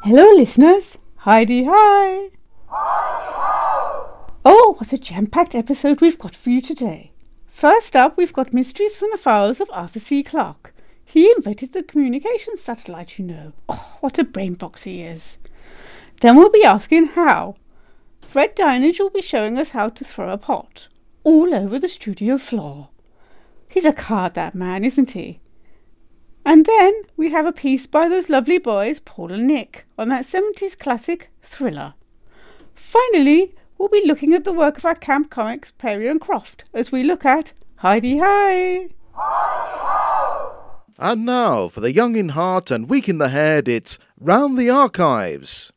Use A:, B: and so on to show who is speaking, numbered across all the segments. A: Hello, listeners. Heidi, hi. Oh, what a jam packed episode we've got for you today. First up, we've got Mysteries from the Files of Arthur C. Clarke. He invented the communications satellite, you know. Oh, what a brain box he is. Then we'll be asking how. Fred Dinage will be showing us how to throw a pot all over the studio floor. He's a card, that man, isn't he? And then we have a piece by those lovely boys, Paul and Nick, on that 70s classic thriller. Finally, we'll be looking at the work of our camp comics, Perry and Croft, as we look at Heidi High.
B: And now, for the young in heart and weak in the head, it's Round the Archives.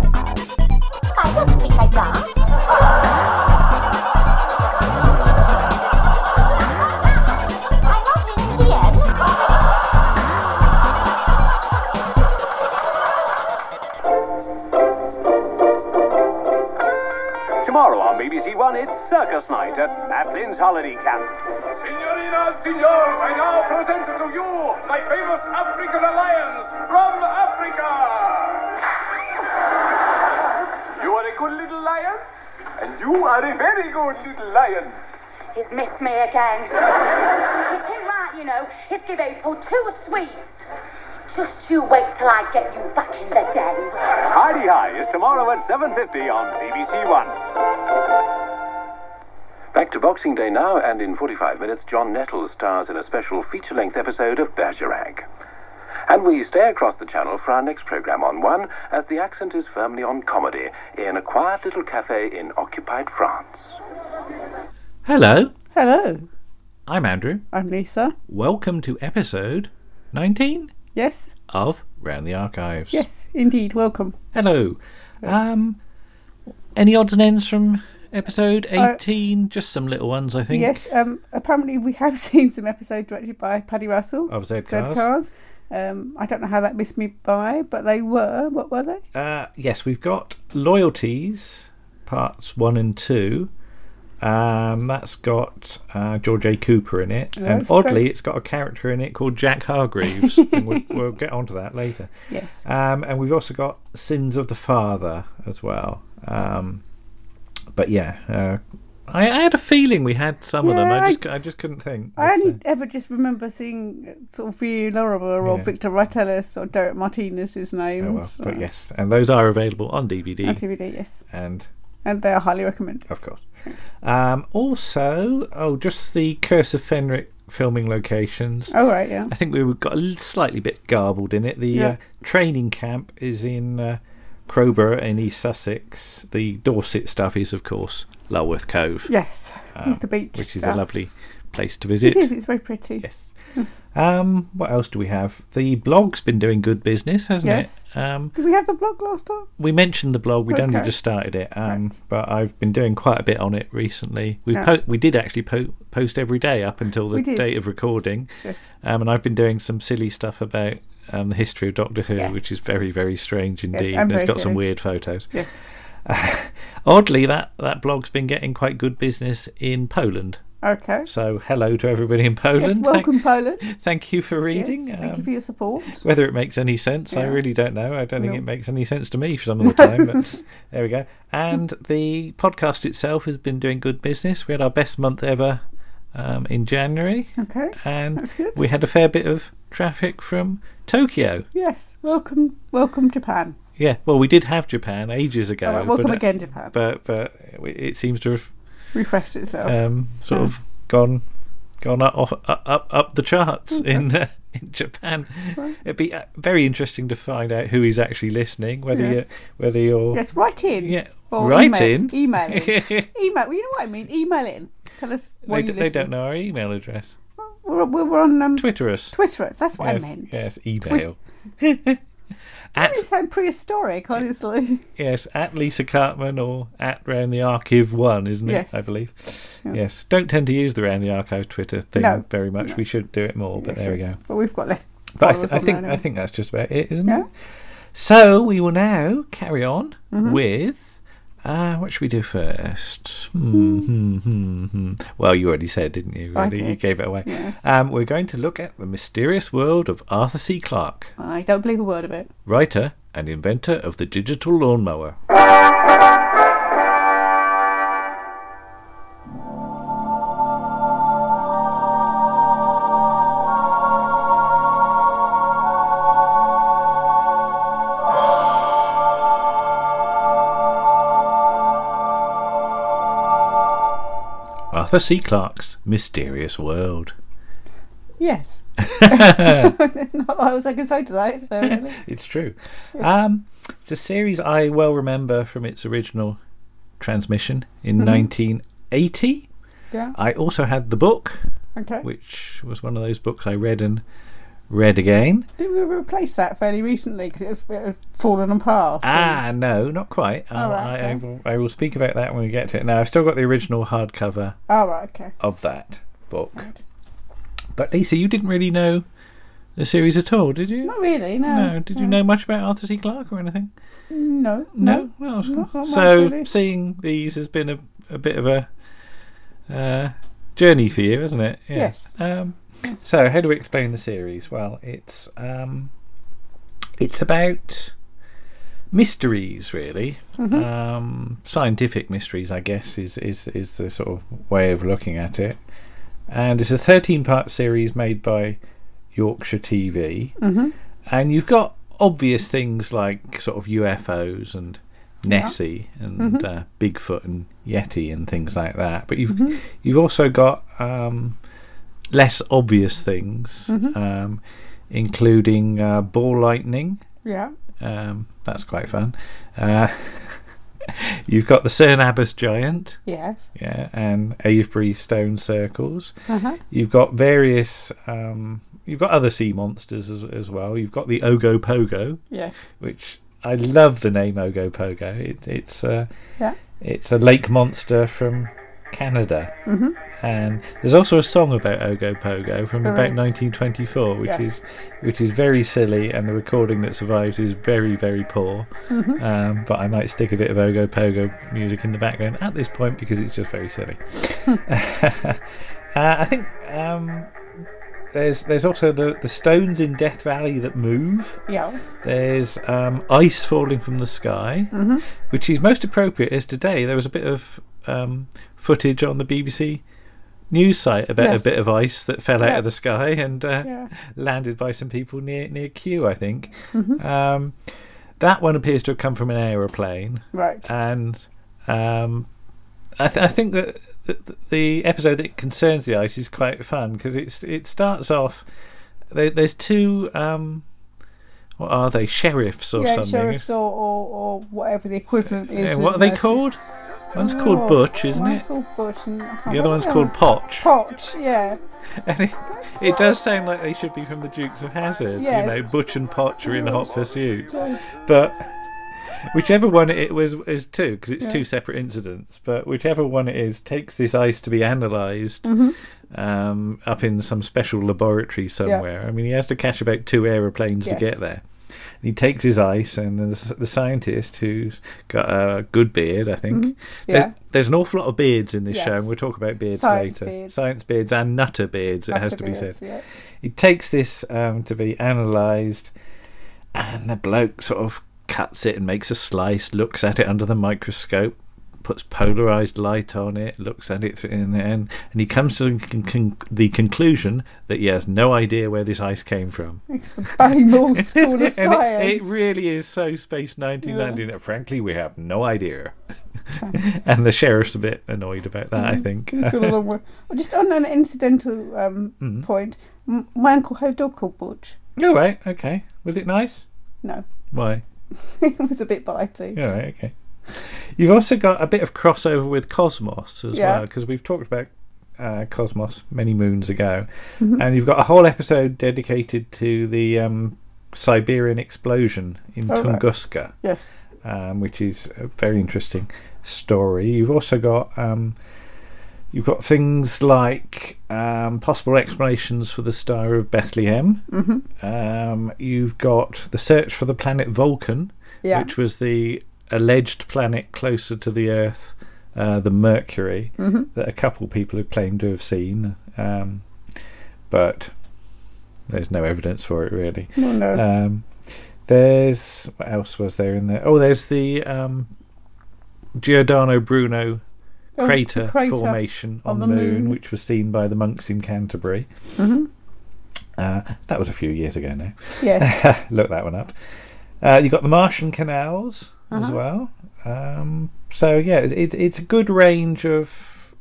C: I don't speak like that. I'm not Indian.
D: Tomorrow on BBC One, it's Circus Night at Maplin's Holiday Camp.
E: Signorinas, signors, I now present to you my famous African alliance from Africa.
D: You are a good little lion, and you are a very good little lion.
F: He's missed me again. it's him right, you know. He's give April two sweets. Just you wait till I get you back in the den.
D: Heidi High is tomorrow at 7.50 on BBC One.
G: Back to Boxing Day now, and in 45 minutes, John Nettle stars in a special feature length episode of Bergerac. And we stay across the channel for our next programme on One, as the accent is firmly on comedy in a quiet little cafe in occupied France.
H: Hello,
A: Hello,
H: I'm Andrew.
A: I'm Lisa.
H: Welcome to episode 19
A: Yes,
H: of Round the Archives.
A: yes, indeed, welcome.
H: Hello. Um, any odds and ends from episode 18? Just some little ones, I think.
A: Uh, Yes, um, apparently we have seen some episode directed by Paddy Russell
H: Of Zed
A: Cars. Um, I don't know how that missed me by, but they were. What were they?
H: Uh, yes, we've got Loyalties, parts one and two. Um, that's got uh, George A. Cooper in it, and
A: Oh, That's great.
H: oddly, it's got a character in it called Jack Hargreaves, and we'll, we'll get onto that later.
A: Yes.
H: Um, and we've also got Sins of the Father as well. Um, but yeah, uh, I, I had a feeling we had some of them.
A: Yeah,
H: I
A: I-
H: just, I, just couldn't think.
A: I
H: But, uh,
A: only ever just remember seeing uh, sort of Vio Lorimer or
H: Yeah.
A: Victor Vitalis or Derek Martinez's name.
H: oh well,
A: so-
H: But yes, and those are available on DVD,
A: On DVD, yes.
H: and
A: And they are highly recommended.
H: of course. Um, also, oh, just the Curse of Fenric filming locations.
A: Oh, right, yeah.
H: I think we were- got a little- slightly bit garbled in it. The
A: Yeah.
H: uh, training camp is in uh, Crowborough in East Sussex. The Dorset stuff is, of course, Lulworth Cove. uh,
A: Yes. He's the beach.
H: which is
A: stuff.
H: a lovely place
A: It
H: to visit.
A: is, it's very pretty.
H: Yes. Um, what else do we have? The blog's been doing good business, hasn't
A: Yes.
H: it? Um,
A: Did we have the blog last time?
H: we mentioned the blog. We'd only
A: Okay.
H: just started it, um, but I've been doing quite a bit on it recently. We
A: Yeah.
H: po- we did actually po- post every day up until the
A: We did.
H: date of recording,
A: Yes.
H: um, and I've been doing some silly stuff about. Um, the history of Doctor Who,
A: Yes.
H: which is very, very strange indeed.
A: and
H: and it's
A: very
H: got some
A: silly.
H: weird photos.
A: Yes.
H: Oddly, that, that blog's been getting quite good business in Poland.
A: Okay.
H: So, hello to everybody in Poland.
A: Yes,
H: Thank-
A: welcome, Poland.
H: Thank you for
A: Yes,
H: reading.
A: Thank you
H: um,
A: for your support.
H: whether it makes any sense, I
A: Yeah.
H: really don't know. I don't think
A: No.
H: it makes any sense to me for some of the time, but there we go. And the podcast itself has been doing good business. We had our best month ever um, in January,
A: Okay.
H: and
A: That's good.
H: we had a fair bit of traffic from Tokyo.
A: Yes. Welcome, welcome, Japan.
H: Yeah, well, we did have Japan ages ago.
A: All right, welcome
H: but, uh,
A: again, Japan.
H: But, but it seems to have
A: Refreshed itself.
H: um, sort of gone gone up off, up, up up the charts
A: Mm-hmm.
H: in uh, in Japan. It'd be uh, very interesting to find out who is actually listening, whether
A: Yes.
H: you whether you're
A: yes, write in.
H: yeah
A: Or
H: right
A: email,
H: in
A: Email in.
H: they,
A: email. Well, you know what I mean. Email in. Tell us why
H: d-
A: you
H: they
A: listen.
H: don't know our email address.
A: We're, we're, we're on um,
H: Twitter us.
A: Twitter. That's what
H: yes,
A: I meant.
H: yes, email. at
A: You sound prehistoric, honestly.
H: yes, at Lisa Cartman or at Round the Archive One, isn't it?
A: Yes.
H: I believe. Yes. Don't tend to use the Round the Archive Twitter thing
A: No.
H: very much. We should do it more, but there we go.
A: But we've got less.
H: But I,
A: followers
H: th- I
A: on
H: think
A: there
H: I
A: now.
H: think that's just about it, isn't
A: Yeah.
H: it? So we will now carry on
A: Mm-hmm.
H: with. Uh, what should we do first? Hmm, hmm, hmm, hmm. Well, you already said, didn't you?
A: I
H: Really? You
A: did,
H: gave it away.
A: yes.
H: Um, we're going to look at the mysterious world of Arthur C. Clarke,
A: I don't believe a word of it.
H: writer and inventor of the digital lawnmower. Arthur C. Clarke's mysterious world.
A: Yes. Not what I was I could say to that. Though, really.
H: It's true. Um, it's a series I well remember from its original transmission in 1980.
A: Mm-hmm. Yeah.
H: I also had the book,
A: Okay.
H: which was one of those books I read and read again.
A: Did we replace that fairly recently because it, it had fallen apart?
H: Ah, no, not quite. Um,
A: right,
H: I, I,
A: Oh, okay.
H: will, I will speak about that when we get to it. Now, I've still got the original hardcover
A: Oh, right. Okay.
H: of that book. But Lisa, you didn't really know the series at all, did you?
A: Not really. No.
H: No. Did you know much about Arthur C. Clarke or anything?
A: No.
H: No, well,
A: not much,
H: so
A: Oh, really.
H: seeing these has been a, a bit of a uh, journey for you, hasn't it? Yeah.
A: Yes.
H: Um, so how do we explain the series? Well, it's um, it's about mysteries, really.
A: Mm-hmm.
H: Um, scientific mysteries, I guess, is, is is the sort of way of looking at it. And it's a thirteen-part series made by Yorkshire TV
A: Mm-hmm.
H: and you've got obvious things like sort of UFOs and Nessie and
A: Mm-hmm.
H: uh, Bigfoot and Yeti and things like that. But you've
A: Mm-hmm.
H: you've also got um, less obvious things,
A: Mm-hmm.
H: um, including uh, ball lightning.
A: Yeah.
H: Um, that's quite fun. Uh, you've got the Cernabus giant
A: Yes.
H: yeah, and Avebury stone circles.
A: Uh-huh.
H: You've got various. Um, you've got other sea monsters as, as well. You've got the Ogopogo,
A: Yes.
H: which I love the name Ogopogo. It, it's uh,
A: Yeah.
H: it's a lake monster from Canada, mm-hmm. and there's also a song about Ogopogo from
A: There
H: about
A: is.
H: 1924, which
A: Yes.
H: is which is very silly, and the recording that survives is very very poor.
A: Mm-hmm.
H: Um, but I might stick a bit of Ogopogo music in the background at this point because it's just very silly. uh, I think. Um, there's, there's also the, the stones in Death Valley that move.
A: Yes.
H: There's um, ice falling from the sky,
A: Mm-hmm.
H: which is most appropriate as today there was a bit of um, footage on the BBC news site about
A: Yes.
H: a bit of ice that fell out
A: Yeah.
H: of the sky and uh,
A: Yeah.
H: landed by some people near near Kew, I think.
A: Mm-hmm.
H: Um, that one appears to have come from an aeroplane,
A: Right.
H: and um, I, th- I think that th- th- the episode that concerns the ice is quite fun because it's it starts off. There, there's two. Um, what are they? Sheriffs or
A: yeah.
H: something?
A: Sheriffs or, or, or whatever the equivalent is.
H: Yeah,
A: in
H: what are they
A: those-
H: called? One's
A: Oh,
H: called Butch, isn't
A: one's
H: it?
A: called Butch and I can't
H: The
A: remember
H: other one's called Potch.
A: Potch. Yeah.
H: And it, it does sound like they should be from the Dukes of Hazard.
A: Yes.
H: You know, Butch and Potch are in hot pursuit.
A: Yes.
H: But whichever one it was is two, because it's two separate incidents. But whichever one it is takes this ice to be analysed
A: Mm-hmm.
H: um, up in some special laboratory somewhere. I mean, he has to catch about two aeroplanes
A: Yes.
H: to get there. And he takes his ice, and then the, s- the scientist who's got a good beard, I think.
A: Mm-hmm. Yeah.
H: There's, there's an awful lot of beards in this
A: Yes.
H: show, and we'll talk about beards
A: Science
H: later.
A: beards.
H: Science beards and nutter beards, it has
A: Utter
H: to be said
A: beards, Yeah.
H: he takes this um, to be analysed, and the bloke sort of cuts it and makes a slice, looks at it under the microscope, puts polarised light on it, looks at it through, and then and he comes to the, con- con- the conclusion that he has no idea where this ice came from.
A: It's the Barrymore School of
H: And
A: Science.
H: It, it really is so space 1990. that Frankly, we have no idea. and the sheriff's a bit annoyed about that, I think.
A: Mm-hmm. He's got a long way. Well, Just on an incidental um,
H: Mm-hmm.
A: point, m- my uncle had a dog called Butch.
H: All right, okay. Was it nice?
A: No,
H: Why?
A: it was a bit bitey.
H: All right, okay. You've also got a bit of crossover with Cosmos as
A: Yeah.
H: well, because we've talked about uh, Cosmos many moons ago,
A: Mm-hmm.
H: and you've got a whole episode dedicated to the um, Siberian explosion in
A: Oh, right.
H: Tunguska,
A: Yes.
H: um, which is a very interesting story. You've also got um, You've got things like um, possible explanations for the Star of Bethlehem. Mm-hmm. Um, you've got the search for the planet Vulcan,
A: Yeah.
H: which was the alleged planet closer to the Earth uh, than Mercury
A: Mm-hmm.
H: that a couple people have claimed to have seen, um, but there's no evidence for it really.
A: No, no.
H: Um, there's what else was there in there? Oh, there's the um, Giordano Bruno
A: Oh, the
H: crater,
A: crater
H: formation
A: on
H: on,
A: the
H: the moon,
A: moon.
H: which was seen by the monks in Canterbury.
A: Mm-hmm.
H: Uh, that was a few years ago now.
A: yes.
H: Look that one up. Uh, you got the Martian canals
A: Uh-huh.
H: as well. Um, so yeah, it's, it's it's a good range of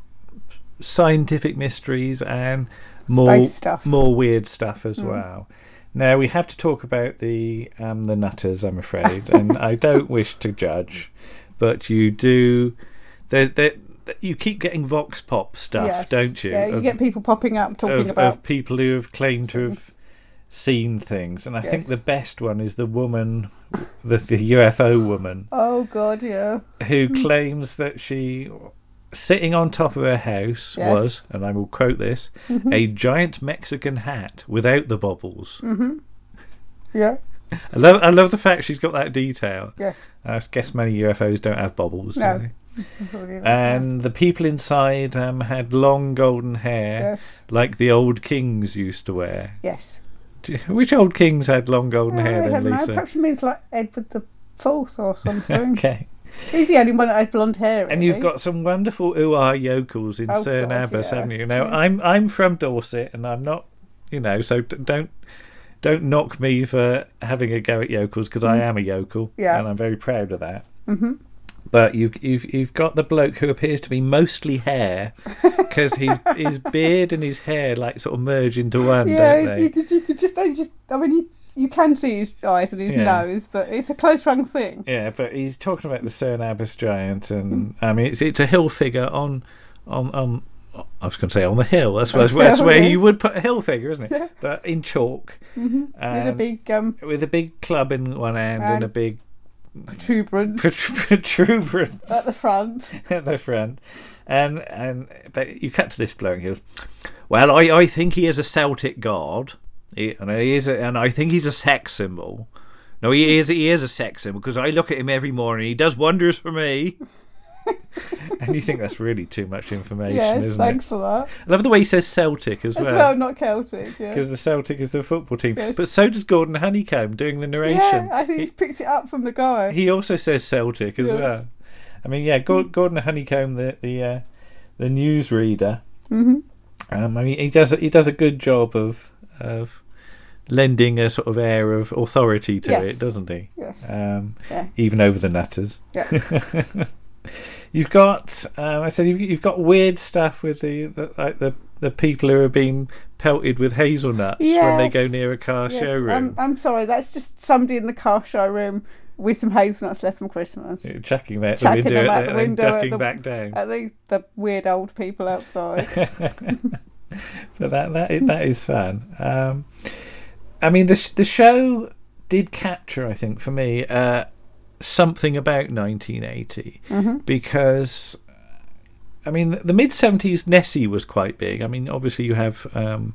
H: scientific mysteries and more
A: Space stuff. Mm.
H: more weird stuff as well. Now we have to talk about the um, the nutters, I'm afraid, and I don't wish to judge, but you do. There, there, you keep getting vox pop stuff,
A: yes.
H: don't you?
A: Yeah, you
H: of-
A: get people popping up talking
H: of,
A: about.
H: of people who have claimed to have seen things, and I
A: Yes.
H: think the best one is the woman, the, the UFO woman,
A: oh God, yeah. Mm.
H: who claims that she, sitting on top of her house,
A: Yes. Mm-hmm.
H: was, and I will quote this, a giant Mexican hat without the bobbles.
A: Mm-hmm. Yeah.
H: I love, I love the fact she's got that detail.
A: Yes.
H: I guess many UFOs don't have bobbles, do
A: No.
H: they?
A: Probably not.
H: And the people inside um, had long golden hair,
A: yes.
H: like the old kings used to wear.
A: Yes.
H: Do- Which old kings had long golden
A: Oh,
H: hair
A: I
H: then,
A: don't know.
H: Lisa?
A: Perhaps it means like Edward the Fourth or something.
H: okay.
A: He's the only one that had blonde hair.
H: And you've
A: really.
H: got some wonderful ooh yokels in
A: Oh,
H: Cern
A: God,
H: Abbas,
A: yeah.
H: haven't you? Now I'm I'm from Dorset and I'm not you know, so d- don't don't knock me for having a go at yokels because I am a yokel
A: Mm-hmm. Yeah.
H: and I'm very proud of that. Mm-hmm. But you, you've you've got the bloke who appears to be mostly hair because his his beard and his hair like sort of merge into one,
A: Yeah,
H: don't
A: it's-
H: they?
A: you, could, you could just don't just. I mean, you, you can see his eyes and his
H: Yeah.
A: nose, but it's a close run thing.
H: Yeah, but he's talking about the Cern Abbas giant, and I mean it's it's a hill figure on on on. I was going to say on the hill. That's where, that's where you would put a hill figure, isn't it? But in chalk,
A: Mm-hmm. With a
H: and
A: big um,
H: with a big club in one hand and,
A: And-
H: a big
A: protuberance
H: protuberance
A: at the front.
H: at the front, and and Um, but you catch this bloke. and He goes, "Well, I, I think he is a Celtic god, he, and he is, a, and I think he's a sex symbol. No, he is he is a sex symbol because I look at him every morning. He does wonders for me." and you think that's really too much information,
A: Yes,
H: isn't
A: thanks
H: it?
A: for that.
H: I love the way he says Celtic as
A: As
H: well.
A: well, not Celtic. Yeah.
H: because the Celtic is the football team,
A: Yes.
H: but so does Gordon Honeycomb doing the narration.
A: Yeah, I think
H: He-
A: he's picked it up from the guy.
H: he also says Celtic as
A: Yes. Hmm.
H: well. I mean, yeah, Gor- Gordon Honeycomb, the the uh, the news reader. Mm-hmm. Um, I mean, he does he does a good job of of lending a sort of air of authority to
A: Yes.
H: it, doesn't he?
A: Yes.
H: Um,
A: Yeah.
H: Even over the nutters.
A: Yeah.
H: You've got, um, I said, you've, you've got weird stuff with the, the like the the people who are being pelted with hazelnuts when they go
A: Yes.
H: near a car
A: Yes,
H: showroom.
A: I'm, I'm sorry, that's just somebody in the car showroom with some hazelnuts left from Christmas.
H: Yeah, chucking them out the
A: Chucking
H: window,
A: them out
H: and
A: the
H: then
A: window at
H: ducking
A: the-
H: back down.
A: At least the weird old people outside.
H: but that that is, that is fun. Um, I mean, the sh- the show did capture, I think, for me, uh, something about 1980 because. I mean, the mid '70s Nessie was quite big. I mean, obviously you have, um,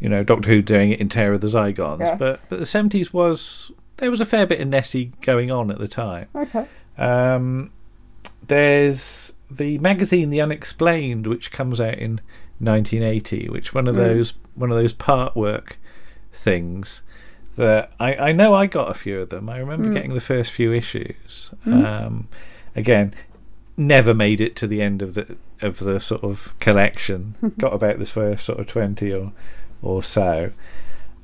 H: you know, Doctor Who doing it in Terror of the Zygons,
A: Yes.
H: but but the '70s was there was a fair bit of Nessie going on at the time.
A: okay.
H: Um, there's the magazine The Unexplained, which comes out in 1980, which one of
A: Hmm.
H: those one of those part work things that I, I know I got a few of them. I remember getting the first few issues. Um, again, never made it to the end of the of the sort of collection. got about this first sort of 20 or or so.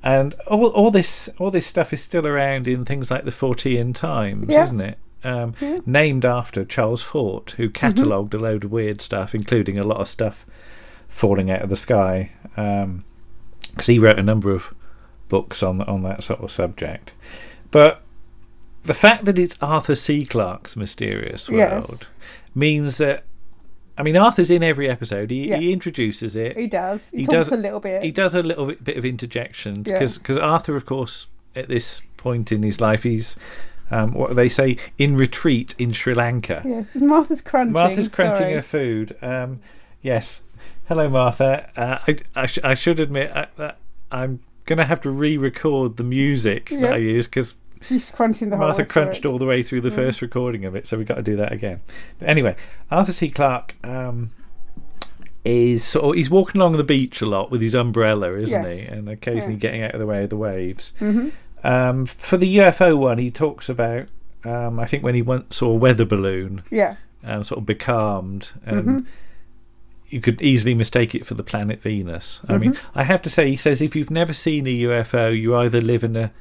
H: And all, all this all this stuff is still around in things like the Fortean Times,
A: Yeah.
H: isn't it? Um, Named after Charles Fort, who
A: Mm-hmm.
H: catalogued a load of weird stuff, including a lot of stuff falling out of the sky, because he wrote a number of books on on that sort of subject. But the fact that it's Arthur C. Clarke's mysterious world
A: Yes.
H: means that I mean Arthur's in every episode. He,
A: Yeah.
H: he introduces it.
A: He does. He,
H: He
A: talks
H: does-
A: a little bit.
H: He does a little bit, bit of interjections
A: Yeah.
H: because Arthur, of course, at this point in his life, he's um, what they say in retreat in Sri Lanka.
A: Yes. Martha's crunching.
H: Martha's crunching
A: sorry.
H: her food. Um, Yes. Hello, Martha. Uh, I, I, sh- I should admit uh, that I'm going to have to re record the music
A: Yep.
H: that I use because
A: She's crunching the whole Mm.
H: Martha
A: way through
H: crunched
A: it.
H: all the way through the first recording of it, so we've got to do that again. But anyway, Arthur C. Clarke um, is sort of, he's walking along the beach a lot with his umbrella, isn't
A: Yes. Mm-hmm.
H: he? And occasionally getting out of the way of the waves. Um, for the UFO one, he talks about um, I think when he once saw a weather balloon
A: Yeah. Mm-hmm.
H: um, sort of becalmed and you could easily mistake it for the planet Venus. I mean,
A: Mm-hmm.
H: I have to say, he says if you've never seen a UFO, you either live in a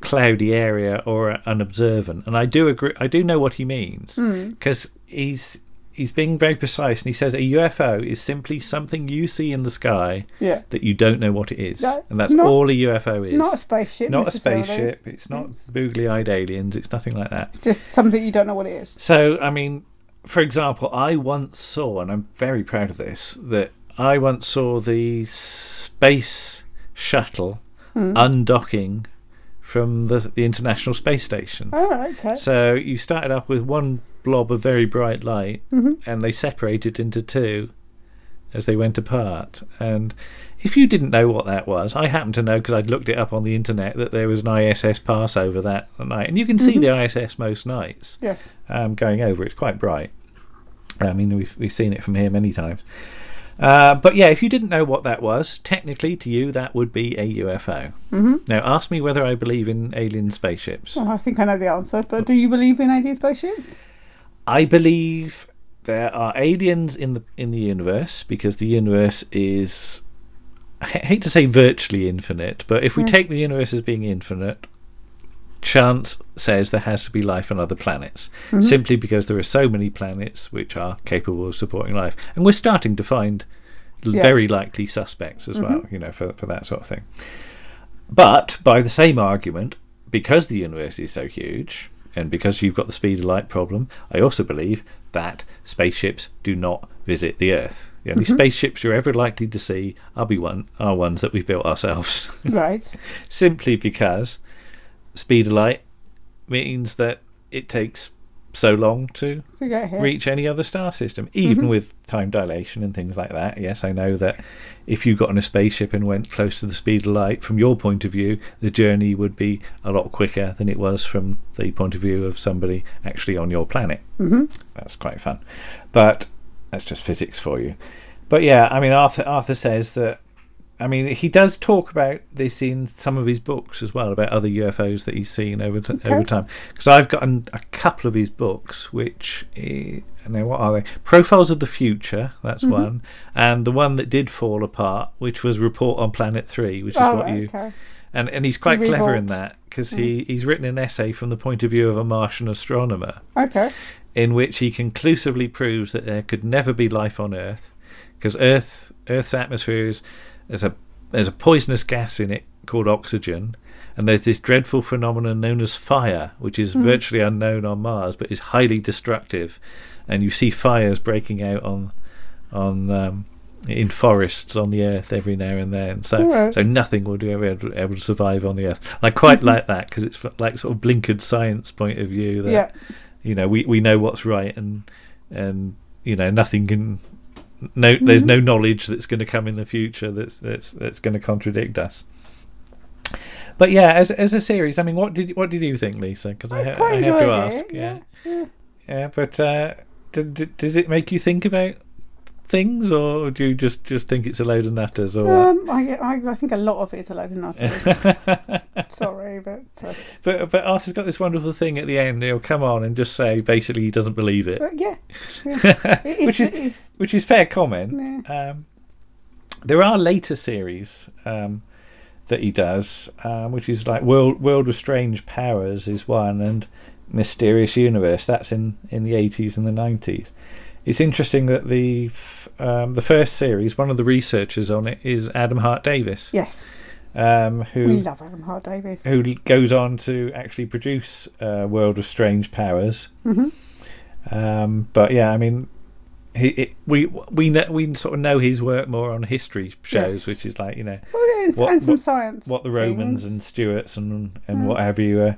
H: cloudy area or a, an observant. And I do agree. I do know what he means
A: Mm.
H: because he's he's being very precise, and he says a UFO is simply something you see in the sky
A: Yeah.
H: that you don't know what it is,
A: No,
H: and that's
A: not-
H: all a UFO is.
A: Not a spaceship.
H: Not a
A: necessarily.
H: spaceship. It's not boogly-eyed aliens. It's nothing like that.
A: Just something you don't know what it is.
H: So, I mean, for example, I once saw, and I'm very proud of this, that I once saw the space shuttle undocking from the, the International Space Station.
A: All right. Okay.
H: So you started off with one blob of very bright light, and they separated into two as they went apart. And if you didn't know what that was, I happened to know because I'd looked it up on the internet that there was an ISS pass over that night, and you can see the ISS most nights
A: yes.
H: um, going over. It's quite bright. I mean, we've, we've seen it from here many times. Uh, but yeah, if you didn't know what that was, technically to you that would be a UFO. Mm-hmm. Now, ask me whether I believe in alien spaceships.
A: Well, I think I know the answer, but do you believe in alien spaceships?
H: I believe there are aliens in the in the universe because the universe is. I h- hate to say virtually infinite, but if we take the universe as being infinite, chance says there has to be life on other planets, simply because there are so many planets which are capable of supporting life, and we're starting to find l-
A: Yeah.
H: very likely suspects as well, you know, for for that sort of thing. But by the same argument, because the universe is so huge, and because you've got the speed of light problem, I also believe that spaceships do not visit the Earth. The only
A: Mm-hmm.
H: spaceships you're ever likely to see are, be one, are ones that we've built ourselves,
A: Right.
H: simply because speed of light means that it takes so long to
A: So get here. Mm-hmm.
H: reach any other star system, even with time dilation and things like that. Yes, I know that if you got on a spaceship and went close to the speed of light, from your point of view, the journey would be a lot quicker than it was from the point of view of somebody actually on your planet. Mm-hmm. That's quite fun. But that's just physics for you. But yeah, I mean, Arthur, Arthur says that. I mean, he does talk about this in some of his books as well about other UFOs that he's seen over t- over time. Because I've gotten a couple of his books, which i- now what are they? Profiles of the Future. That's
A: Mm-hmm.
H: one, and the one that did fall apart, which was Report on Planet Three, which is
A: Oh,
H: what
A: right,
H: you
A: okay.
H: and and he's quite clever
A: Revolt.
H: in that because he he's written an essay from the point of view of a Martian astronomer
A: Okay.
H: in which he conclusively proves that there could never be life on Earth, because Earth Earth's atmosphere is there's a there's a poisonous gas in it called oxygen, and there's this dreadful phenomenon known as fire, which is virtually unknown on Mars but is highly destructive, and you see fires breaking out on on um, in forests on the Earth every now and then. So
A: Alright.
H: so nothing will be able, able to survive on the Earth. And I quite
A: Mm-hmm.
H: like that because it's like sort of blinkered science point of view. That,
A: Yeah.
H: you know we, we know what's right and and you know nothing can no there's
A: Mm-hmm.
H: no knowledge that's going to come in the future that's that's that's going to contradict us but yeah as as a series i mean what did what did you think lisa because I, ha-
A: quite
H: I have to
A: enjoyed it,
H: ask yeah yeah, but uh did, did, does it make you think about things or do you just just think it's a load of nutters or what?
A: Um, I, I, I think a lot of it is a load of nonsense. Sorry, but uh,
H: but but arthur's got this wonderful thing at the end he'll come on and just say basically he doesn't believe it
A: but yeah, it's,
H: which is
A: it's,
H: which is fair comment. Um, there are later series um, that he does, um, which is like World World of Strange Powers is one, and Mysterious Universe. That's in in the eighties and the nineties. It's interesting that the f- um, the first series, one of the researchers on it is Adam Hart Davis,
A: yes,
H: um, who
A: we love Adam Hart Davis.
H: who l- goes on to actually produce uh, World of Strange Powers. Mm-hmm. Um, but yeah, I mean, he, it, we we know, we sort of know his work more on history
A: Yes.
H: shows, which is like you know
A: Oh, yeah, and,
H: what-
A: and some
H: what-
A: science.
H: what the Romans
A: things. Mm.
H: and Stuarts and and what have you uh,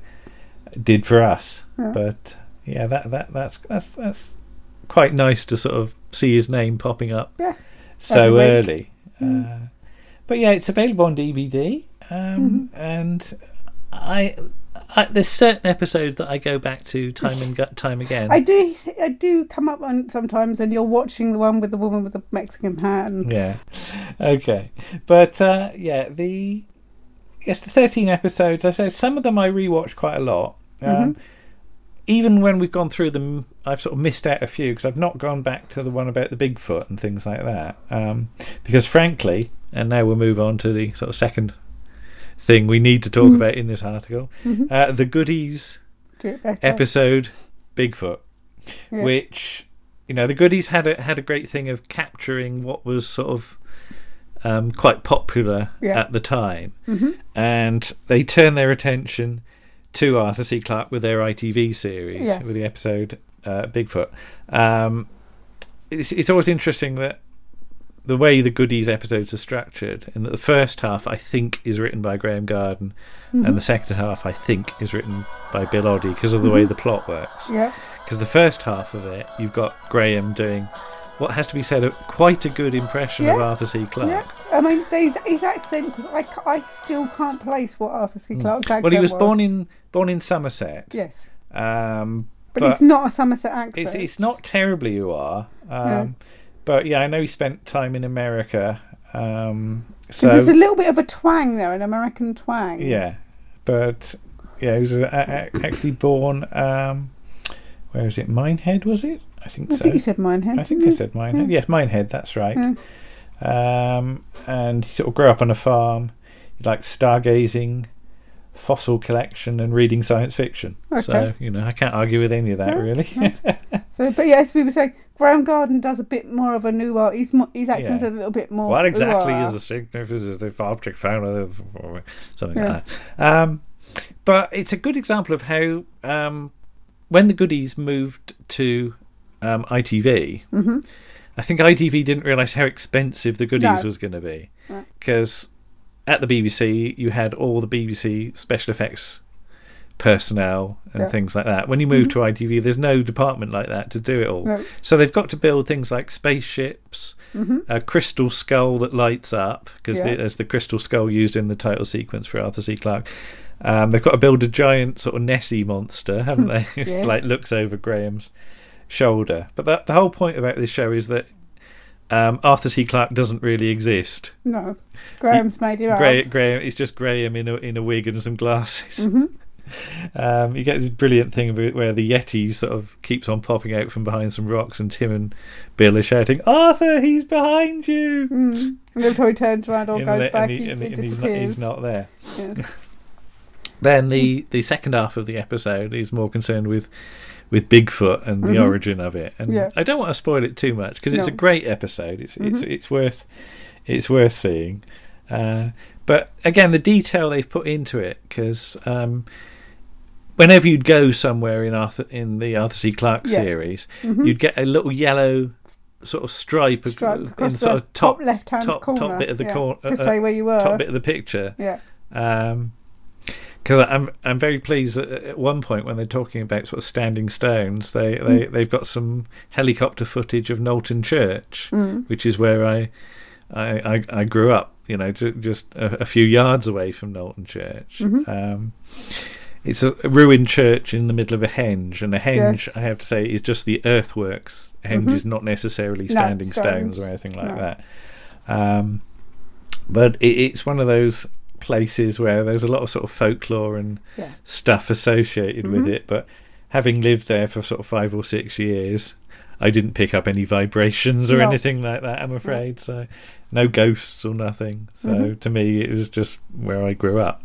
H: did for us. But yeah, that that that's that's that's quite nice to sort of see his name popping up
A: Yeah.
H: so
A: Every week.
H: early. Uh, but yeah, it's available on DVD, um,
A: Mm-hmm.
H: and I, I there's certain episodes that I go back to time and gu- time again.
A: I do. I do come up on sometimes, and you're watching the one with the woman with the Mexican hat. And
H: yeah, okay, but uh, yeah, the yes, the thirteen episodes. I say some of them I rewatch quite a lot. Um, Even when we've gone through them, I've sort of missed out a few because I've not gone back to the one about the Bigfoot and things like that. Um, because frankly, and now we'll move on to the sort of second thing we need to talk about in this article uh, the goodies
A: do it better.
H: episode Bigfoot,
A: Yeah.
H: which you know the goodies had a had a great thing of capturing what was sort of um, quite popular
A: Yeah. Mm-hmm.
H: at the time, Mm-hmm. and they turned their attention to Arthur C. Clarke with their ITV series
A: Yes.
H: with the episode uh, Bigfoot. Um, it's, it's always interesting that the way the goodies episodes are structured, and that the first half I think is written by Graham Garden,
A: Mm-hmm.
H: and the second half I think is written by Bill Oddie because of the way the plot works.
A: Mm-hmm. Yeah.
H: Because the first half of it, you've got Graham doing what has to be said a, quite a good impression of
A: Yeah.
H: Arthur C. Clarke.
A: Yeah, I mean, his, his accent, because I, ca- I still can't place what Arthur C. Clarke's accent
H: Hmm. Mm. Well, he was born in born in Somerset.
A: Yes,
H: Um,
A: but, it's not a Somerset accent.
H: it's, it's not terribly you are. Um, But yeah, I know he spent time in America. Um, so
A: Because there's a little bit of a twang there, an American twang.
H: Yeah, but yeah, he was a, a, a- actually born. Um, where is it? Minehead was it? I think
A: I
H: so.
A: think you said Minehead.
H: I think
A: didn't
H: I
A: you?
H: said Minehead. Yes, Minehead. That's right. Um, and he sort of grew up on a farm. He liked stargazing, fossil collection, and reading science fiction. So
A: Okay.
H: you know, I can't argue with any of that really. eh?
A: So, but yes, we were saying Graham Garden does a bit more of a new art. He's mo- his accent's
H: Yeah.
A: a little bit more.
H: What exactly
A: ooh-ah.
H: is the significance of object found? with- or Something
A: Yeah.
H: like that. Um, but it's a good example of how um, when the goodies moved to um, ITV,
A: Mm-hmm.
H: I think ITV didn't realise how expensive the goodies
A: No.
H: was going to be because at the BBC you had all the BBC special effects personnel
A: Yeah.
H: and
A: Mm-hmm.
H: things like that. When you move to ITV, there's no department like that to do it all.
A: No.
H: So they've got to build things like spaceships, a crystal skull that lights up because
A: Mm-hmm. Yeah.
H: there's the crystal skull used in the title sequence for Arthur C. Clarke. Um, they've got to build a giant sort of Nessie monster, haven't they?
A: Yes.
H: like looks over Graham's shoulder. But that, the whole point about this show is that um, Arthur C. Clarke doesn't really exist.
A: No, Graham's made it up.
H: Gra- Graham, it's just Graham in a, in a wig and some glasses.
A: Mm-hmm.
H: Um, you get this brilliant thing about where the Yeti sort of keeps on popping out from behind some rocks, and Tim and Bill are shouting, "Arthur, he's behind you!"
A: Mm. And until he turns around or
H: And
A: goes
H: the-
A: back,
H: and he-
A: he,
H: and-
A: he
H: and he's, not,
A: disappears.
H: he's not there.
A: Yes.
H: Then the, the second half of the episode is more concerned with with Bigfoot and the origin of it. And
A: Mm-hmm. Yeah.
H: I don't want to spoil it too much because it's a
A: No. Mm-hmm.
H: great episode. It's it's it's worth it's worth seeing. Uh, but again, the detail they've put into it because um, whenever you'd go somewhere in Arthur in the Arthur C. Clarke
A: Yeah. Mm-hmm.
H: series, you'd get a little yellow sort of stripe, ac-
A: Stripe
H: in
A: across
H: sort
A: the
H: of
A: top,
H: top
A: left-hand
H: top,
A: corner.
H: top bit of the
A: yeah,
H: corner
A: to say where you were.
H: top bit of the picture.
A: Yeah.
H: Um, because I'm I'm very pleased that at one point when they're talking about sort of standing stones, they
A: Mm.
H: they they've got some helicopter footage of Knowlton Church,
A: Mm.
H: which is where I I I, I grew up. You know, ju- just a, a few yards away from Knowlton Church.
A: Mm-hmm.
H: Um, it's a ruined church in the middle of a henge, and a henge, I have to say, is just the earthworks. A henge is not necessarily standing stones
A: Mm-hmm. stones.
H: or anything like
A: No.
H: that. Um, but it, it's one of those places where there's a lot of sort of folklore and
A: Yeah. Mm-hmm.
H: stuff associated with it. But having lived there for sort of five or six years, I didn't pick up any vibrations or
A: No.
H: anything like that. I'm afraid so, no ghosts or nothing. So
A: Mm-hmm.
H: to me, it was just where I grew up.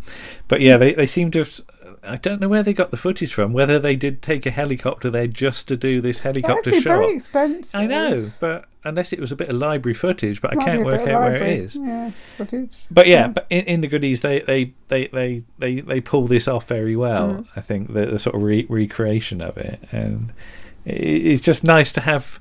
H: But yeah, they they seem to have. I don't know where they got the footage from. Whether they did take a helicopter there just to do this
A: That'd
H: helicopter
A: be
H: shot.
A: very expensive.
H: I know, but unless it was a bit of library footage, but I
A: Might be
H: can't
A: a
H: work
A: bit
H: out
A: of
H: where
A: library.
H: it is.
A: Yeah, footage.
H: But yeah, but in, in the goodies, they they, they, they, they they pull this off very well.
A: Mm.
H: I think the, the sort of re- recreation of it, and i it's just nice to have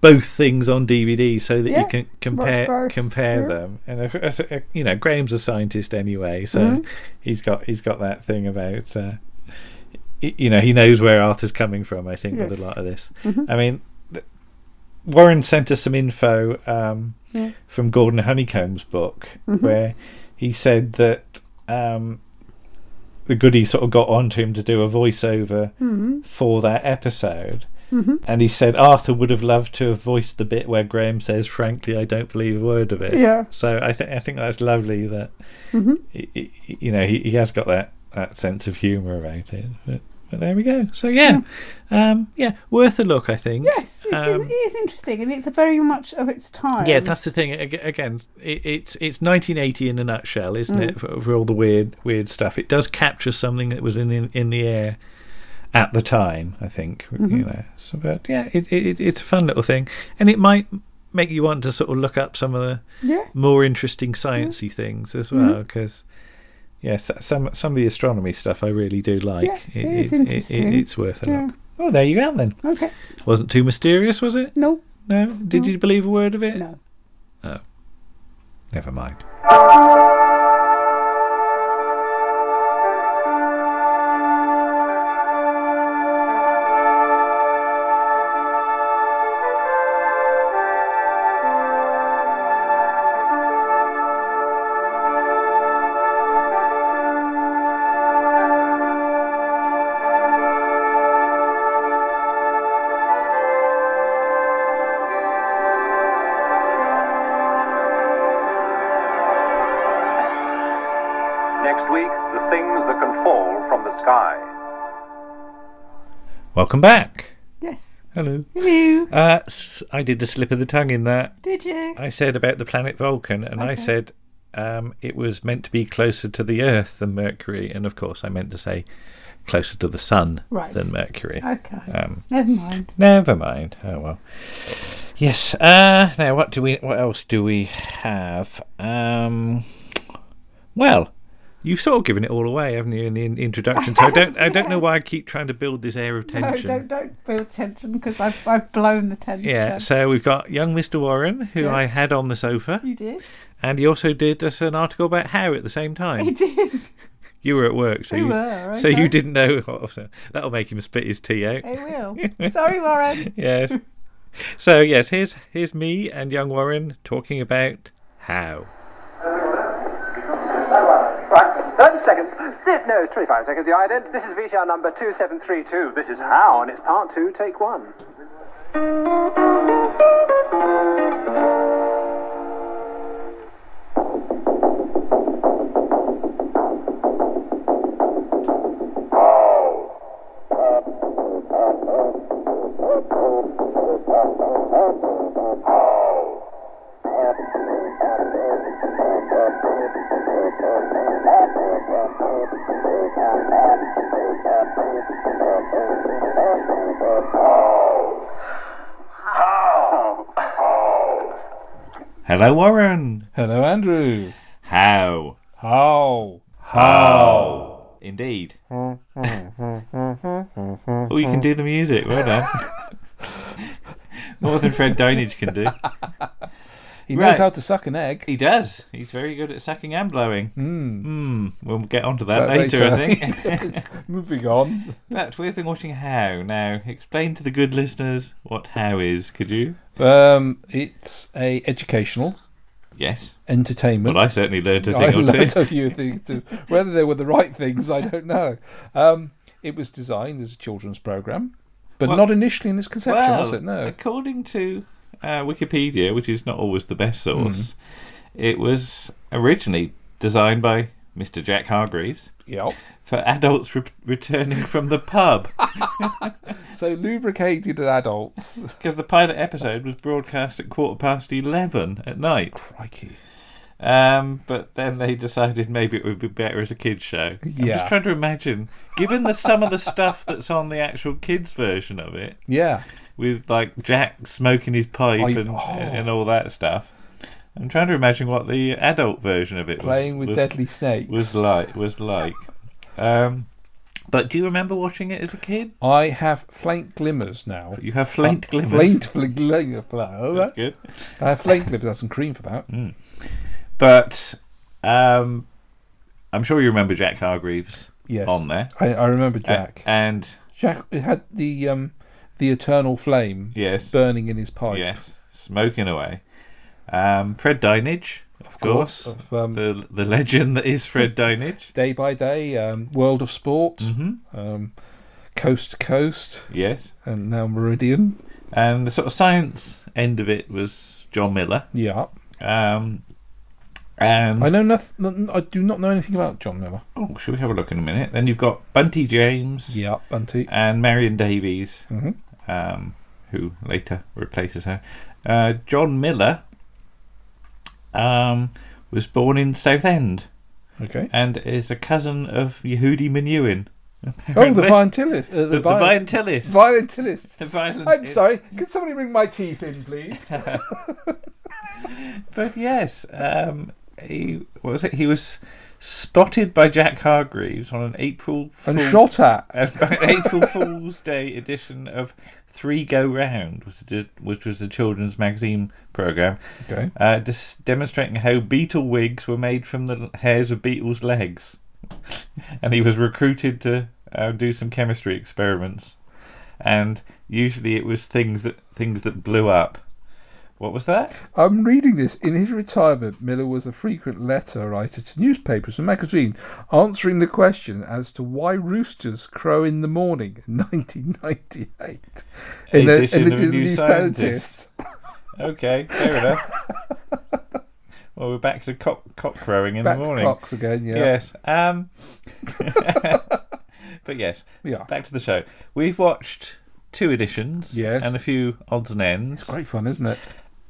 H: both things on DVD so that
A: Yeah,
H: you can compare
A: both,
H: compare
A: yeah.
H: them. And if- as a- you know, Graham's a scientist anyway, so
A: Mm-hmm.
H: he's got he's got that thing about. Uh, y- you know, he knows where Arthur's coming from. I think with
A: Yes.
H: a lot of this. I mean, th- Warren sent us some info um, from Gordon Honeycomb's book where he said that um, the goody sort of got onto him to do a voiceover for that episode. And he said Arthur would have loved to have voiced the bit where Graham says, "Frankly, I don't believe a word of it."
A: Yeah.
H: So I think I think that's lovely that i- i- you know he, he has got that, that sense of humour about it. But, but there we go. So yeah, um, yeah, worth a look, I think.
A: Yes, it's in,
H: Um,
A: it is interesting, and it's a very much of its time.
H: yeah, that's the thing. Ag- Again, it, it's it's 1980 in a nutshell, isn't
A: Mm.
H: it? For, for all the weird weird stuff, it does capture something that was in in, in the air at the time. I think
A: Mm-hmm.
I: Mm-hmm.
H: you know. So, but yeah, it, it it's a fun little thing, and it might make you want to sort of look up some of the
A: yeah. Mm-hmm.
H: more interesting sciencey things as well because yes some some of the astronomy stuff i really do like
A: Yeah, it is interesting.
H: it's worth a
A: Yeah.
H: look oh there you go then
A: Okay.
H: wasn't too mysterious was it
A: No.
H: no did you believe a word of it
A: No.
H: oh never mind
E: Next week, the things that can fall from the sky.
H: welcome back
A: Yes.
H: hello
A: Hello.
H: uh s- i did a slip of the tongue in that
A: Did you?
H: i said about the planet vulcan and i said um, it was meant to be closer to the earth than mercury and of course i meant to say closer to the sun
A: Right.
H: than mercury
A: Okay.
H: um,
A: Never mind.
H: Never mind. Oh well. Yes. Uh, now, what do we? What else do we have? Um, well, you've sort of given it all away, haven't you, in the in- introduction? So I don't. I don't know why I keep trying to build this air of
A: No,
H: tension.
A: don't don't build tension because I've I've blown the tension.
H: yeah. So we've got young Mister Warren, who I
A: Yes.
H: had on the sofa,
A: You did.
H: and he also did us an article about how at the same time.
A: It is.
H: You were at work, so
A: We
H: you,
A: were,
H: so
A: okay.
H: you didn't know. Oh, That'll make him spit his tea out.
A: It will. Sorry, Warren.
H: yes. So yes, here's here's me and young Warren talking about how.
E: Right, 30 seconds. This, no, it's 25 seconds. The ident. This is VCR number 2732. This is how, and it's part two, take one.
H: Hello, Warren.
I: Hello, Andrew.
H: How?
I: How?
H: How? Indeed.
A: Mm-hmm.
H: or Oh, you can do the music. Well done. More than Fred Donage can do.
I: He
H: Right.
I: knows how to suck an egg.
H: He does. He's very good at sucking and blowing. Mm. We'll get onto
I: Hmm.
H: that
I: That
H: later, I
I: later.
H: think.
I: Moving on.
H: but we've been watching How now. Explain to the good listeners what How is, could you?
I: Um, it's a educational
H: Yes.
I: entertainment.
H: Well, I certainly learned a thing
I: I
H: or two.
I: learned a few things too. Whether they were the right things, I don't know. Um, it was designed as a children's program, but
H: Well-
I: not initially in its conception,
H: well,
I: was it? No.
H: According to uh, Wikipedia, which is not always the
I: Hmm.
H: best source, it was originally designed by Mr. Jack Hargreaves
I: Yep.
H: for adults re- returning from the pub
I: So lubricated adults.
H: because the pilot episode was broadcast at quarter past 11 at night.
I: Crikey.
H: Um, but then they decided maybe it would be better as a kids show. I'm
I: Yeah.
H: just trying to imagine, given the some of the stuff that's on the actual kids version of it,
I: Yeah.
H: with like Jack smoking his pipe
I: Pipe,
H: and,
I: oh.
H: and all that stuff. I'm trying to imagine what the adult version of it
I: Playing
H: was,
I: with
H: was,
I: deadly snakes.
H: was like was like. Um, but do you remember watching it as a kid?
I: I have flank glimmers now.
H: You have flaint glimmers.
I: Flaint, fl- glimmer, fl-
H: That's good. Mm.
I: I have flank glimmers. That's some cream for that.
H: But um, I'm sure you remember Jack Hargreaves
I: Yes.
H: on there.
I: I, I remember
H: A-
I: Jack.
H: and
I: Jack had the um, the eternal flame
H: Yes.
I: burning in his pipe.
H: Yes, smoking away. Um, Fred Dinage, of course,
I: course, of, um,
H: the the legend that is Fred Dinage.
I: Day by day, um, world of sport, um, coast to coast,
H: Mm-hmm. Yes,
I: and now Meridian.
H: and the sort of science end of it was John Miller.
I: Yeah,
H: Um, and
I: I know nothing. I do not know anything about John Miller.
H: oh, should we have a look in a minute? Then you've got Bunty James
I: Yeah, Bunty.
H: and Marion Davies,
I: Mhm.
H: um, who later replaces her. Uh, John Miller um, was born in Southend.
I: Okay.
H: and is a cousin of Yehudi Menuhin.
I: Oh, the
H: apparently.
I: violentillist. Uh, the,
H: the, the
I: viol-
H: violentillist.
I: violentillist.
H: the violent.
I: I'm sorry. Could somebody bring my teeth in, please?
H: But yes, um, he what was it? He was spotted by Jack Hargreaves on an April
I: and
H: Fool-
I: shot at.
H: an April Fool's Day edition of Three Go Round, which did- which was the children's magazine program,
I: Okay.
H: uh, dis- demonstrating how beetle wigs were made from the hairs of beetles' legs. and he was recruited to uh, do some chemistry experiments. And usually it was things that things that blew up. What was that?
I: I'm reading this. In his retirement, Miller was a frequent letter writer to newspapers and magazines, answering the question as to why roosters crow in the morning in 1998. In the,
H: Edition
I: in the,
H: of
I: in
H: New
I: the Scientist.
H: Scientist. Okay, fair enough. well, we're back to cock cock crowing in
I: Back
H: the
I: to
H: morning.
I: clocks again, yeah.
H: Yes. Um. but yes,
I: Yeah.
H: back to the show. We've watched two editions.
I: Yes.
H: And a few odds and ends.
I: Great fun, isn't it?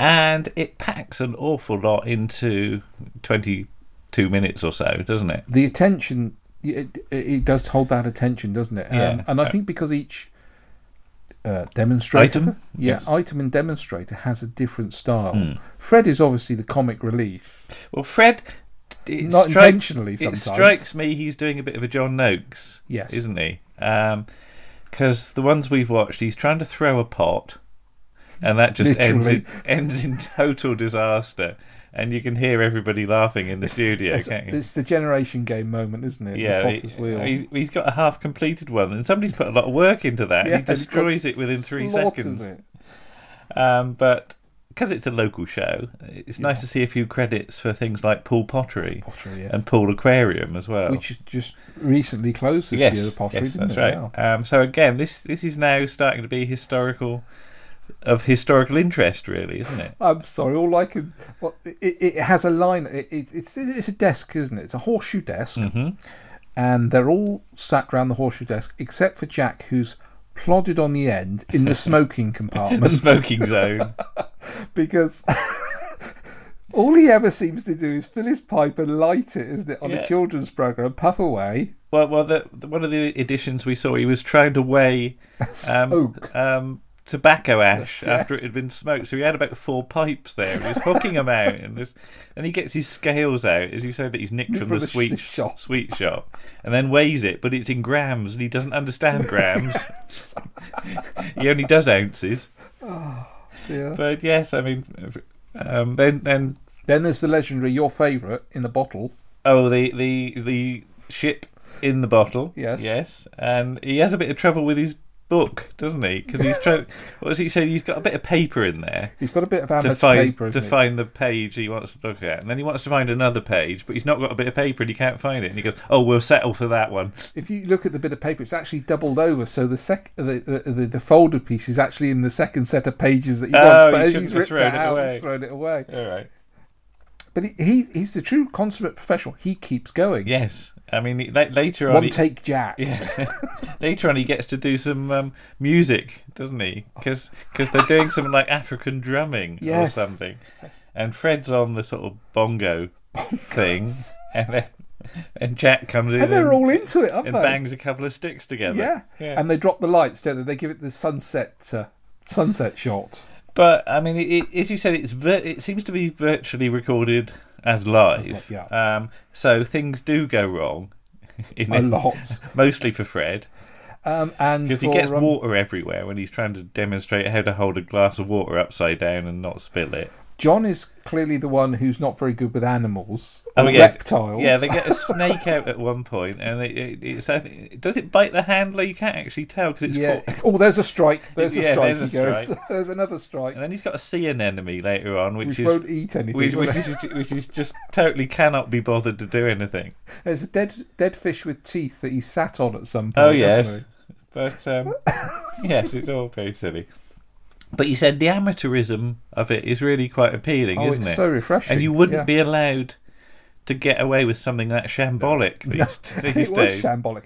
H: and it packs an awful lot into 22 minutes or so, doesn't it?
I: the attention it, it- it does hold that attention, doesn't it?
H: Yeah.
I: Um, and I think because each uh, demonstrator,
H: Item?
I: yeah,
H: Yes. Hmm.
I: item and demonstrator has a different style. Fred is obviously the comic relief.
H: Well, Fred. It
I: Not
H: strikes-
I: intentionally sometimes.
H: It strikes me he's doing a bit of a John Noakes.
I: Yes.
H: Isn't he? Because the ones we've watched, he's trying to throw a pot, and that just ends in, ends in total disaster. And you can hear everybody laughing in the studio,
I: It's,
H: can't you?
I: it's the generation game moment, isn't it? The
H: Yeah, he,
I: Potter's wheel.
H: he's- he's got a half completed one, and somebody's put a lot of work into that.
I: Yeah,
H: and
I: and
H: he
I: got
H: destroys it within three
I: slaughters
H: seconds.
I: it.
H: Um, but because it's a local show, it's nice to see a few credits for things like Pool Pottery,
I: Pottery, yes.
H: and Pool Aquarium as well.
I: Which is just recently closed this
H: yes,
I: year, the pottery,
H: yes,
I: didn't
H: that's
I: it?
H: right.
I: Wow.
H: Um, so again, this this is now starting to be historical, of historical interest, really, isn't it?
I: I'm sorry. All I can, well, it, it has a line. It, it, it's it's a desk, isn't it? It's a horseshoe desk,
H: Mm-hmm.
I: and they're all sat round the horseshoe desk except for Jack, who's plodded on the end in the smoking
H: The
I: compartment
H: smoking zone.
I: because. All he ever seems to do is fill his pipe and light it, isn't it, on
H: Yeah.
I: a children's program, puff away.
H: Well, well, the, the- one of the editions we saw, he was trying to weigh um,
I: Smoke.
H: um, tobacco ash after it had been smoked. So he had about four pipes there, and he was hooking them out, and this, and he gets his scales out, as you say, that he's nicked from,
I: From the
H: the sweet
I: sh- shop.
H: sweet shop, and then weighs it, but it's in grams, and he doesn't understand grams. he only does ounces.
I: Oh, dear.
H: But yes, I mean, um, then then
I: Then there's the legendary your favourite in the bottle.
H: Oh, the the the ship in the bottle.
I: Yes.
H: Yes, and he has a bit of trouble with his book, doesn't he? Because he's trying. what does he say? He's got a bit of paper in there.
I: He's got a bit of
H: To
I: amateur
H: find,
I: paper,
H: to
I: isn't he?
H: find the page he wants to look at, and then he wants to find another page, but he's not got a bit of paper and he can't find it. And he goes, "Oh, we'll settle for that one."
I: If you look at the bit of paper, it's actually doubled over. So the sec, uh, the, the, the, the folded piece is actually in the second set of pages that he wants,
H: Oh, he
I: but as
H: shouldn't
I: he's
H: have
I: ripped it
H: thrown it
I: out
H: away.
I: and thrown it away.
H: All right.
I: But he, he he's the true consummate professional. He keeps going.
H: Yes, I mean he- la- later on,
I: One
H: he-
I: take Jack.
H: Yeah. Later on, he gets to do some um, music, doesn't he? Because they're doing some like African drumming
I: Yes.
H: or something. And Fred's on the sort of bongo thing, and then and Jack comes in
I: And they're all into it, aren't
H: and
I: they?
H: bangs a couple of sticks together.
I: yeah. And they drop the lights, don't they? They give it the sunset uh, sunset shot.
H: but I mean, it, it, as you said, it's vir- it seems to be virtually recorded as live.
I: Yeah.
H: Um, so things do go wrong. In
I: A
H: it,
I: lot.
H: Mostly for Fred.
I: Um, and
H: Because he
I: for,
H: gets
I: um,
H: water everywhere when he's trying to demonstrate how to hold a glass of water upside down and not spill it.
I: John is clearly the one who's not very good with animals or
H: Oh, yeah.
I: reptiles.
H: Yeah, they get a snake out at one point, and they, it, it's, I think, does it bite the handler? You can't actually tell because it's
I: Yeah.
H: full.
I: Oh, there's a strike. There's a
H: Yeah,
I: strike.
H: there's
I: he
H: a
I: goes.
H: strike.
I: there's another strike.
H: And then he's got a sea anemone later on, which
I: Which
H: is
I: won't eat anything.
H: which,
I: will
H: which,
I: it?
H: is, which is just totally cannot be bothered to do anything.
I: There's a dead dead fish with teeth that he sat on at some point.
H: Oh yes,
I: doesn't
H: but um, yes, it's all very silly. But you said the amateurism of it is really quite appealing,
I: he? Oh,
H: isn't
I: it's
H: it?
I: so refreshing.
H: and you wouldn't
I: yeah.
H: be allowed to get away with something that shambolic these, these
I: It was
H: days.
I: shambolic.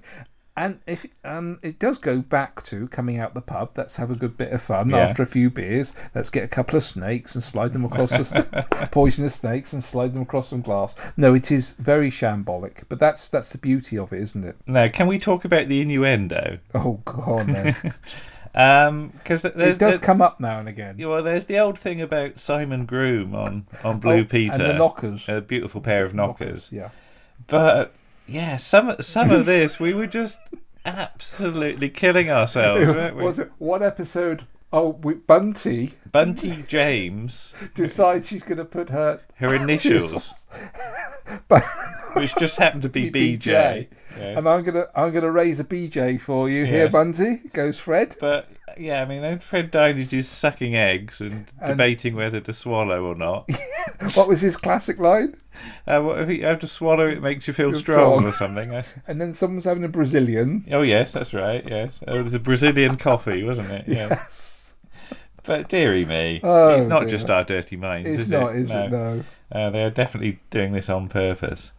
I: And if um, it does go back to coming out the pub, let's have a good bit of fun
H: Yeah.
I: after a few beers. Let's get a couple of snakes and slide them across the poisonous snakes and slide them across some glass. No, it is very shambolic, but that's that's the beauty of it, isn't it?
H: now, can we talk about the innuendo?
I: Oh God, no.
H: Because there's,
I: it does
H: there's-
I: come up now and again.
H: well, there's the old thing about Simon Groom on, on Blue
I: Oh,
H: Peter.
I: and the knockers.
H: A beautiful pair of knockers.
I: Yeah.
H: But yeah, some some of this we were just absolutely killing ourselves, weren't we?
I: Was it one episode? Oh, we, Bunty
H: Bunty James,
I: decides she's going to put her
H: her initials,
I: But-
H: which just happened to be
I: BJ.
H: BJ. Yeah.
I: and I'm gonna I'm gonna raise a BJ for you here,
H: Yes.
I: Bunty. Goes Fred.
H: But yeah, I mean, then Fred Dinage is sucking eggs and, debating whether to swallow or not.
I: What was his classic line?
H: uh, what, if you have to swallow, it makes you feel
I: You're
H: strong,
I: strong.
H: or something. I,
I: And then someone's having a Brazilian.
H: oh yes, that's right. Yes, oh, it was a Brazilian coffee, wasn't it? Yeah.
I: Yes.
H: But dearie me,
I: Oh,
H: it's not
I: dear.
H: just our dirty minds,
I: It's
H: is
I: not,
H: it?
I: is it? No.
H: Uh, they are definitely doing this on purpose.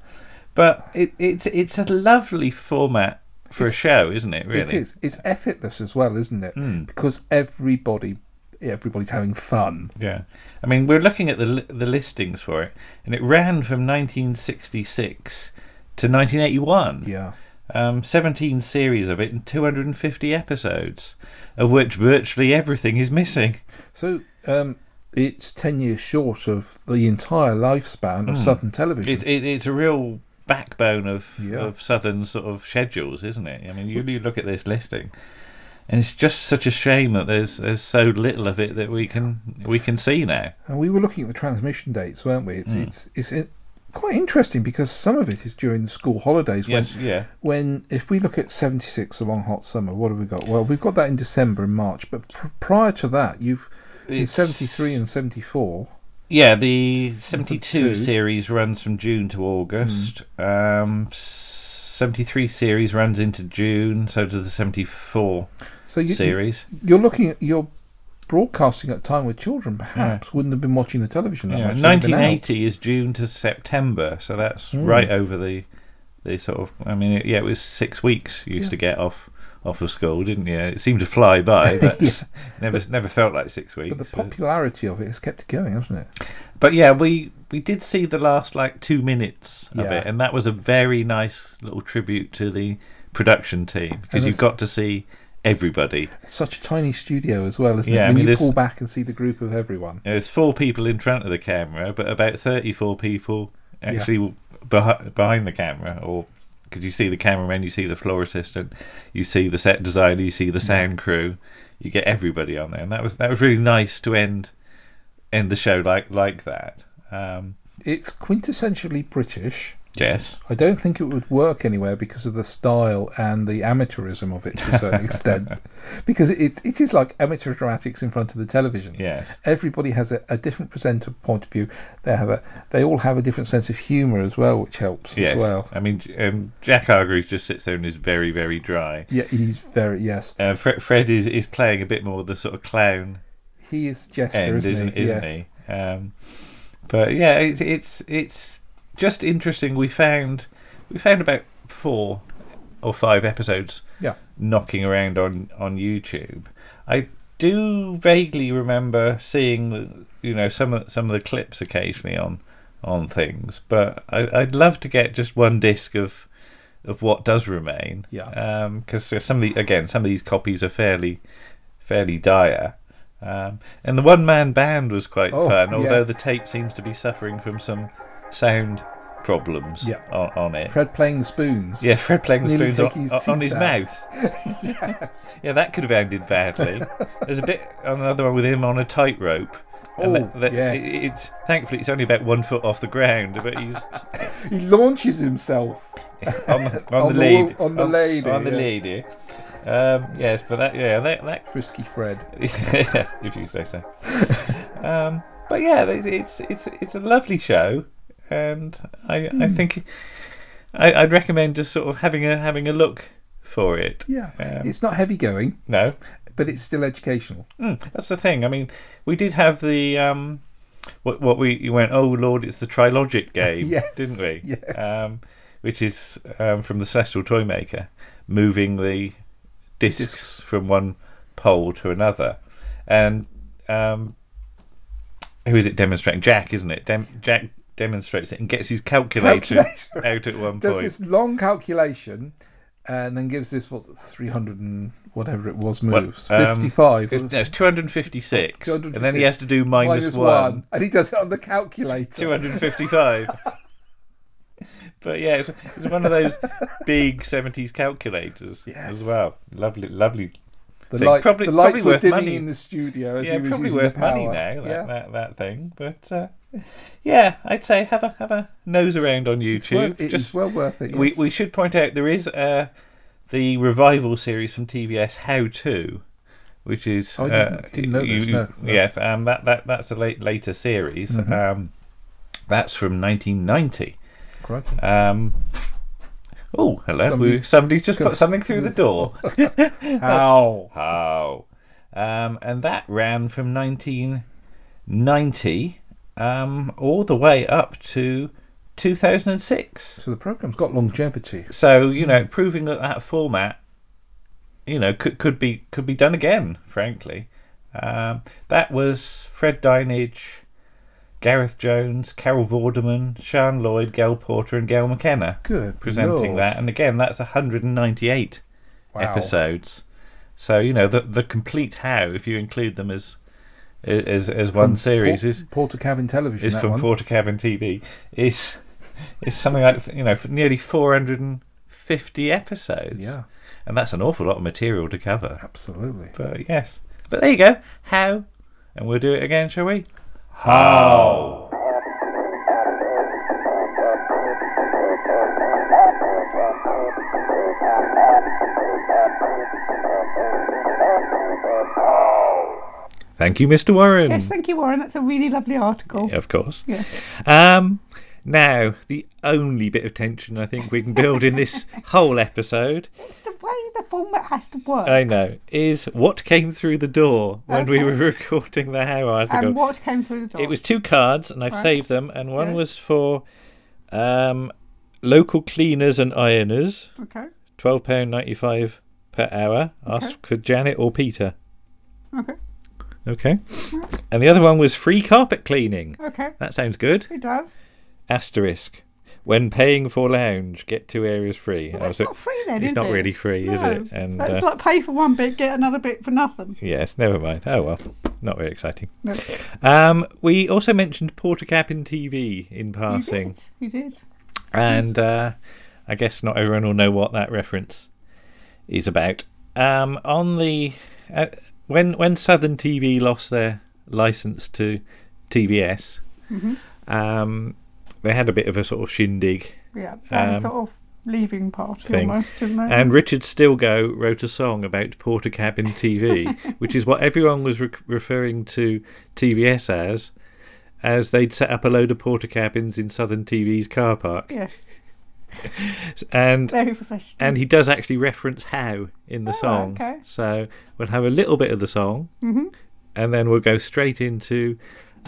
H: But it, it's it's a lovely format for a show, isn't it? Really, Hmm.
I: It is. It's effortless as well, isn't it? Because everybody everybody's having fun.
H: Yeah, I mean, we're looking at the li- the listings for it, and it ran from 1966 to 1981.
I: Yeah.
H: Um, 17 series of it and 250 episodes, of which virtually everything is missing.
I: So um, it's ten years short of the entire lifespan of Southern television.
H: Hmm. It, it, it's a real backbone of
I: Yeah.
H: of southern sort of schedules, isn't it? I mean, you, you look at this listing, and it's just such a shame that there's there's so little of it that we can we can see now.
I: And we were looking at the transmission dates, weren't we?
H: Hmm.
I: It's it's it's in, quite interesting because some of it is during the school holidays. When,
H: Yes, yeah.
I: When if we look at seventy six, a long hot summer, what have we got? Well, we've got that in December and March, but pr- prior to that, you've in
H: It's-
I: seventy three and seventy four.
H: Yeah, the 72
I: 72.
H: series runs from June to August.
I: Hmm.
H: Um, 73 series runs into June, so does the 74
I: So you,
H: series.
I: you're looking at you're broadcasting at a time where children perhaps wouldn't have been watching the television that
H: Yeah,
I: much. They'd have been out.
H: 1980 is June to September, so that's
I: Hmm.
H: right over the the sort of. I mean, it- yeah, it was six weeks you used to get off off of school, didn't you? It seemed to fly by, but never never felt like six weeks.
I: But the
H: So-
I: popularity of it has kept it going, hasn't it?
H: but yeah, we we did see the last like two minutes of
I: Yeah.
H: it, and that was a very nice little tribute to the production team because
I: And
H: you've
I: it's-
H: got to see everybody.
I: It's such a tiny studio as well, isn't
H: Yeah, I
I: it? When
H: mean,
I: you
H: this-
I: pull back and see the group of everyone.
H: There's four people in front of the camera, but about 34 people actually behi- behind the camera, or because you see the cameraman, you see the floor assistant, you see the set designer, you see the sound crew, you get everybody on there, and that was that was really nice to end end the show like like that. Um,
I: It's quintessentially British.
H: yes.
I: I don't think it would work anywhere because of the style and the amateurism of it to a certain extent. Because it, it is like amateur dramatics in front of the television.
H: Yes.
I: Everybody has a, a different presenter point of view. They have a they all have a different sense of humour as well, which helps
H: Yes.
I: as well.
H: I mean, J- um, Jack Hargreaves just sits there and is very, very dry.
I: Yeah, he's very yes.
H: Uh, Fre- Fred is, is playing a bit more the sort of clown
I: He is jester,
H: end,
I: isn't,
H: isn't,
I: he?
H: isn't
I: yes.
H: he? Um, but yeah, it's, it's it's just interesting. We found we found about four or five episodes
I: Yeah.
H: knocking around on on YouTube. I do vaguely remember seeing the, you know some of some of the clips occasionally on on things, but I, I'd love to get just one disc of of what does remain.
I: Yeah.
H: because some of the again some of these copies are fairly fairly dire. Um, and the one man band was quite
I: Oh,
H: fun, although
I: yes.
H: the tape seems to be suffering from some sound problems
I: Yeah.
H: on, on it.
I: Fred playing the spoons.
H: yeah, Fred playing the
I: Nearly
H: spoons on,
I: taking his
H: on- on
I: teeth
H: his
I: out.
H: mouth.
I: yes.
H: Yeah, that could have ended badly. There's a bit another one with him on a tightrope, And
I: Oh,
H: that- that-
I: yes.
H: it- it's thankfully it's only about one foot off the ground, but he's
I: He launches himself.
H: on the, on
I: On
H: the,
I: the
H: lead.
I: wo- on the lady,
H: On the
I: yes.
H: lady. Um, yes, but that yeah that that
I: Frisky Fred.
H: if you say so. um, but yeah, it's, it's it's it's a lovely show, and I
I: Hmm.
H: I think I, I'd recommend just sort of having a having a look for it.
I: Yeah.
H: Um,
I: it's not heavy going,
H: no,
I: but it's still educational.
H: Mm, that's the thing. I mean, we did have the um, what what we you went. Oh Lord, it's the Trilogic game,
I: Yes,
H: didn't we?
I: yes.
H: Um, which is um, from the Celestial Toy Maker, moving the discs,
I: Discs.
H: from one pole to another, and um, who is it demonstrating? Jack, isn't it? Dem- Jack demonstrates it and gets his calculator,
I: Calculator.
H: out at one
I: Does
H: point.
I: this long calculation and then gives this, what, 300 and whatever it was
H: Well,
I: moves.
H: um,
I: 55.
H: it's, no, it's 256, and then he
I: 256.
H: has to do minus,
I: Minus
H: minus one.
I: And he does it on the calculator.
H: 255. but yeah, it's, it's one of those big 70s calculators
I: Yes.
H: as well. Lovely, lovely.
I: The,
H: thing.
I: light,
H: Probably-
I: the lights
H: probably
I: were
H: worth
I: dimming
H: money.
I: in the studio as
H: yeah,
I: he was
H: probably
I: using
H: worth
I: the power.
H: money now, that,
I: yeah.
H: that, that thing. But uh, yeah, I'd say have a have a nose around on
I: It's worth,
H: YouTube.
I: it
H: Just-
I: is well worth it.
H: we,
I: yes.
H: we should point out there is uh, the revival series from TBS, How To. Which is
I: Oh, I
H: uh,
I: didn't- didn't know this, no, Mm-hmm. no.
H: Yes, um, that, that that's a late later series. Um, that's from 1990.
I: Crikey.
H: Um, oh,
I: Somebody-
H: hello.
I: Oh,
H: We- somebody's just
I: Come-
H: put something through the door.
I: How?
H: How? Um, and that ran from 1990 um, all the way up to 2006.
I: So the program's got longevity.
H: So, you know, proving that that format, you know, could, could be could be done again, frankly. Um, that was Fred Dynage, Gareth Jones, Carol Vorderman, Sean Lloyd, Gail Porter, and Gail McKenna.
I: Good
H: presenting
I: lord.
H: that. And again, that's 198
I: Wow.
H: episodes. So you know the the complete how, if you include them as as as one series,
I: Por-
H: is
I: Porter Cabin Television.
H: is
I: that
H: from
I: one.
H: Porter Cabin TV is is something like you know nearly 450 episodes.
I: Yeah.
H: and that's an awful lot of material to cover.
I: Absolutely.
H: But yes, but there you go. How, and we'll do it again, shall we? Thank you, Mr. Warren.
A: Yes, thank you, Warren. That's a really lovely article.
H: of course.
A: Yes.
H: Um, now, the only bit of tension I think we can build in this whole episode,
A: It's the way the format has to work.
H: I know, is what came through the door when we
A: Okay.
H: were recording the How article.
A: and what came through the door?
H: It was two cards, and I've
A: Right.
H: saved them, and one
A: Yes.
H: was for um, local cleaners and ironers,
A: okay.
H: twelve pound ninety five per hour. Ask for Janet or Peter.
A: Okay.
H: Okay. And the other one was free carpet cleaning.
A: Okay.
H: That sounds good.
A: It does.
H: Asterisk. When paying for lounge, get two areas free. I was
A: It's
H: like,
A: not free then,
H: it's
A: is
H: not
A: it?
H: really free, is
A: no.
H: it? And
A: It's
H: uh,
A: like pay for one bit, get another bit for nothing.
H: yes, never mind. Oh well, not very exciting.
A: No.
H: Um, we also mentioned Porter Cabin TV in passing.
A: You did.
H: and uh, I guess not everyone will know what that reference is about. Um, on the uh, when when Southern TV lost their license to TBS,
A: Mm-hmm.
H: um, they had a bit of a sort of shindig,
A: Yeah. That
H: Um,
A: sort of leaving party
H: thing.
A: almost, didn't they?
H: and Richard Stilgo wrote a song about Porter Cabin TV, which is what everyone was re- referring to TBS as. As they'd set up a load of porter cabins in Southern TV's car park,
A: yes.
H: and
A: Very professional. Oh,
H: and he does actually reference how in the song.
A: okay. Mm-hmm.
H: So we'll have a little bit of the song, and then we'll go straight into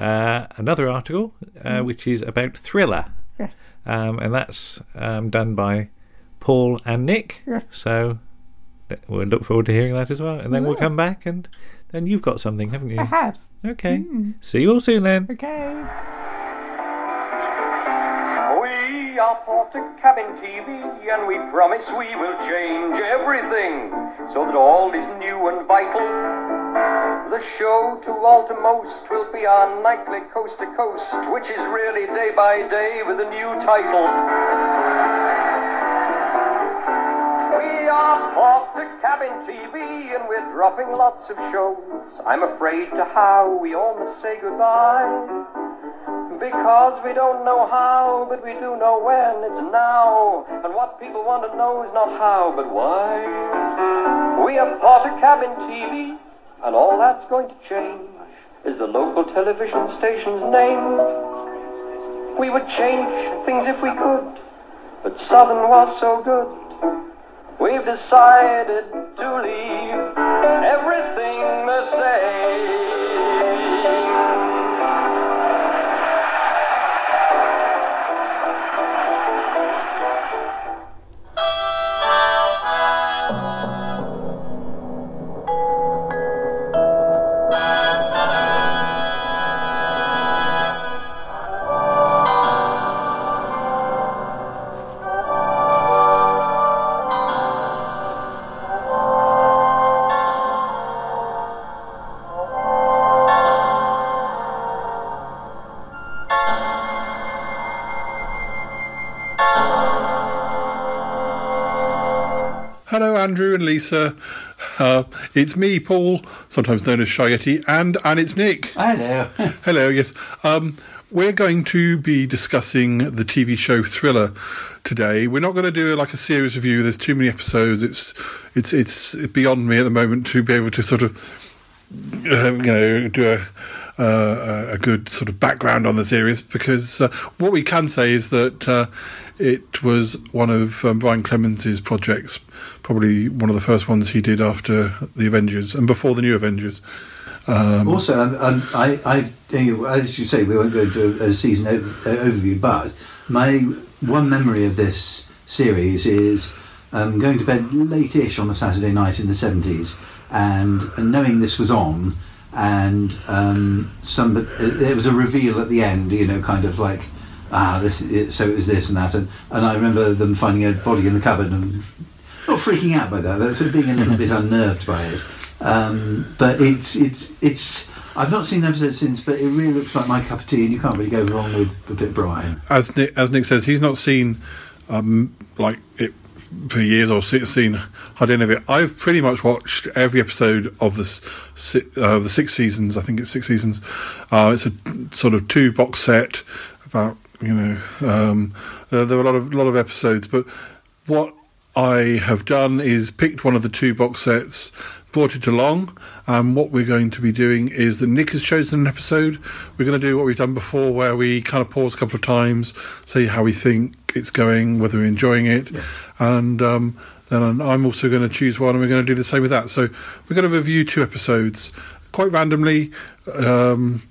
H: uh, another article, uh, which is about Thriller,
A: Mm-hmm. yes.
H: um, and that's um, done by Paul and Nick.
A: Yes.
H: So th- we'll look forward to hearing that as well, and then we'll come back and. Then you've got something, haven't
A: I
H: you?
A: have. Mm.
H: Okay. See you all soon then.
A: Okay.
E: We are Porter Cabin TV, and we promise we will change everything so that all is new and vital. The show to all to most will be our nightly coast to coast, which is really day by day with a new title. We are are port to cabin TV and we're dropping lots of shows. I'm afraid to how we all must say goodbye. Because we don't know how, but we do know when it's now. And what people want to know is not how, but why. We are Porter Cabin TV, and all that's going to change is the local television station's name. We would change things if we could, but Southern was so good. We've decided to leave everything the same.
J: Hello, Andrew and Lisa. Uh, it's me, Paul, sometimes known as Shaggy, and and it's Nick.
K: Hello.
J: Hello, yes. Um, we're going to be discussing the TV show Thriller today. We're not going to do like a series review. There's too many episodes. It's it's it's beyond me at the moment to be able to sort of uh, you know do a uh, a good sort of background on the series because uh, what we can say is that uh, it was one of um, Brian Clemens's projects, probably one of the first ones he did after the Avengers and before the new Avengers.
K: also, um, um, I, I, anyway, as you say, we won't go into a, a season o- uh, overview, but my one memory of this series is um, going to bed late-ish on a Saturday night in the 70s and, and knowing this was on and um, somebody, there was a reveal at the end, you know, kind of like, ah, this, it, so it was this and that. And, and I remember them finding a body in the cupboard and not freaking out by that, but for being a little bit unnerved by it. Um, but it's it's it's. I've not seen an episode since, but it really looks like my cup of tea, and you can't really go wrong with a bit of Brian.
J: as Nick, as Nick says, he's not seen um, like it for years or se- seen hardly any of it. I've pretty much watched every episode of the s- si- uh, the six seasons. I think it's six seasons. Uh, it's a sort of two box set about you know um, there, there are a lot of lot of episodes, but what I have done is picked one of the two box sets, brought it along, and what we're going to be doing is that Nick has chosen an episode. We're going to do what we've done before, where we kind of pause a couple of times, see how we think it's going, whether we're enjoying it, and um, then I'm also going to choose one, and we're going to do the same with that. So we're going to review two episodes quite randomly, um,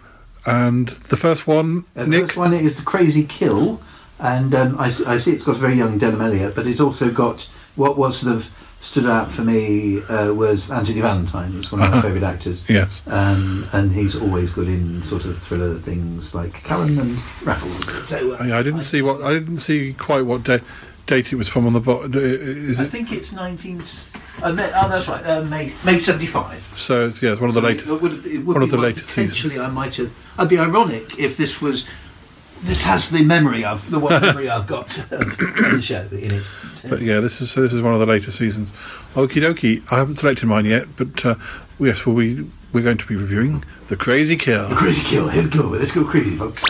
J: and the first one,
K: Uh, The
J: Um, Nick.
K: first one is the Crazy Kill, and um, I, s- I see it's got a very young Denham Elliott, but it's also got what what sort of stood out for me uh, was Anthony Valentine. He's one of my favourite actors.
J: Uh-huh. Yes.
K: Um, and he's always good in sort of thriller things like Karen and Raffles. So uh,
J: I, I didn't see what I didn't see quite what da- date it was from on the bottom. Is
K: I
J: it
K: think it's 19. s- Uh, May, oh, that's right, uh, May, May 75.
J: so? it's- Yeah, it's one of the
K: So
J: latest.
K: It would, it would
J: one
K: be
J: of the
K: one
J: latest
K: potentially
J: seasons.
K: I might have. I'd be ironic if this was. This has the memory of the one memory I've got um, of the show in it. So-
J: But yeah, this is so this is one of the later seasons. Okie dokie. I haven't selected mine yet, but uh, yes, well, we we're going to be reviewing the Crazy Kill.
K: Crazy kill. Here we go. Let's go crazy, folks.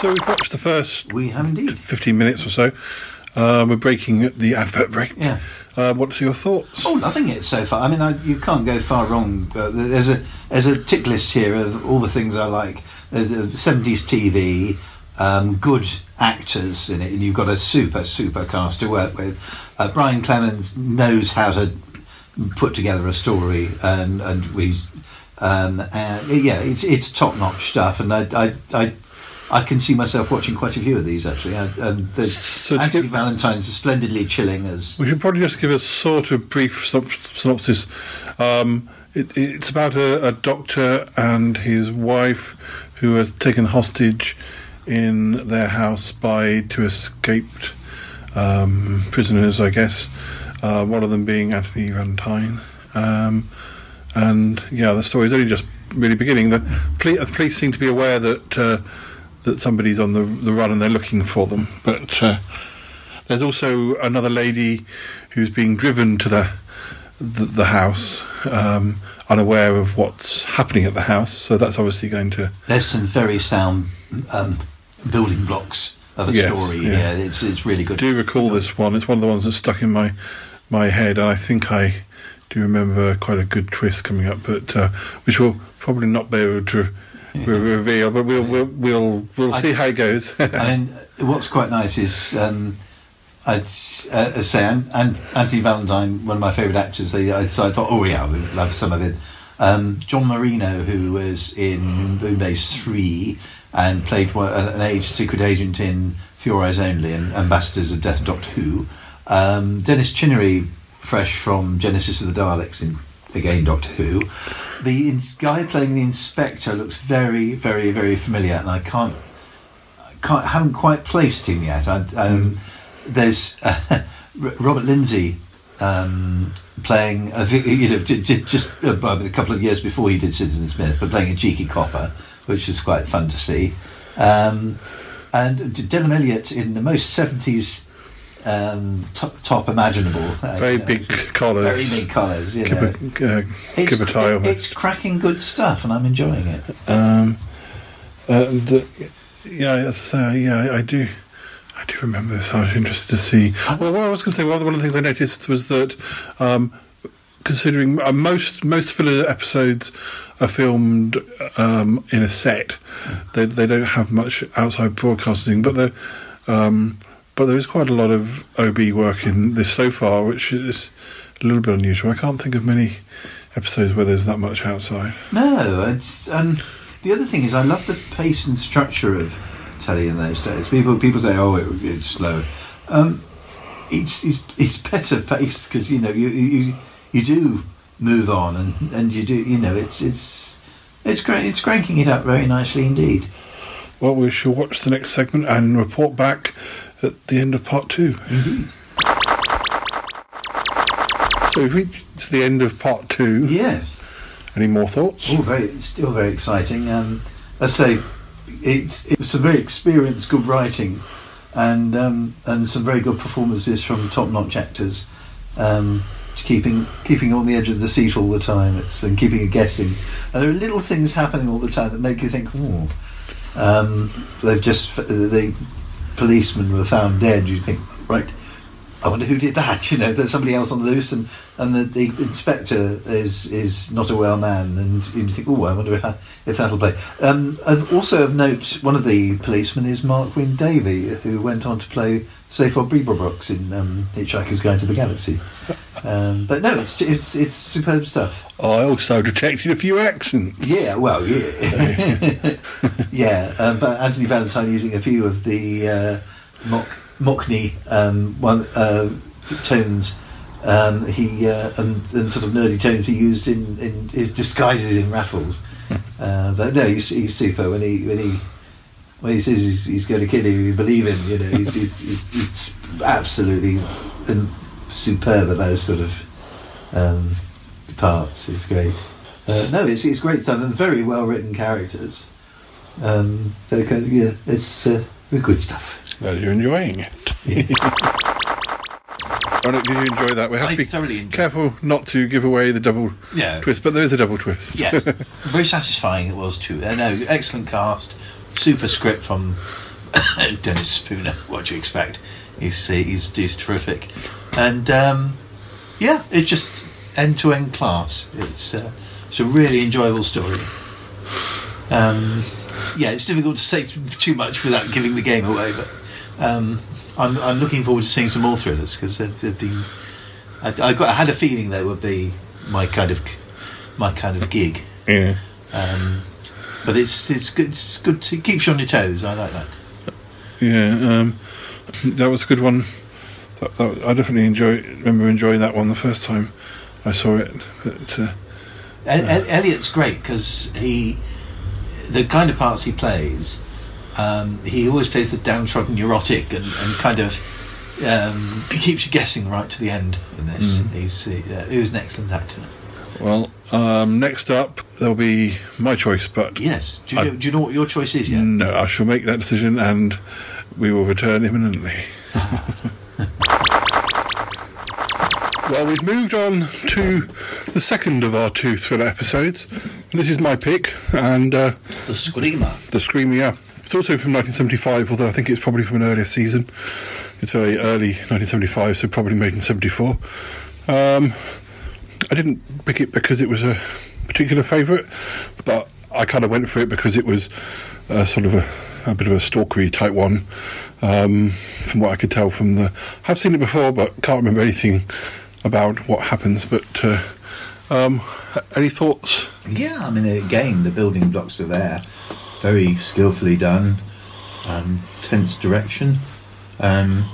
J: So we've watched the first
K: We have indeed.
J: fifteen minutes or so. Uh, we're breaking at the advert break.
K: Yeah.
J: Uh, what's your thoughts?
K: Oh, loving it so far. I mean, I, you can't go far wrong. Uh, there's a there's a tick list here of all the things I like. There's the 70s TV, um, good actors in it, and you've got a super super cast to work with. Uh, Brian Clemens knows how to put together a story, and and he's um, and yeah, it's it's top notch stuff, and I. I, I I can see myself watching quite a few of these actually. And, and there's
J: So to
K: Anthony
J: give-
K: Valentine's is splendidly chilling as
J: We should probably just give a sort of brief synop- synopsis. Um, it, it's about a, a doctor and his wife who has taken hostage in their house by two escaped um, prisoners, I guess. Uh, one of them being Anthony Valentine. Um, and yeah, the story's only just really beginning. The, poli- the police seem to be aware that uh, that somebody's on the, the run and they're looking for them, but. Uh, There's also another lady who's being driven to the the, the house, um, unaware of what's happening at the house. So that's obviously going to
K: There's some very sound um, building blocks of a
J: Yes,
K: story.
J: yeah.
K: Yeah. it's it's really
J: I
K: good.
J: do recall this one. It's one of the ones that stuck in my my head, and I think I do remember quite a good twist coming up, but uh, which we'll probably not be able to re- reveal. But we'll we'll we'll, we'll
K: I-
J: see how it goes.
K: I mean, what's quite nice is, um, I'd s- uh, uh, say, and, and Anthony Valentine, one of my favourite actors. They, I, so I thought, oh yeah, we'd love some of it. Um, John Marino, who was in Moonbase Three and played one, an an aged secret agent in Fewer Eyes Only and Ambassadors of Death Doctor Who. Um, Dennis Chinnery, fresh from Genesis of the Daleks in again Doctor Who. The ins- guy playing the inspector looks very, very, very familiar, and I can't can't, haven't quite placed him yet. I, um, There's uh, R- Robert Lindsay um, playing, a, vi- you know, j- j- just a, a couple of years before he did Citizen Smith, but playing a cheeky copper, which is quite fun to see. Um, and D- Denham Elliott in the most 70s um, top, top imaginable. uh,
J: very
K: you know,
J: big collars.
K: Very big colours, you know.
J: Kibbe- uh,
K: It's,
J: kibbe tie almost.
K: it's cracking good stuff, and I'm enjoying it.
J: Um, and uh, yeah, yes, uh, yeah, I do. I do remember this. I was interested to see. Well, what I was going to say, one of, the, one of the things I noticed was that, um, considering uh, most most filler episodes are filmed um, in a set, they they don't have much outside broadcasting, but the um, but there is quite a lot of OB work in this so far, which is a little bit unusual. I can't think of many episodes where there's that much outside.
K: No, it's um, the other thing is I love the pace and structure of telly in those days. People people say, "Oh, it, it's slow." Um, it's, it's it's better paced because you know you you you do move on and and you do you know it's it's it's great it's cranking it up very nicely indeed.
J: Well, we shall watch the next segment and report back at the end of part 2 So we've reached the end of part two.
K: Yes.
J: Any more thoughts?
K: Oh, very it's still very exciting. Um, I say it's it's some very experienced, good writing, and um, and some very good performances from top-notch actors. Um, keeping keeping on the edge of the seat all the time. It's and keeping you guessing. And there are little things happening all the time that make you think, oh, um, they've just the policemen were found dead. You think, right. I wonder who did that. You know, there's somebody else on the loose, and, and the, the inspector is is not a well man, and you think, oh, I wonder if, if that'll play. Um, of- also of note, one of the policemen is Mark Wynne Davy, who went on to play Safor Beaverbrooks in um, Hitchhiker's Guide to the Galaxy. Um, but no, it's it's it's superb stuff.
J: I also detected a few accents.
K: Yeah, well, yeah, yeah. Um, but Anthony Valentine using a few of the uh, Mock Mockney um, one uh, t- tones. Um, he uh, and, and sort of nerdy tones he used in, in his disguises in Raffles. Uh, but no, he's, he's super when he when he when he says he's, he's going to kill you, you believe him. You know, he's, he's, he's, he's absolutely um, superb at those sort of um, parts. It's great. Uh, no, it's it's great stuff and very well written characters. Um, they're kind of- yeah, it's uh, good stuff.
J: Well, you're enjoying it. Oh, no, did you enjoy that? We have
K: I
J: to be
K: thoroughly enjoyed
J: careful not to give away the double
K: Yeah.
J: twist, but there is a double twist.
K: Yes, very satisfying it was too. Uh, no, excellent cast, super script from Dennis Spooner. What do you expect? He's uh, he's, he's terrific, and um, yeah, it's just end to end class. It's uh, it's a really enjoyable story. Um, yeah, it's difficult to say t- too much without giving the game away, but um, I'm, I'm looking forward to seeing some more thrillers because they've, they've been. I, I got I had a feeling they would be my kind of my kind of gig.
J: Yeah.
K: Um, but it's it's good, it's good to it keeps you on your toes. I like that.
J: Yeah, um, that was a good one. That, that, I definitely enjoy. Remember enjoying that one the first time I saw it. But, uh,
K: El- El- E-, Elliot's great because he, the kind of parts he plays, um, he always plays the downtrodden neurotic and, and kind of um, he keeps you guessing right to the end in this. He's uh, he was an excellent actor.
J: well, um, next up there'll be my choice, but
K: Yes. Do you,
J: I-
K: know, do you know what your choice is yet?
J: No, I shall make that decision and we will return imminently. Well, we've moved on to the second of our two thriller episodes. This is my pick, and uh,
K: the Screamer.
J: The Screamer. yeah. It's also from 1975, although I think it's probably from an earlier season. It's very early 1975, so probably made in 74. Um, I didn't pick it because it was a particular favourite, but I kind of went for it because it was uh, sort of a, a bit of a stalkery type one, um, from what I could tell from the. I've seen it before, but can't remember anything about what happens. But uh, um, any thoughts?
K: Yeah, I mean, again, the building blocks are there, very skillfully done, um, tense direction. Um,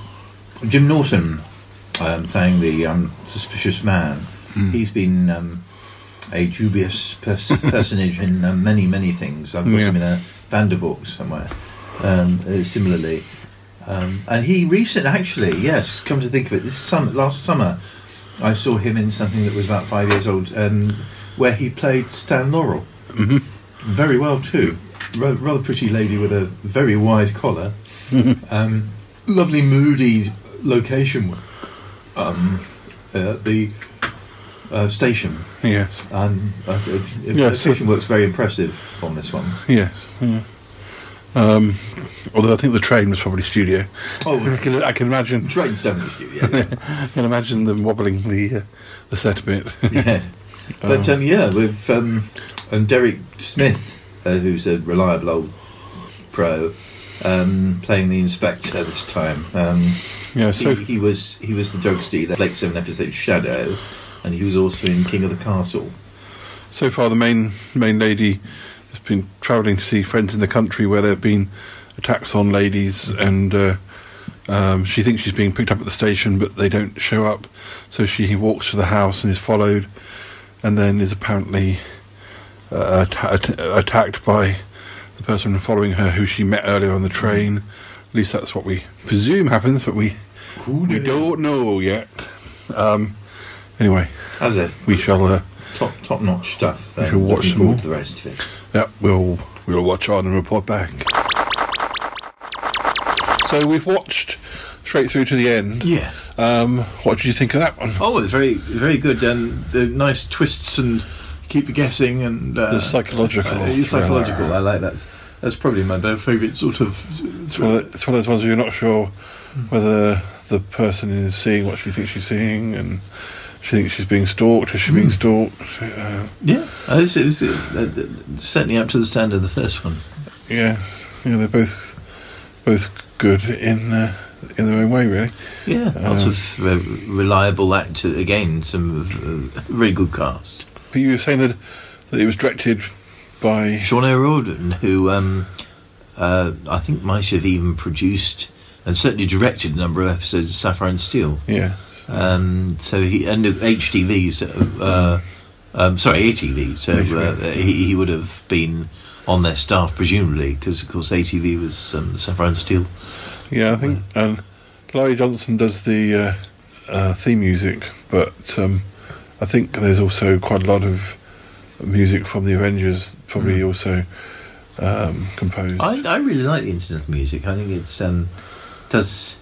K: Jim Norton um, playing the um, suspicious man. He's been um, a dubious pers- personage in um, many, many things. I've got
J: Yeah.
K: him in a Vanderbilt somewhere. Um, uh, similarly, um, and he recent actually, yes, come to think of it, this summer, last summer, I saw him in something that was about five years old, um, where he played Stan Laurel, very well too. Ra- rather pretty lady with a very wide collar, um, lovely moody location. work. Um, uh, the uh, station.
J: Yeah.
K: Um, uh, uh,
J: Yeah,
K: the
J: so-
K: station works very impressive on this one.
J: Yes. Yeah. Um, although I think the train was probably studio.
K: Oh,
J: I can, I can imagine.
K: Train's definitely studio. yeah.
J: I can imagine them wobbling the uh, the set a bit.
K: yeah.
J: Oh.
K: But um, yeah, with um, and Derek Smith, uh, who's a reliable old pro, um, playing the inspector this time. Um,
J: Yeah, so-
K: he, he was he was the drug dealer, Lake Seven episode Shadow, and he was also in King of the Castle.
J: so far, the main main lady has been travelling to see friends in the country where there have been attacks on ladies, and uh, um, she thinks she's being picked up at the station, but they don't show up. So she walks to the house and is followed, and then is apparently uh, atta- att- attacked by the person following her, who she met earlier on the train. At least that's what we presume happens, but we we don't know yet. Um, anyway,
K: As a
J: we shall. Uh,
K: top top notch stuff.
J: We
K: um,
J: shall watch
K: looking
J: some
K: forward
J: more.
K: to the rest of it.
J: Yeah, we'll we'll watch on and report back. So we've watched straight through to the end.
K: Yeah.
J: Um, what did you think of that one?
K: Oh, it's very very good. Um, the nice twists and keep you guessing and uh,
J: The psychological
K: uh, it's
J: thriller.
K: psychological. I like that. That's probably my favourite sort of.
J: It's one, of the, it's one of those ones where you're not sure whether the person is seeing what she thinks she's seeing, and she thinks she's being stalked. Is she being stalked? Uh,
K: Hmm. Yeah, uh, it's, it's, uh, uh, certainly up to the standard of the first one.
J: yeah, yeah, they're both both good in uh, in their own way, really.
K: Yeah, lots
J: Um,
K: of re- reliable actors. Again, some uh, very good cast.
J: But you were saying that that it was directed by
K: Sean O'Riordan, who um, uh, I think might have even produced and certainly directed a number of episodes of Sapphire and Steel.
J: yeah.
K: Um, so he and HTV, so, uh, um, sorry, ATV. So uh, he, he would have been on their staff presumably, because of course ATV was um, Sapphire and Steel.
J: Yeah, I think and Larry Johnson does the uh, uh, theme music, but um, I think there's also quite a lot of music from the Avengers, probably
K: Hmm.
J: also um, composed.
K: I, I really like the incidental music. I think it's um, does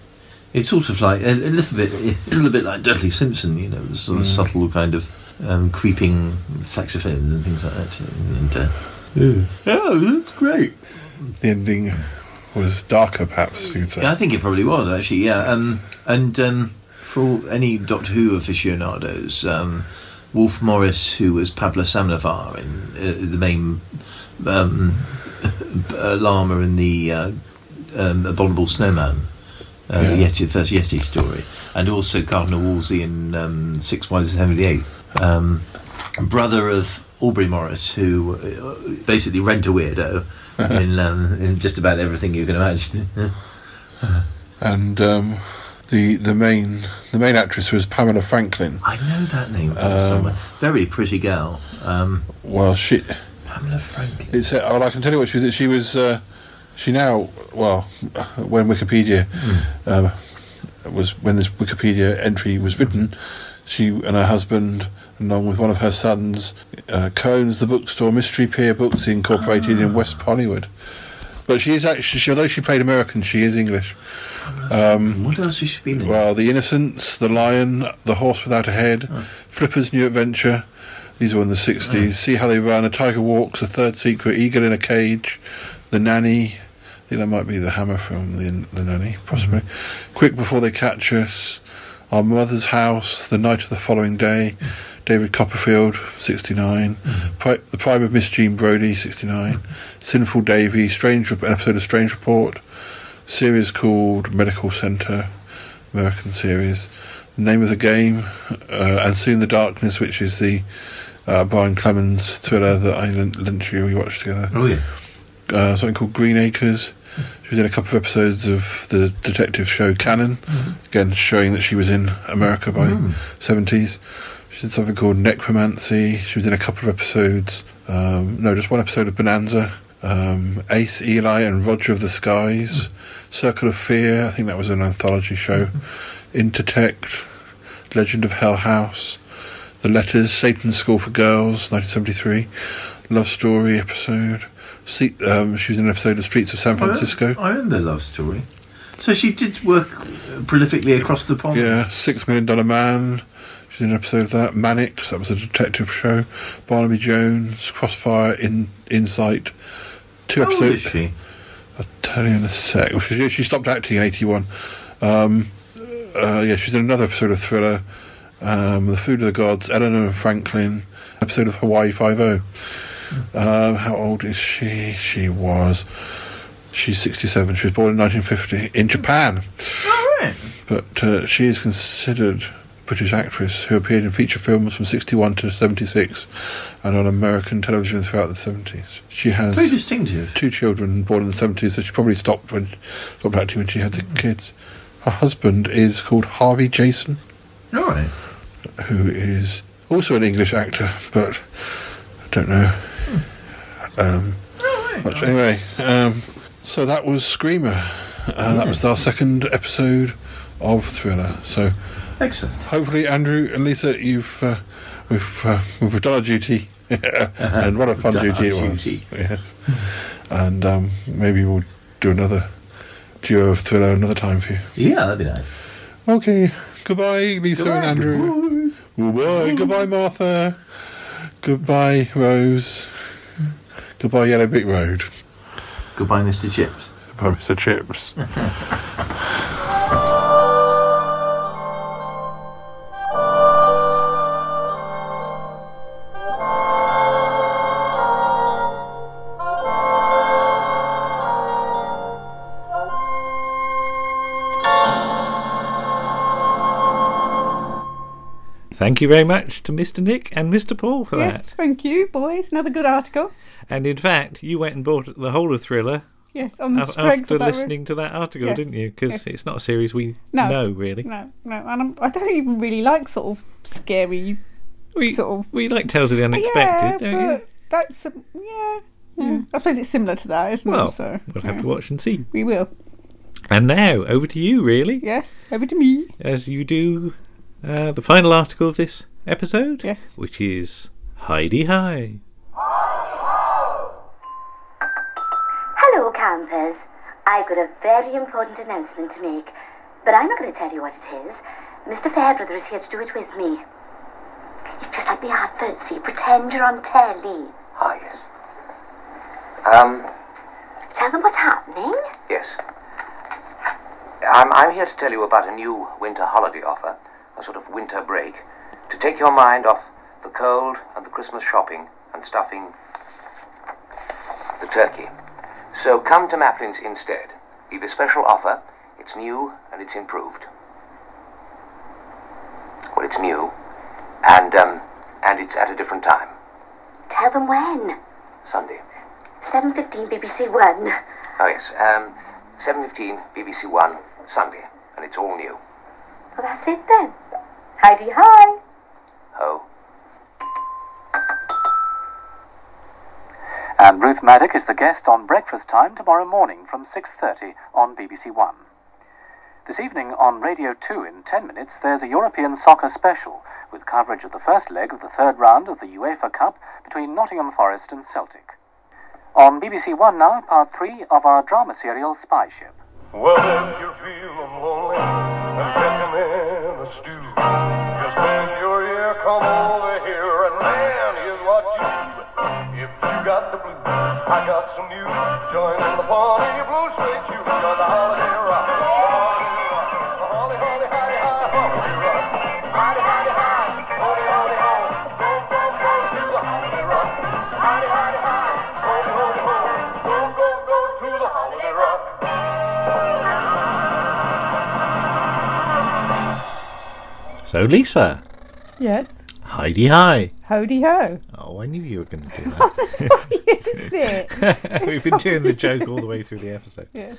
K: it's sort of like a, a little bit a little bit like Dudley Simpson, you know, the sort
J: Mm.
K: of subtle kind of um, creeping saxophones and things like that. And uh, oh, that's great.
J: the ending was darker, perhaps you could say.
K: Yeah, I think it probably was actually. Yeah, um, and um, for all, any Doctor Who aficionados, um, Wolf Morris, who was Pablo Samnavar in uh, the main um, uh, llama in the uh, um, Abominable Snowman, uh, the
J: Yeah.
K: Yeti, first Yeti story, and also Cardinal Wolsey in um, Six Wives and Seventy Eight, um, brother of Aubrey Morris, who uh, basically rent a weirdo. in, um, in just about everything you can imagine.
J: And um, the the main the main actress was Pamela Franklin.
K: I know that name from
J: Um,
K: somewhere. Very pretty girl. Um,
J: Well, she
K: Pamela Franklin.
J: It's, uh, well, I can tell you what she was. She was. Uh, she now. Well, when Wikipedia
K: Hmm.
J: um, was when this Wikipedia entry was written, she and her husband, along with one of her
K: Ah.
J: sons, uh, co-owns the bookstore Mystery Pier Books Incorporated in West Hollywood. But she is actually, she, although she played American, she is English. Um,
K: what else has she been in?
J: Well, The Innocents, The Lion, The Horse Without a Head,
K: Ah.
J: Flipper's New Adventure. These were in the 60s. See How They Run, A Tiger Walks, The Third Secret, Eagle in a Cage, The Nanny. I think that might be the Hammer from The, the Nanny, possibly.
K: Mm-hmm.
J: Quick Before They Catch Us, Our Mother's House, The Night of the Following Day,
K: Mm.
J: David Copperfield, 69,
K: Mm-hmm.
J: Pri- The Prime of Miss Jean Brodie, 69, Sinful Davy, Strange, Rep- an episode of Strange Report, series called Medical Center, American series. The name of the game, uh, and soon the darkness, which is the uh, Brian Clemens thriller that I lent, lent you. We watched together.
K: Oh, yeah.
J: Uh, something called Green Acres. She was in a couple of episodes of the detective show Cannon,
K: Mm-hmm.
J: again showing that she was in America by
K: Hmm.
J: seventies. She did something called Necromancy. She was in a couple of episodes. Um, no, just one episode of Bonanza. Um, Ace, Eli, and Roger of the Skies. Circle of Fear. I think that was an anthology show.
K: Mm-hmm.
J: Intertect. Legend of Hell House. The Letters, Satan's School for Girls, 1973. Love Story episode. Se- um, she was in an episode of Streets of San Francisco.
K: I remember Love Story. So she did work uh, prolifically across the pond.
J: Yeah, Six Million Dollar Man. She did an episode of that. Mannix, that was a detective show. Barnaby Jones, Crossfire, in Insight. Two
K: How old
J: episodes.
K: is she?
J: I'll tell you in a sec. Well, She, she stopped acting in 81. Um, uh, yeah, she's in another episode of Thriller, um, The Food of the Gods, Eleanor and Franklin, episode of Hawaii Five-O.
K: Hmm.
J: Um, how old is she? She was... She's 67. She was born in 1950 in Japan.
K: Oh,
J: But uh, she is considered British actress who appeared in feature films from 61 to 76 and on American television throughout the 70s. She has
K: Very distinctive.
J: two children born in the 70s, so she probably stopped when stopped acting when she had the kids. Her husband is called Harvey Jason,
K: All right.
J: who is also an English actor, but I don't know um, much. Anyway, um, so that was Screamer. Uh, that was our second episode of Thriller. So
K: Excellent.
J: hopefully, Andrew and Lisa, you've uh, we've, uh, we've done our duty, and what a fun
K: Done
J: duty it
K: our
J: was.
K: Uh, duty.
J: Yes, and um, maybe we'll do another duo of Thriller another time for you.
K: Yeah, that'd be nice.
J: Okay. Goodbye, Lisa and Andrew. Goodbye. Goodbye, Martha. Goodbye, Rose. Goodbye, Yellow Brick Road.
K: Goodbye, Mr. Chips.
J: Goodbye, Mr. Chips.
H: Thank you very much to Mr. Nick and Mr. Paul for
A: Yes,
H: that.
A: thank you, boys. Another good article.
H: And in fact, you went and bought the whole of Thriller
A: Yes, on the
H: af-
A: strength
H: after
A: of that. re-
H: listening to that article,
A: Yes,
H: didn't you? Because
A: yes.
H: it's not a series we
A: No.
H: know, really.
A: No, no, and I'm, I don't even really like sort of scary.
H: We,
A: Sort of-
H: we like Tales of the
A: yeah,
H: Unexpected, don't
A: but
H: you?
A: that's a, yeah, yeah. I suppose it's similar to that, isn't
H: Well,
A: it? So
H: we'll have
A: yeah.
H: to watch and see.
A: We will.
H: And now, over to you, really,
A: Yes, over to me.
H: as you do uh, the final article of this episode,
A: Yes.
H: which is Heidi High.
F: Hello, campers. I've got a very important announcement to make, but I'm not going to tell you what it is. Mr. Fairbrother is here to do it with me. It's just like the adverts, you pretend you're on telly.
H: Oh,
E: Ah, yes. Um,
F: Tell them what's happening.
E: yes. I'm, I'm here to tell you about a new winter holiday offer, a sort of winter break, to take your mind off the cold and the Christmas shopping and stuffing the turkey. So come to Maplin's instead. We've a special offer. It's new and it's improved. Well, it's new, and um, and it's at a different time.
F: Tell them when.
E: Sunday.
F: 7.15 BBC One.
E: Oh yes, um, seven fifteen, BBC One, Sunday, and it's all new.
F: Well, that's it then. Heidi, hi.
E: Ho. And Ruth Maddock is the guest on Breakfast Time tomorrow morning from six thirty on BBC One. This evening on Radio 2 in 10 minutes, there's a European soccer special with coverage of the first leg of the third round of the UEFA Cup between Nottingham Forest and Celtic.
L: on BBC One now, part three of our drama serial Spy Ship.
M: Well, if you're feeling lonely and picking in a stew, just bend your ear, come over here, and man, here's what you do. If you got the blues, I got some news. Join in the fun and you blue suede shoes on the holiday rock.
H: So, Lisa,
A: Yes.
H: Heidi Hi.
A: Howdy ho.
H: Oh, I knew you were going to do
A: Oh, that's obvious, isn't
H: that.
A: it?
H: We've been doing the joke all the way through the episode.
A: Yes.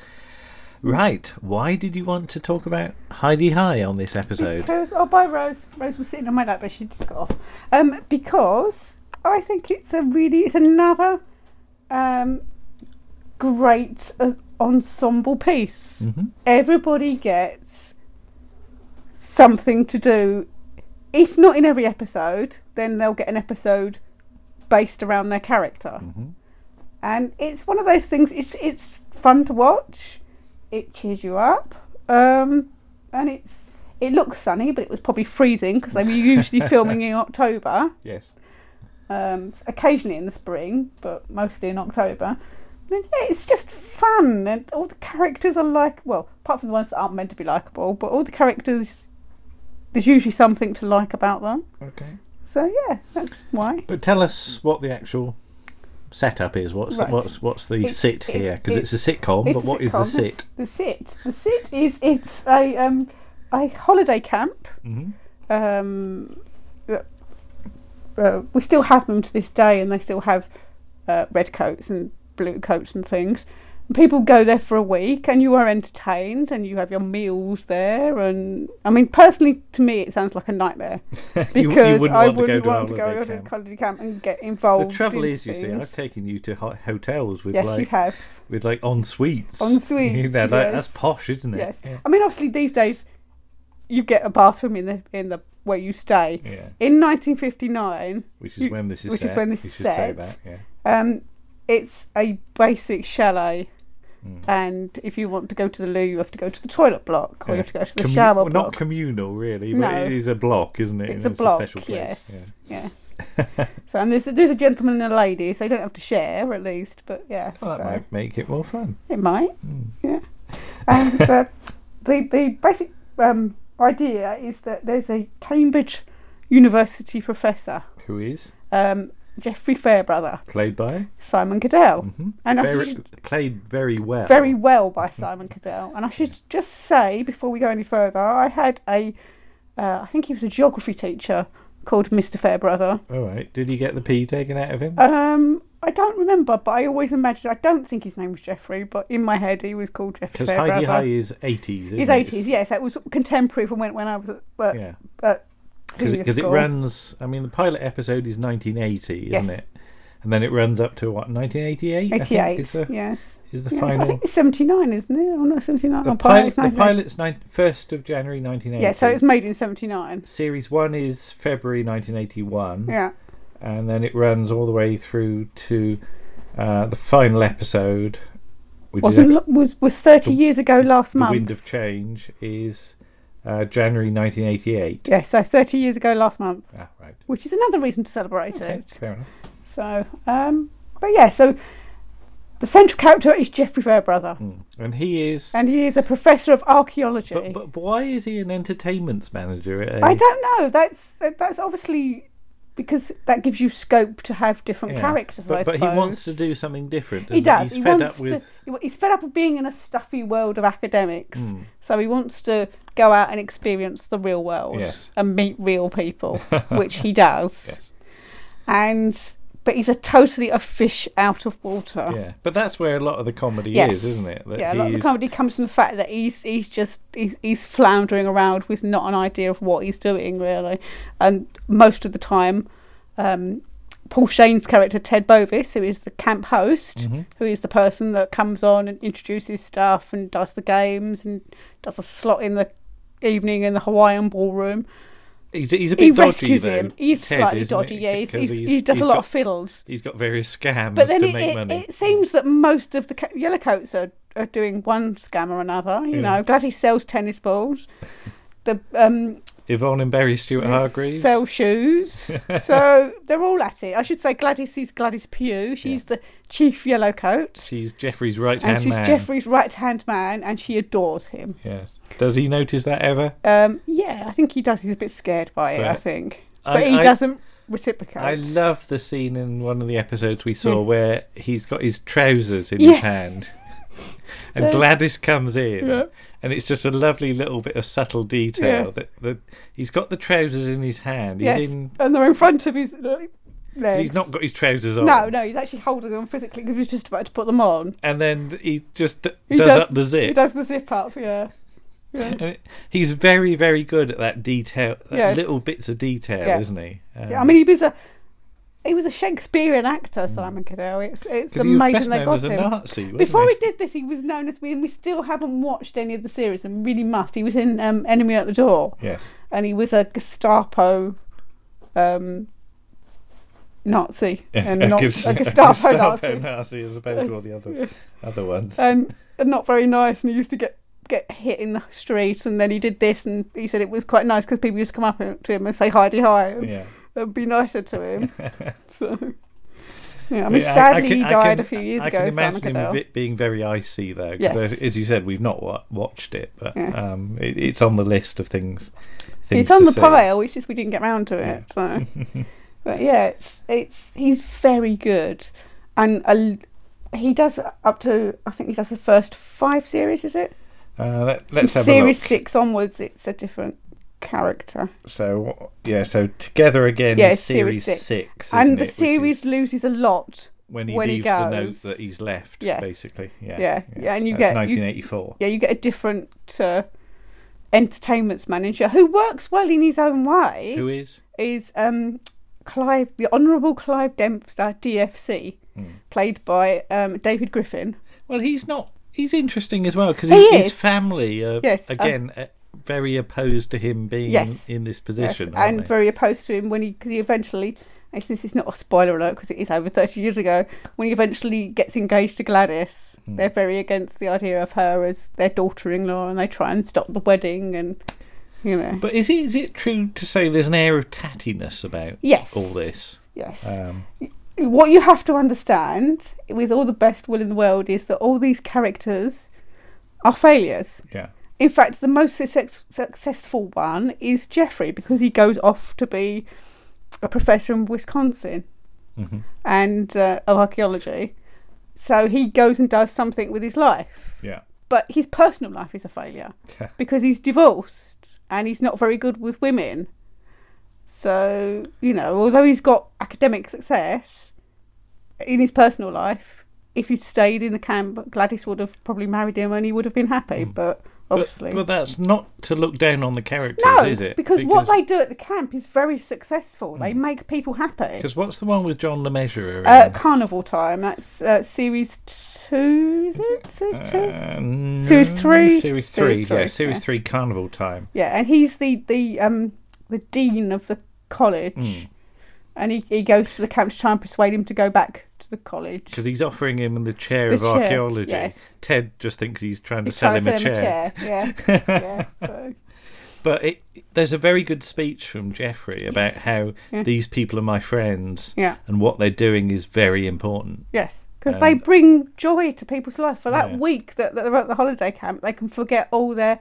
H: Right, why did you want to talk about Heidi High on this episode?
A: Because oh, bye, Rose. Rose was sitting on my lap, but she just got off. Um, because I think it's a really it's another um, great uh, ensemble piece.
H: Mhm.
A: Everybody gets something to do. If not in every episode, then they'll get an episode based around their character. And it's one of those things. It's it's fun to watch. It cheers you up. Um, and it's it looks sunny, but it was probably freezing because they were usually filming in October.
H: Yes.
A: Um, s- occasionally in the spring, but mostly in October. And yeah, it's just fun, and all the characters are like well, apart from the ones that aren't meant to be likable, but all the characters there's usually something to like about them.
H: Okay.
A: So yeah, that's why.
H: But tell us what the actual setup is. What's
A: Right.
H: what's what's the
A: It's-
H: sit
A: it's-
H: here? Because it's, a sitcom,
A: it's
H: but
A: a
H: what is
A: sitcom.
H: the sit?
A: The sit. The sit is it's a um a holiday camp.
H: Mhm.
A: Um, uh, uh, we still have them to this day, and they still have uh, red coats and blue coats and things. And people go there for a week, and you are entertained, and you have your meals there. And I mean, personally, to me, it sounds like a nightmare because
H: You- you wouldn't
A: I
H: want to go
A: wouldn't
H: to a
A: want to
H: holiday
A: go to a
H: camp.
A: holiday camp and get involved.
H: The trouble
A: in
H: is, you see, I've
A: things.
H: taken you to ho- hotels with
A: Yes, you
H: like
A: have.
H: with like en suites.
A: En suites,
H: You know, like, that's
A: yes.
H: posh, isn't it?
A: Yes. I mean, obviously these days, you get a bathroom in the in the where you stay.
H: Yeah.
A: In 1959,
H: Which is
A: you-
H: when this is
A: which is
H: set,
A: when this
H: you
A: is
H: should say
A: set.
H: that,
A: Um, it's a basic chalet.
H: Hmm.
A: And if you want to go to the loo, you have to go to the toilet block, or you
H: Yeah.
A: have to go to the
H: Commu-
A: shower
H: well,
A: block.
H: Not communal, really, but
A: No.
H: it is a block, isn't it?
A: It's
H: You
A: a
H: know,
A: block.
H: special place.
A: Yes.
H: Yeah.
A: Yeah. so and there's a, there's a gentleman and a lady, so you don't have to share at least. But yeah.
H: Well, that
A: so.
H: might make it more fun.
A: It might.
H: Hmm.
A: Yeah. And uh, the the basic um, idea is that there's a Cambridge University professor,
H: Who is
A: um, Geoffrey Fairbrother,
H: played by? Mm-hmm.
A: Simon Cadell, and I
H: Very,
A: should-
H: played very well.
A: very well by Simon Cadell. And I should just say before we go any further, I had a uh, I think he was a geography teacher called Mr. Fairbrother.
H: All right. Did he get the pee taken out of him?
A: Um, I don't remember, but I always imagined. I don't think his name was Geoffrey, but in my head he was called Geoffrey
H: Because
A: Fairbrother.
H: Heidi High is 80s, isn't
A: His
H: it?
A: eighties, yes, that was contemporary from when, when I was at, at,
H: Yeah.
A: at senior
H: Because it
A: school.
H: runs, I mean, the pilot episode is 1980, isn't
A: Yes.
H: it? And then it runs up to what, 1988? I think
A: eighty-eight.
H: is the-
A: yes,
H: Is the
A: Yes, I
H: final.
A: think it's seventy-nine, isn't it? Oh no, seventy-nine.
H: the,
A: oh, pilot's
H: pilot, the
A: 1980.
H: pilot's nine, 1st of January 1980.
A: Yeah, so it was made in seventy-nine.
H: Series 1 is February 1981.
A: Yeah.
H: And then it runs all the way through to uh, the final episode, which
A: Wasn't
H: is
A: lo- was was thirty
H: the-
A: years ago last
H: The
A: month.
H: Wind of Change, is uh, January 1988.
A: yeah, so thirty years ago last month.
H: Ah, right.
A: Which is another reason to celebrate it.
H: Fair enough.
A: So, um, but yeah, so the central character is Geoffrey Fairbrother,
H: And he is.
A: and he is a professor of archaeology.
H: But, but why is he an entertainments manager? At a,
A: I don't know. That's that- that's obviously because that gives you scope to have different
H: yeah.
A: characters.
H: But,
A: I
H: but
A: suppose.
H: he wants to do something different.
A: He
H: doesn't
A: does.
H: He's
A: he
H: fed
A: wants
H: up with.
A: to. he- He's fed up of being in a stuffy world of academics,
H: Hmm.
A: so he wants to go out and experience the real world
H: Yes.
A: and meet real people, which he does. And but he's a totally a fish out of water.
H: Yeah, but that's where a lot of the comedy
A: Oh. Yes.
H: is, isn't it? That
A: yeah, a lot of the
H: he's-
A: comedy comes from the fact that he's he's just he's, he's floundering around with not an idea of what he's doing really, and most of the time, um, Paul Shane's character Ted Bovis, who is the camp host,
H: Mm-hmm.
N: Mhm.
A: who is the person that comes on and introduces stuff and does the games and does a slot in the evening in the Hawaiian ballroom.
H: He's, he's a bit
A: he
H: dodgy
A: rescues
H: though.
A: him. He's
H: Ted,
A: slightly
H: isn't
A: dodgy. Yeah, he's,
H: Because
A: he's, he does
H: he's
A: a lot
H: got-
A: of fiddles.
H: He's got various scams
A: But then
H: to
A: it,
H: make
A: it,
H: money.
A: it seems that most of the ca- yellow coats are, are doing one scam or another. You
H: Yeah.
A: know, glad he sells tennis balls. The um,
H: Yvonne and Barry Stewart Hargreaves.
A: sell shoes. so they're all at it. I should say Gladys is Gladys Pugh. She's the chief yellow coat,
H: she's Jeffrey's right
A: and
H: hand
A: she's
H: man.
A: Jeffrey's right hand man, and she adores him.
H: Yes. Does he notice that ever?
A: Um, yeah, I think he does. He's a bit scared by it. I
H: But
A: think,
H: I-
A: but he
H: I-
A: doesn't reciprocate.
H: I love the scene in one of the episodes we saw
A: Yeah.
H: where he's got his trousers in
A: Yeah.
H: his hand. And
A: Yeah.
H: Gladys comes in,
A: Yeah.
H: and it's just a lovely little bit of subtle detail
A: Yeah.
H: that, that he's got the trousers in his hand. He's
A: yes,
H: in.
A: and they're in front of his le- legs.
H: He's not got his trousers on.
A: No, no, he's actually holding them physically. 'cause He was just about to put them on.
H: And then he just d-
A: He
H: does, up the zip.
A: He does the zip up. Yeah. Yeah.
H: And it- he's very, very good at that detail, that
A: Yes.
H: little bits of detail,
A: Yeah.
H: isn't he? Um,
A: yeah, I mean, he was a he was a Shakespearean actor, Simon Cadell. It's it's
H: 'Cause Hmm. he was
A: amazing
H: best
A: they
H: known
A: got
H: as a
A: him.
H: Nazi, wasn't
A: Before
H: he?
A: he did this, he was known as. We, we still haven't watched any of the series, and really must. He was in um, Enemy at the Door.
H: Yes.
A: and he was a Gestapo. Um, Nazi
H: Um,
A: and not a
H: Gus-
A: Gestapo, Nazi.
H: Gestapo Nazi as opposed to all the other
A: Yes.
H: other ones.
A: and and Um, not very nice. And he used to get get hit in the street. And then he did this, and he said it was quite nice because people used to come up to him and say "Heidi hi." And
H: Yeah.
A: that'd be nicer to him. so yeah, I
H: But
A: mean,
H: I- I
A: sadly
H: can-
A: he
H: I
A: died
H: can-
A: a few years
H: I
A: ago.
H: can
A: Simon
H: imagine him a
A: Cadell.
H: bit being very icy though. 'cause
A: Yes.
H: as you said, we've not wa- watched it, but
A: Yeah.
H: um, it, it's on the list of things. things
A: it's on
H: to
A: the
H: see.
A: pile. It's just we didn't get round to it. So, but yeah, it's it's he's very good, and a l he does up to I think he does the first five series. Is it?
H: Uh, let, let's
A: From
H: have a
A: series
H: look.
A: six onwards. It's a different character.
H: So yeah, so together again,
A: yeah,
H: is
A: it's
H: series,
A: six,
H: six, isn't
A: and the
H: it? Which
A: series loses a lot
H: when he
A: when
H: leaves
A: he goes.
H: the note that he's left,
A: Yes.
H: basically. Yeah,
A: yeah, yeah, and you
H: That's
A: get you-
H: 1984.
A: yeah, you get a different uh, entertainments manager who works well in his own way.
H: Who is?
A: is um, Clive, the Honourable Clive Dempster, DFC, played by um, David Griffin.
H: Hmm. Well, he's not. He's interesting as well because
A: He
H: his, his
A: is.
H: family are
A: Yes, um,
H: again uh, very opposed to him being
A: yes,
H: in this
A: Yes,
H: position. aren't
A: and
H: they?
A: very opposed to him when he because he eventually. and This is not a spoiler alert because it is over 30 years ago. When he eventually gets engaged to Gladys,
H: Hmm.
A: they're very against the idea of her as their daughter in law and they try and stop the wedding. And, you know,
H: But is it is it true to say there's an air of tattiness about
A: Yes.
H: all this?
A: Yes.
H: Um,
A: what you have to understand with all the best will in the world is that all these characters are failures.
H: yeah.
A: In fact, the most success- successful one is Jeffrey because he goes off to be a professor in Wisconsin
H: Mhm.
A: and uh, of archaeology. So he goes and does something with his life,
H: Yeah.
A: but his personal life is a failure because he's divorced and he's not very good with women. So, you know, although he's got academic success in his personal life, if he'd stayed in the camp, Gladys would have probably married him and he would have been happy, but obviously.
H: Hmm. But, but that's not to look down on the characters,
A: no,
H: is it?
A: Because, what they do at the camp is very successful. They
H: Mm.
A: make people happy.
H: Because what's the one with John LeMessurier?
A: Uh,
H: in?
A: Carnival Time, that's uh, series two, is it? Series two?
H: Uh, no,
A: series three?
H: Series three.
A: Series
H: yeah,
A: three,
H: series
A: yeah.
H: three. Carnival time.
A: Yeah, and he's the the um the dean of the college,
H: Mm.
A: and he, he goes to the camp to try and persuade him to go back to the college.
H: Because he's offering him the chair
A: The
H: of
A: chair,
H: archaeology.
A: yes.
H: Ted just thinks he's trying to
A: He's
H: sell
A: trying
H: him a
A: to
H: chair.
A: Yeah, yeah. so.
H: But it, there's a very good speech from Jeffrey about how
A: Yeah.
H: these people are my friends
A: Yeah.
H: and what they're doing is very important.
A: Yes, because they
H: And-
A: bring joy to people's life. For that
H: Yeah.
A: week that, that they're at the holiday camp, they can forget all their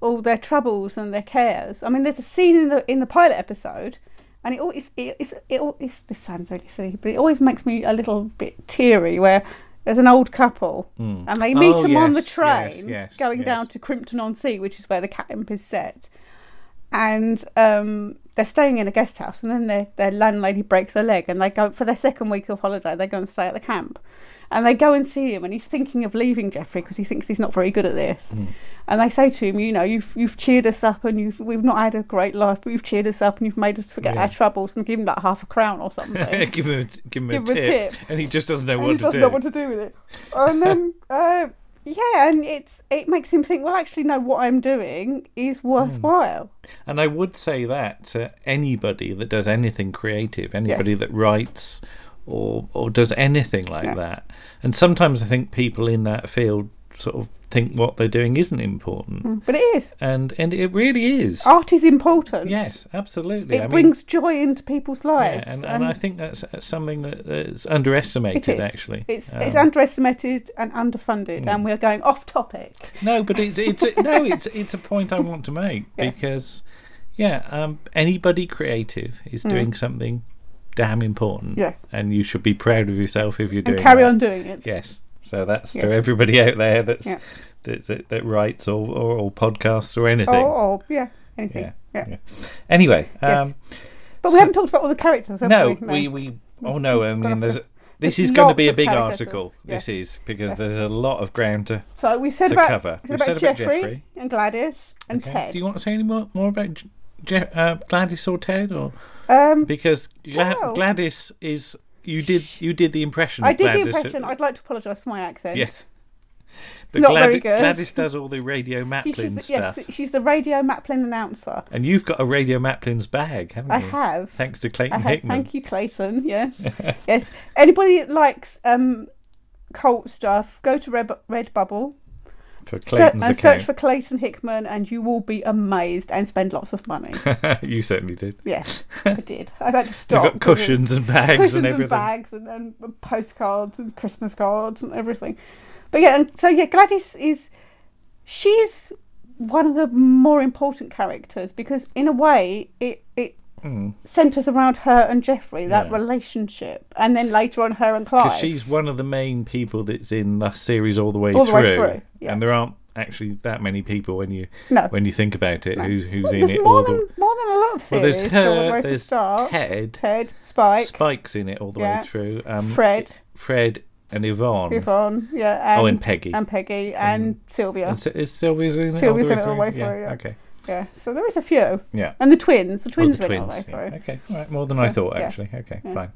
A: all their troubles and their cares. I mean, there's a scene in the in the pilot episode, and it always it, it's it always this sounds really silly, but it always makes me a little bit teary where. There's an old couple,
H: Mm.
A: and they meet
H: Oh,
A: them on the
H: yes, yes,
A: train
H: yes,
A: going
H: yes.
A: down to Crimpton on Sea, which is where the camp is set. And um, they're staying in a guest house, and then their their landlady breaks her leg, and they go for their second week of holiday. They go and stay at the camp, and they go and see him, and he's thinking of leaving Jeffrey because he thinks he's not very good at this.
H: Hmm.
A: And they say to him, you know, you've you've cheered us up, and you've we've not had a great life, but you've cheered us up, and you've made us forget
H: Yeah.
A: our troubles, and give him that half a crown or something.
H: give him, a, give him a
A: Give him a
H: tip,
A: tip.
H: And he just doesn't know
A: and
H: what
A: he
H: to
A: doesn't
H: do.
A: know what to do with it. And then uh, Yeah, and it's it makes him think. Well, actually, no. What I'm doing is worthwhile.
H: And I would say that to anybody that does anything creative, anybody
A: Yes.
H: that writes or or does anything like that. And sometimes I think people in that field sort of think what they're doing isn't important.
A: Mm, But it is.
H: And and it really is.
A: Art is important.
H: Yes, absolutely.
A: It
H: I mean-
A: brings joy into people's
H: Yeah,
A: lives.
H: and, and I think that's, that's something that, that's underestimated actually.
A: It's
H: Um, Hmm.
A: it's underestimated and underfunded, and we're going off topic.
H: No, but it's it's a, no, it's it's a point I want to make because yeah, um, anybody creative is
A: Mm.
H: doing something damn important.
A: Yes.
H: and you should be proud of yourself if you're
A: And
H: doing.
A: carry
H: that.
A: on doing it.
H: Yes. So that's
A: Yes.
H: for everybody out there that's
A: Yeah.
H: that, that that writes or, or, or podcasts or anything.
A: Or, or yeah, anything.
H: Yeah,
A: Yeah.
H: Anyway,
A: Oh. Yes.
H: um,
A: But we
H: so-
A: haven't talked about all the characters. Have
H: no,
A: we?
H: we, we oh no, I mean there's this
A: There's
H: is going to
A: lots
H: be a
A: of
H: big
A: characters,
H: article.
A: yes.
H: This is because
A: Yes.
H: there's a lot of ground to
A: So we said
H: to
A: about
H: cover.
A: we
H: We've
A: said about, Jeffrey, and Gladys and
H: Okay.
A: Ted.
H: Do you want to say any more, more about J- Je- uh, Gladys or Ted, or
A: Um,
H: because Gla-
A: no.
H: Gladys is you did you did the impression.
A: I
H: of
A: did
H: Gladys uh,
A: the impression. I'd like to apologise for my accent.
H: Yes.
A: It's
H: But
A: not
H: Gladi-
A: very good.
H: Gladys does all the Radio Maplin
A: She's the-
H: stuff,
A: Yes, she's the radio Maplin announcer.
H: and you've got a Radio Maplin's bag, haven't you?
A: I have.
H: Thanks to Clayton
A: I have-
H: Hickman.
A: Thank you, Clayton. Yes, yes. Anybody that likes um, cult stuff, go to Red, Redbubble
H: For
A: se-
H: Clayton's
A: and search for
H: account.
A: Clayton Hickman, and you will be amazed and spend lots of money.
H: you certainly did.
A: Yes, I did. I had to stop.
H: got
A: 'cause
H: cushions
A: it's-
H: and bags and
A: cushions
H: everything.
A: bags and, and postcards and Christmas cards and everything. But yeah, and so yeah, Gladys is she's one of the more important characters because in a way it it
H: Mm.
A: centers around her and Jeffrey that
H: Yeah.
A: relationship, and then later on her and
H: Because
A: Clive.
H: she's one of the main people that's in the series all the way
A: All the
H: through.
A: way through, yeah.
H: And there aren't actually that many people when you
A: No.
H: when you think about it who's who's in
A: there's
H: it
A: more
H: all
A: than more than a lot of
H: Well,
A: series.
H: there's
A: Dawn
H: her,
A: Road to
H: there's
A: Stars,
H: Ted.
A: Ted,
H: the
A: Spike,
H: spikes in it all the
A: Yeah.
H: way through. Um,
A: Fred.
H: Fred and Yvonne.
A: Yvonne, yeah, and,
H: Oh, and Peggy.
A: and Peggy, and Sylvia.
H: And so- is Sylvia's in it? Oh,
A: Sylvia's
H: all
A: in
H: the
A: it all the way through. Yeah.
H: Okay.
A: Yeah. So there is a few.
H: Yeah.
A: And the twins. The
H: Well,
A: twins
H: the
A: went all the way
H: twins, yeah.
A: through.
H: Okay. All right. More than I thought, actually. Okay.
A: Yeah.
H: Fine.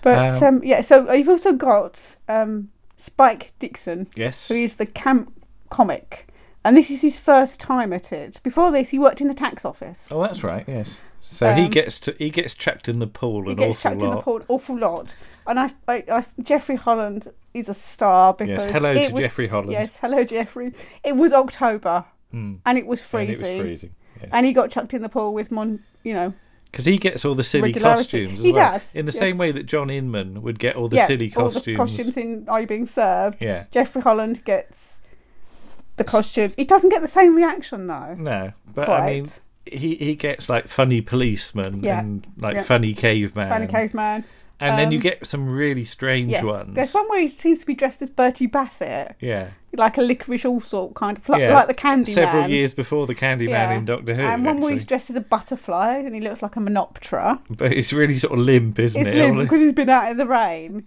A: But um,
H: Um,
A: yeah. So you've also got um, Spike Dixon.
H: Yes.
A: Who is the camp comic, and this is his first time at it. Before this, he worked in the tax office.
H: Oh, that's right. Yes. So he
A: Um,
H: gets to he gets trapped in the pool
A: He
H: an
A: gets
H: awful
A: chucked
H: lot.
A: in the pool an awful lot. And I, I, I, Jeffrey Holland is a star because
H: Yes, hello
A: it
H: to
A: was,
H: Jeffrey Holland.
A: Yes, hello Jeffrey. It was October,
H: Mm.
A: and it was
H: And it was
A: freezing.
H: freezing, yes.
A: And he got chucked in the pool with mon, you know,
H: Because he gets all the silly
A: Regularity.
H: costumes. As
A: He
H: well.
A: does,
H: In the
A: yes.
H: same way that John Inman would get all the silly
A: all
H: costumes.
A: the costumes in Are You Being Served?
H: Yeah.
A: Jeffrey Holland gets the costumes. He doesn't get the same reaction though.
H: No, but I
A: Quite.
H: mean, he he gets like funny policeman
A: Yeah,
H: and like
A: yeah.
H: funny caveman.
A: Funny caveman.
H: And then you
A: Um,
H: get some really strange
A: yes.
H: ones.
A: There's one where he seems to be dressed as Bertie Bassett.
H: Yeah.
A: Like a licorice all sort kind of like,
H: Yeah,
A: like the candy
H: Several
A: man.
H: years before the Candyman
A: Yeah.
H: in Doctor Who.
A: And one where he's
H: actually.
A: dressed as a butterfly and he looks like a monoptera.
H: But it's really sort of limp, isn't
A: it's
H: it?
A: Lynn
H: All the-
A: because he's been out in the rain.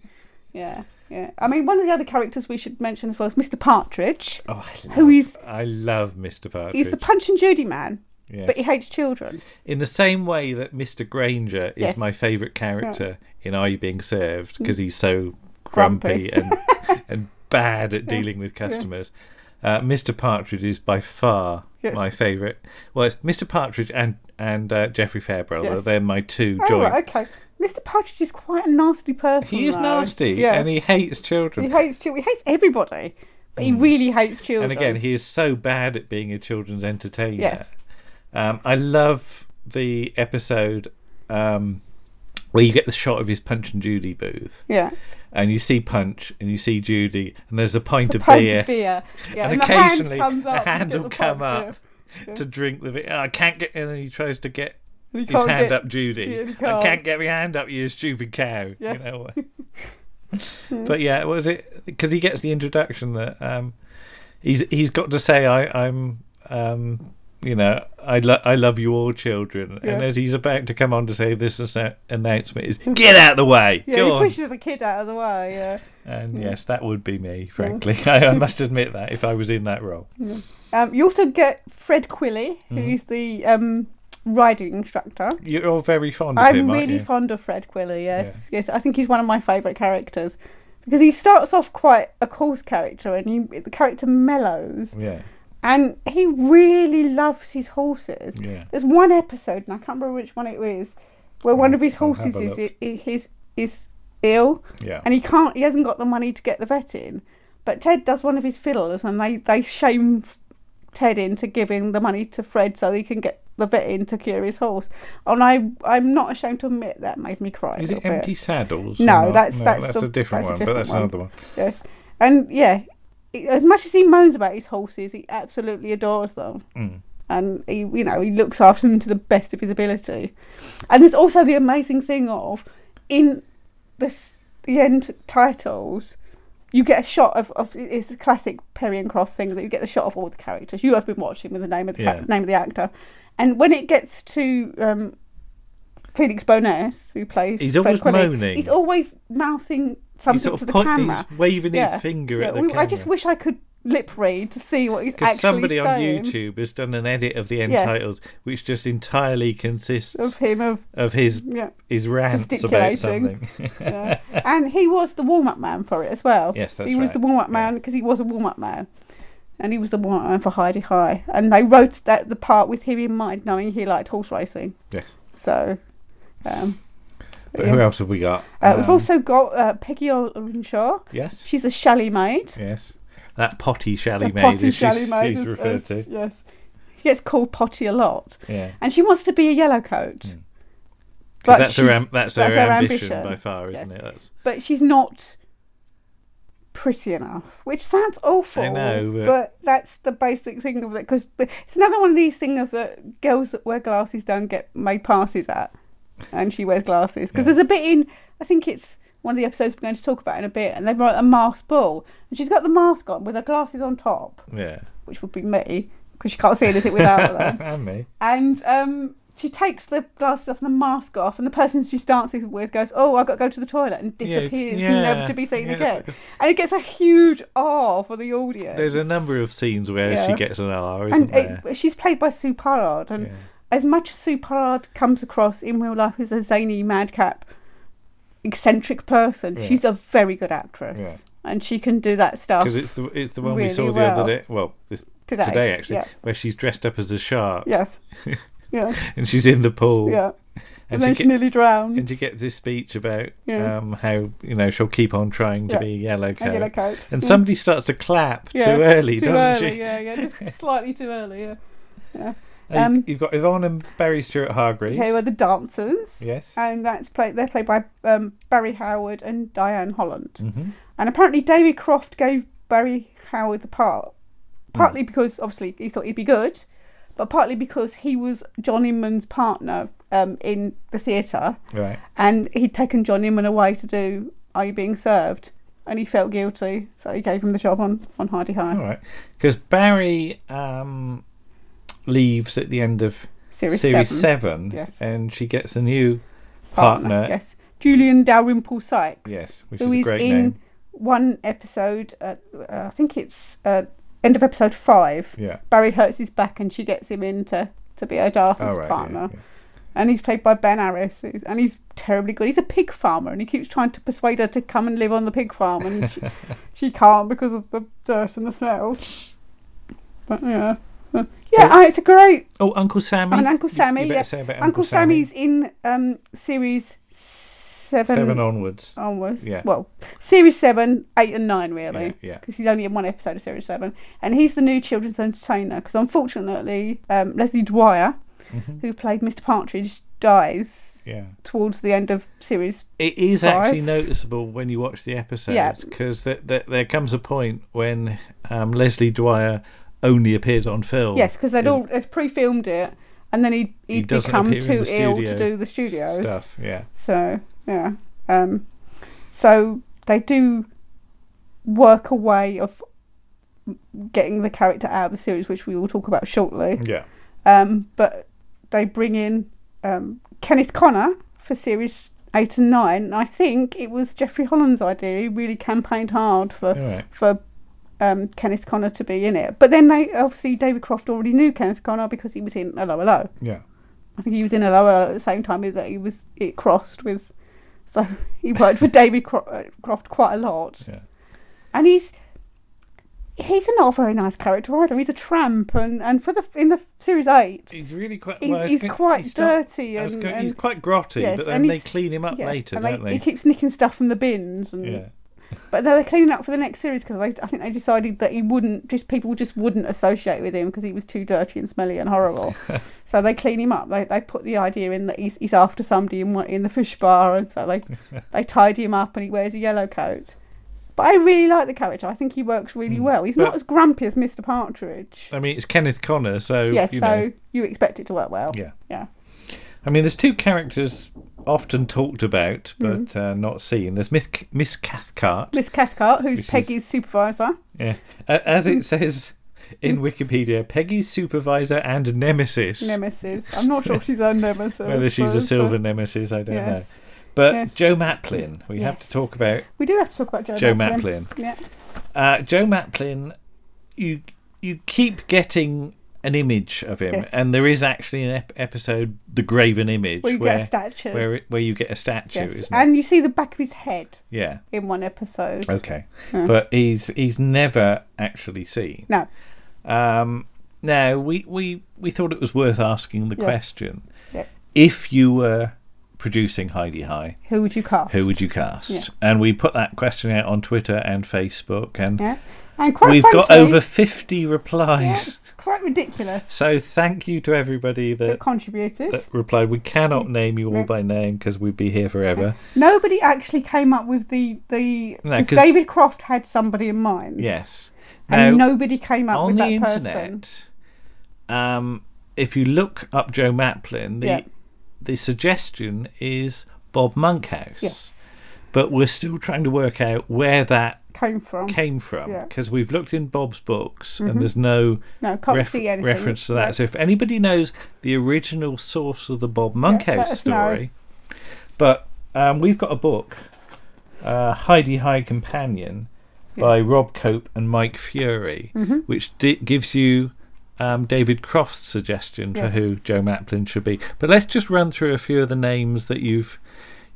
A: Yeah, yeah. I mean, one of the other characters we should mention as well is Mr. Partridge,
H: Oh, I
A: who
H: love-
A: is
H: I love Mr. Partridge.
A: he's the Punch and Judy man,
H: Yeah.
A: but he hates children.
H: In the same way that Mr. Granger is
A: Yes.
H: my favourite character in Are You Being Served because
A: Mm.
H: he's so grumpy,
A: Grumpy.
H: and and bad at
A: Yeah.
H: dealing with
A: Yes.
H: customers. Uh, Mr. Partridge is by far
A: Yes.
H: my favourite. Well, it's Mr. Partridge and and uh, Jeffrey Fairbrother.
A: Yes.
H: They're my two
A: Oh,
H: joint.
A: right, okay. Mr. Partridge is quite a nasty person.
H: He is
A: though.
H: nasty
A: Yes.
H: and he hates children. Hmm.
A: He hates children. He hates everybody, but he really hates children.
H: And again, he is so bad at being a children's entertainer.
A: Yes.
H: Um, I love the episode um, where you get the shot of his Punch and Judy booth.
A: Yeah.
H: And you see Punch and you see Judy, and there's a pint, of,
A: pint
H: beer,
A: of beer. Uh, Yeah,
H: and,
A: and the hand
H: occasionally
A: comes up
H: a
A: to get
H: hand
A: the
H: will come
A: pint of
H: up to drink the beer. I can't get in, and he tries to get
A: And he
H: his
A: can't
H: hand
A: get-
H: up, Judy.
A: Judy
H: I
A: can't.
H: can't get my hand up, you stupid cow.
A: Yeah.
H: You know. But yeah, what was it? Because he gets the introduction that um, he's he's got to say I, I'm um, you know I lo- I love you all children,
A: Yeah.
H: and as he's about to come on to say this annou- announcement is get out of the way,
A: Yeah,
H: go
A: he
H: on.
A: pushes the kid out of the way. Yeah.
H: And yes, that would be me, frankly. I, I must admit that if I was in that role.
A: Yeah. Um, you also get Fred Quilly,
H: Mhm.
A: who's the um, riding instructor.
H: You're all very fond of
A: I'm
H: him, aren't
A: really
H: you?
A: fond of Fred Quilly. Yes, yes. I think he's one of my favourite characters. because he starts off quite a coarse character and he, the character mellows.
H: Yeah.
A: And he really loves his horses.
H: Yeah.
A: There's one episode, and I can't remember which one it was, where one of his
H: I'll have
A: horses
H: a
A: is,
H: look.
A: is is is ill.
H: Yeah.
A: And he can't. He hasn't got the money to get the vet in. But Ted does one of his fiddles, and they they shame Ted into giving the money to Fred so he can get the vet in to cure his horse. And I I'm not ashamed to admit that made me cry. a
H: Is
A: little
H: it
A: bit.
H: Empty Saddles? or
A: No,
H: not?
A: that's
H: No,
A: that's,
H: that's
A: the-
H: a different
A: that's
H: one, but that's another one.
A: Yes, and yeah, he- as much as he moans about his horses, he absolutely adores them,
H: Mm.
A: and he you know he looks after them to the best of his ability. And there's also the amazing thing of in this the end titles. You get a shot of, of it's the classic Perry and Croft thing that you get the shot of all the characters you have been watching with the name of the
N: Yeah.
A: ca- name of the actor, and when it gets to um, Felix Bonas, who plays
H: He's
A: Fred
H: always
A: Quinlan,
H: moaning.
A: He's always mouthing something
H: sort of
A: to the
H: point-
A: camera,
H: he's waving his finger at the
A: I just
H: camera.
A: wish I could lip read to see what he's actually
H: Because somebody
A: saying.
H: on YouTube has done an edit of the end
A: Yes.
H: titles, which just entirely consists
A: Of him, of-
H: his
A: yeah,
H: his rants about
A: gesticulating.
H: something.
A: Yeah. and he was the warm up man for it as well.
H: Yes, that's
A: He was
H: right.
A: the warm up man because he was a warm up man. And he was the warm up man for Heidi High. And they wrote that the part with him in mind, knowing he liked horse racing.
H: Yes.
A: So. Um,
H: But who else have we got?
A: Uh, we've
H: Um,
A: also got uh, Peggy Olenshaw.
H: Yes.
A: She's a chalet maid.
H: Yes. That potty shally
A: The
H: maid.
A: potty
H: as she's-
A: chalet maid
H: she's
A: is-
H: referred
A: is-
H: to.
A: Yes. He gets called potty a lot.
H: Yeah.
A: And she wants to be a yellow coat.
H: 'Cause that's her
A: she's-
H: am- that's her ambition by far, isn't it? That's-
A: But she's not pretty enough, which sounds awful.
H: I know, but-
A: that's the basic thing of it. Because it's another one of these things of the girls that wear glasses don't get made passes at, and she wears glasses. Because there's a bit in, I think it's one of the episodes we're going to talk about in a bit, and they've got a masked ball, and she's got the mask on with her glasses on top,
H: Yeah.
A: which would be me, because she can't see anything without them
H: and me.
A: and um, she takes the glasses off and the mask off, and the person she's dancing with goes, "Oh, I've got to go to the toilet," and
H: Yeah,
A: disappears,
H: yeah,
A: never to be seen
H: yes.
A: again. And it gets a huge R for the audience.
H: There's a number of scenes where
A: Yeah.
H: she gets an R, isn't
A: and
H: there?
A: it, she's played by Sue Pollard, and as much as Sue Pollard comes across in real life as a zany madcap, eccentric person,
H: Yeah.
A: she's a very good actress, and she can do that stuff.
H: Because it's the it's the one we
A: really
H: saw the
A: well.
H: other day. Well, this
A: Today,
H: today, actually,
A: yeah.
H: where she's dressed up as a shark.
A: Yes. Yeah.
H: and she's in the pool.
A: Yeah. And then she
H: get-
A: nearly drowns.
H: And she gets this speech about
A: Yeah.
H: um, how you know she'll keep on trying to
A: Yeah.
H: be a yellow
A: A
H: coat.
A: yellow coat.
H: And
A: Yeah.
H: somebody starts to clap
A: Yeah,
H: too early,
A: too
H: doesn't
A: early,
H: she?
A: Yeah, yeah, just slightly too early. Yeah. yeah.
H: And
A: Um,
H: you've got Yvonne and Barry Stewart Hargreaves.
A: who are the dancers?
H: Yes.
A: and that's played. They're played by um, Barry Howard and Diane Holland.
H: Mhm.
A: And apparently, David Croft gave Barry Howard the part,
H: Mm.
A: partly because obviously he thought he'd be good, but partly because he was John Inman's partner um, in the theatre,
H: Right.
A: and he'd taken John Inman away to do Are You Being Served, and he felt guilty, so he gave him the job on on Hardy High.
H: All right. Because Barry um, leaves at the end of
A: Series seven.
H: seven,
A: Yes.
H: and she gets a new
A: partner.
H: partner.
A: Yes, Julian Dalrymple Sykes.
H: Yes, which
A: who
H: is a
A: is
H: great
A: in
H: name.
A: one episode. Uh, uh, I think it's uh, end of episode five.
H: Yeah.
A: Barry hurts his back, and she gets him in to, to be O'Dartle's
H: Oh, right, yeah,
A: partner. And he's played by Ben Harris, who's- and he's terribly good. He's a pig farmer, and he keeps trying to persuade her to come and live on the pig farm, and she, she can't because of the dirt and the smells. But yeah, yeah, I- it's a great
H: Oh, Uncle Sammy.
A: and Uncle
H: You- you
A: Sammy,
H: better
A: yeah.
H: say about
A: Uncle, Sammy's in um, series seven,
H: Seven onwards.
A: Onwards,
H: Yeah.
A: Well, series seven, eight, and nine, really.
H: Yeah, yeah.
A: Because he's only in one episode of series seven, and he's the new children's entertainer. Because unfortunately, um, Leslie Dwyer,
H: Mhm.
A: who played Mr. Partridge, dies
H: Yeah.
A: towards the end of series.
H: It is
A: five.
H: actually noticeable when you watch the
A: Yeah.
H: episodes because th- th- there comes a point when um, Leslie Dwyer only appears on film.
A: Yes, because they'd
H: Is-
A: all they'd pre-filmed it, and then he'd
H: He
A: he'd
H: doesn't
A: become
H: appear
A: too
H: in the
A: ill to
H: studio
A: do the studios
H: stuff, yeah.
A: So yeah, um, so they do work a way of getting the character out of the series, which we will talk about shortly.
H: Yeah.
A: Um, but they bring in um, Kenneth Connor for series eight and nine. And I think it was Jeffrey Holland's idea. He really campaigned hard for
H: Alright.
A: for um, Kenneth Connor to be in it. But then they obviously David Croft already knew Kenneth Connor because he was in Hello Hello.
H: Yeah.
A: I think he was in Hello Hello at the same time that he was it crossed with So he worked for David Cro- uh, Croft quite a lot.
H: Yeah.
A: And he's he's not a very nice character either. He's a tramp, and, and for the in the series eight,
H: He's really quite.
A: he's,
H: well, I was
A: he's
H: gonna-
A: quite
H: he's not-
A: dirty
H: I was
A: and,
H: gonna-
A: and
H: he's quite grotty,
A: yes,
H: but
A: and
H: then they
A: he's-
H: clean him up
A: yeah,
H: later,
A: and
H: don't they?
A: He keeps nicking stuff from the bins, and
H: Yeah.
A: but they're cleaning up for the next series because I think they decided that he wouldn't just people just wouldn't associate with him because he was too dirty and smelly and horrible. so they clean him up. They, they put the idea in that he's, he's after somebody in one- in the fish bar, and so they they tidy him up and he wears a yellow coat. But I really like the character. I think he works really well. He's not
H: Hmm. But-
A: as grumpy as Mr. Partridge.
H: I mean, it's Kenneth Connor, so
A: yes,
H: you
A: so
H: know.
A: you expect it to work well.
H: Yeah.
A: Yeah.
H: I mean, there's two characters often talked about but
A: Mm.
H: uh, not seen. There's Miss, C- Miss Cathcart.
A: Miss Cathcart, who's
H: Which is-
A: Peggy's supervisor.
H: Yeah. A- As it says in Wikipedia, Peggy's supervisor and nemesis.
A: Nemesis. I'm not sure she's her nemesis.
H: Whether she's a
A: but, uh,
H: silver nemesis, I don't
A: yes.
H: know. But
A: Yes.
H: Joe Maplin, we have to talk about
A: We do have to talk about Joe,
H: Joe
A: Maplin.
H: Maplin.
A: Yeah.
H: Uh, Joe Maplin, you you keep getting an image of him,
A: Yes.
H: and there is actually an ep- episode, the Graven Image,
A: Where you get a statue.
H: where it- where you get a statue,
A: Yes.
H: isn't it?
A: And you see the back of his head
H: Yeah.
A: in one episode.
H: Okay,
A: Yeah.
H: but he's he's never actually seen.
A: No.
H: Um, now we, we we thought it was worth asking the
A: Yes.
H: question:
A: Yeah.
H: if you were producing Heidi High,
A: Who would you cast?
H: who would you cast?
A: Yeah.
H: And we put that question out on Twitter and Facebook, and
A: Yeah. And quite
H: we've got
A: frankly-
H: over fifty replies.
A: Yeah, it's quite ridiculous.
H: So thank you to everybody that,
A: that contributed.
H: that replied. We cannot name you all
A: No.
H: by name because we'd be here forever.
A: Nobody actually came up with the the
H: No,
A: because
H: 'cause-
A: David Croft had somebody in mind.
H: Yes.
A: And
H: Now,
A: nobody came up
H: on
A: with that
H: the
A: person.
H: internet, um, if you look up Joe Maplin, the
A: Yeah.
H: the suggestion is Bob Monkhouse.
A: Yes.
H: But we're still trying to work out where that
A: Came from.
H: came from
A: Yeah.
H: because we've looked in Bob's books
A: Mhm.
H: and there's no,
A: No, can't see anything.
H: reference to that. So if anybody knows the original source of the Bob Monkhouse
A: let us know.
H: story, but um, we've got a book, uh, Heidi High Companion, by
A: Yes.
H: Rob Cope and Mike Fury,
A: Mhm.
H: which di- gives you. Um, David Croft's suggestion for
A: Yes.
H: who Joe Maplin should be, but let's just run through a few of the names that you've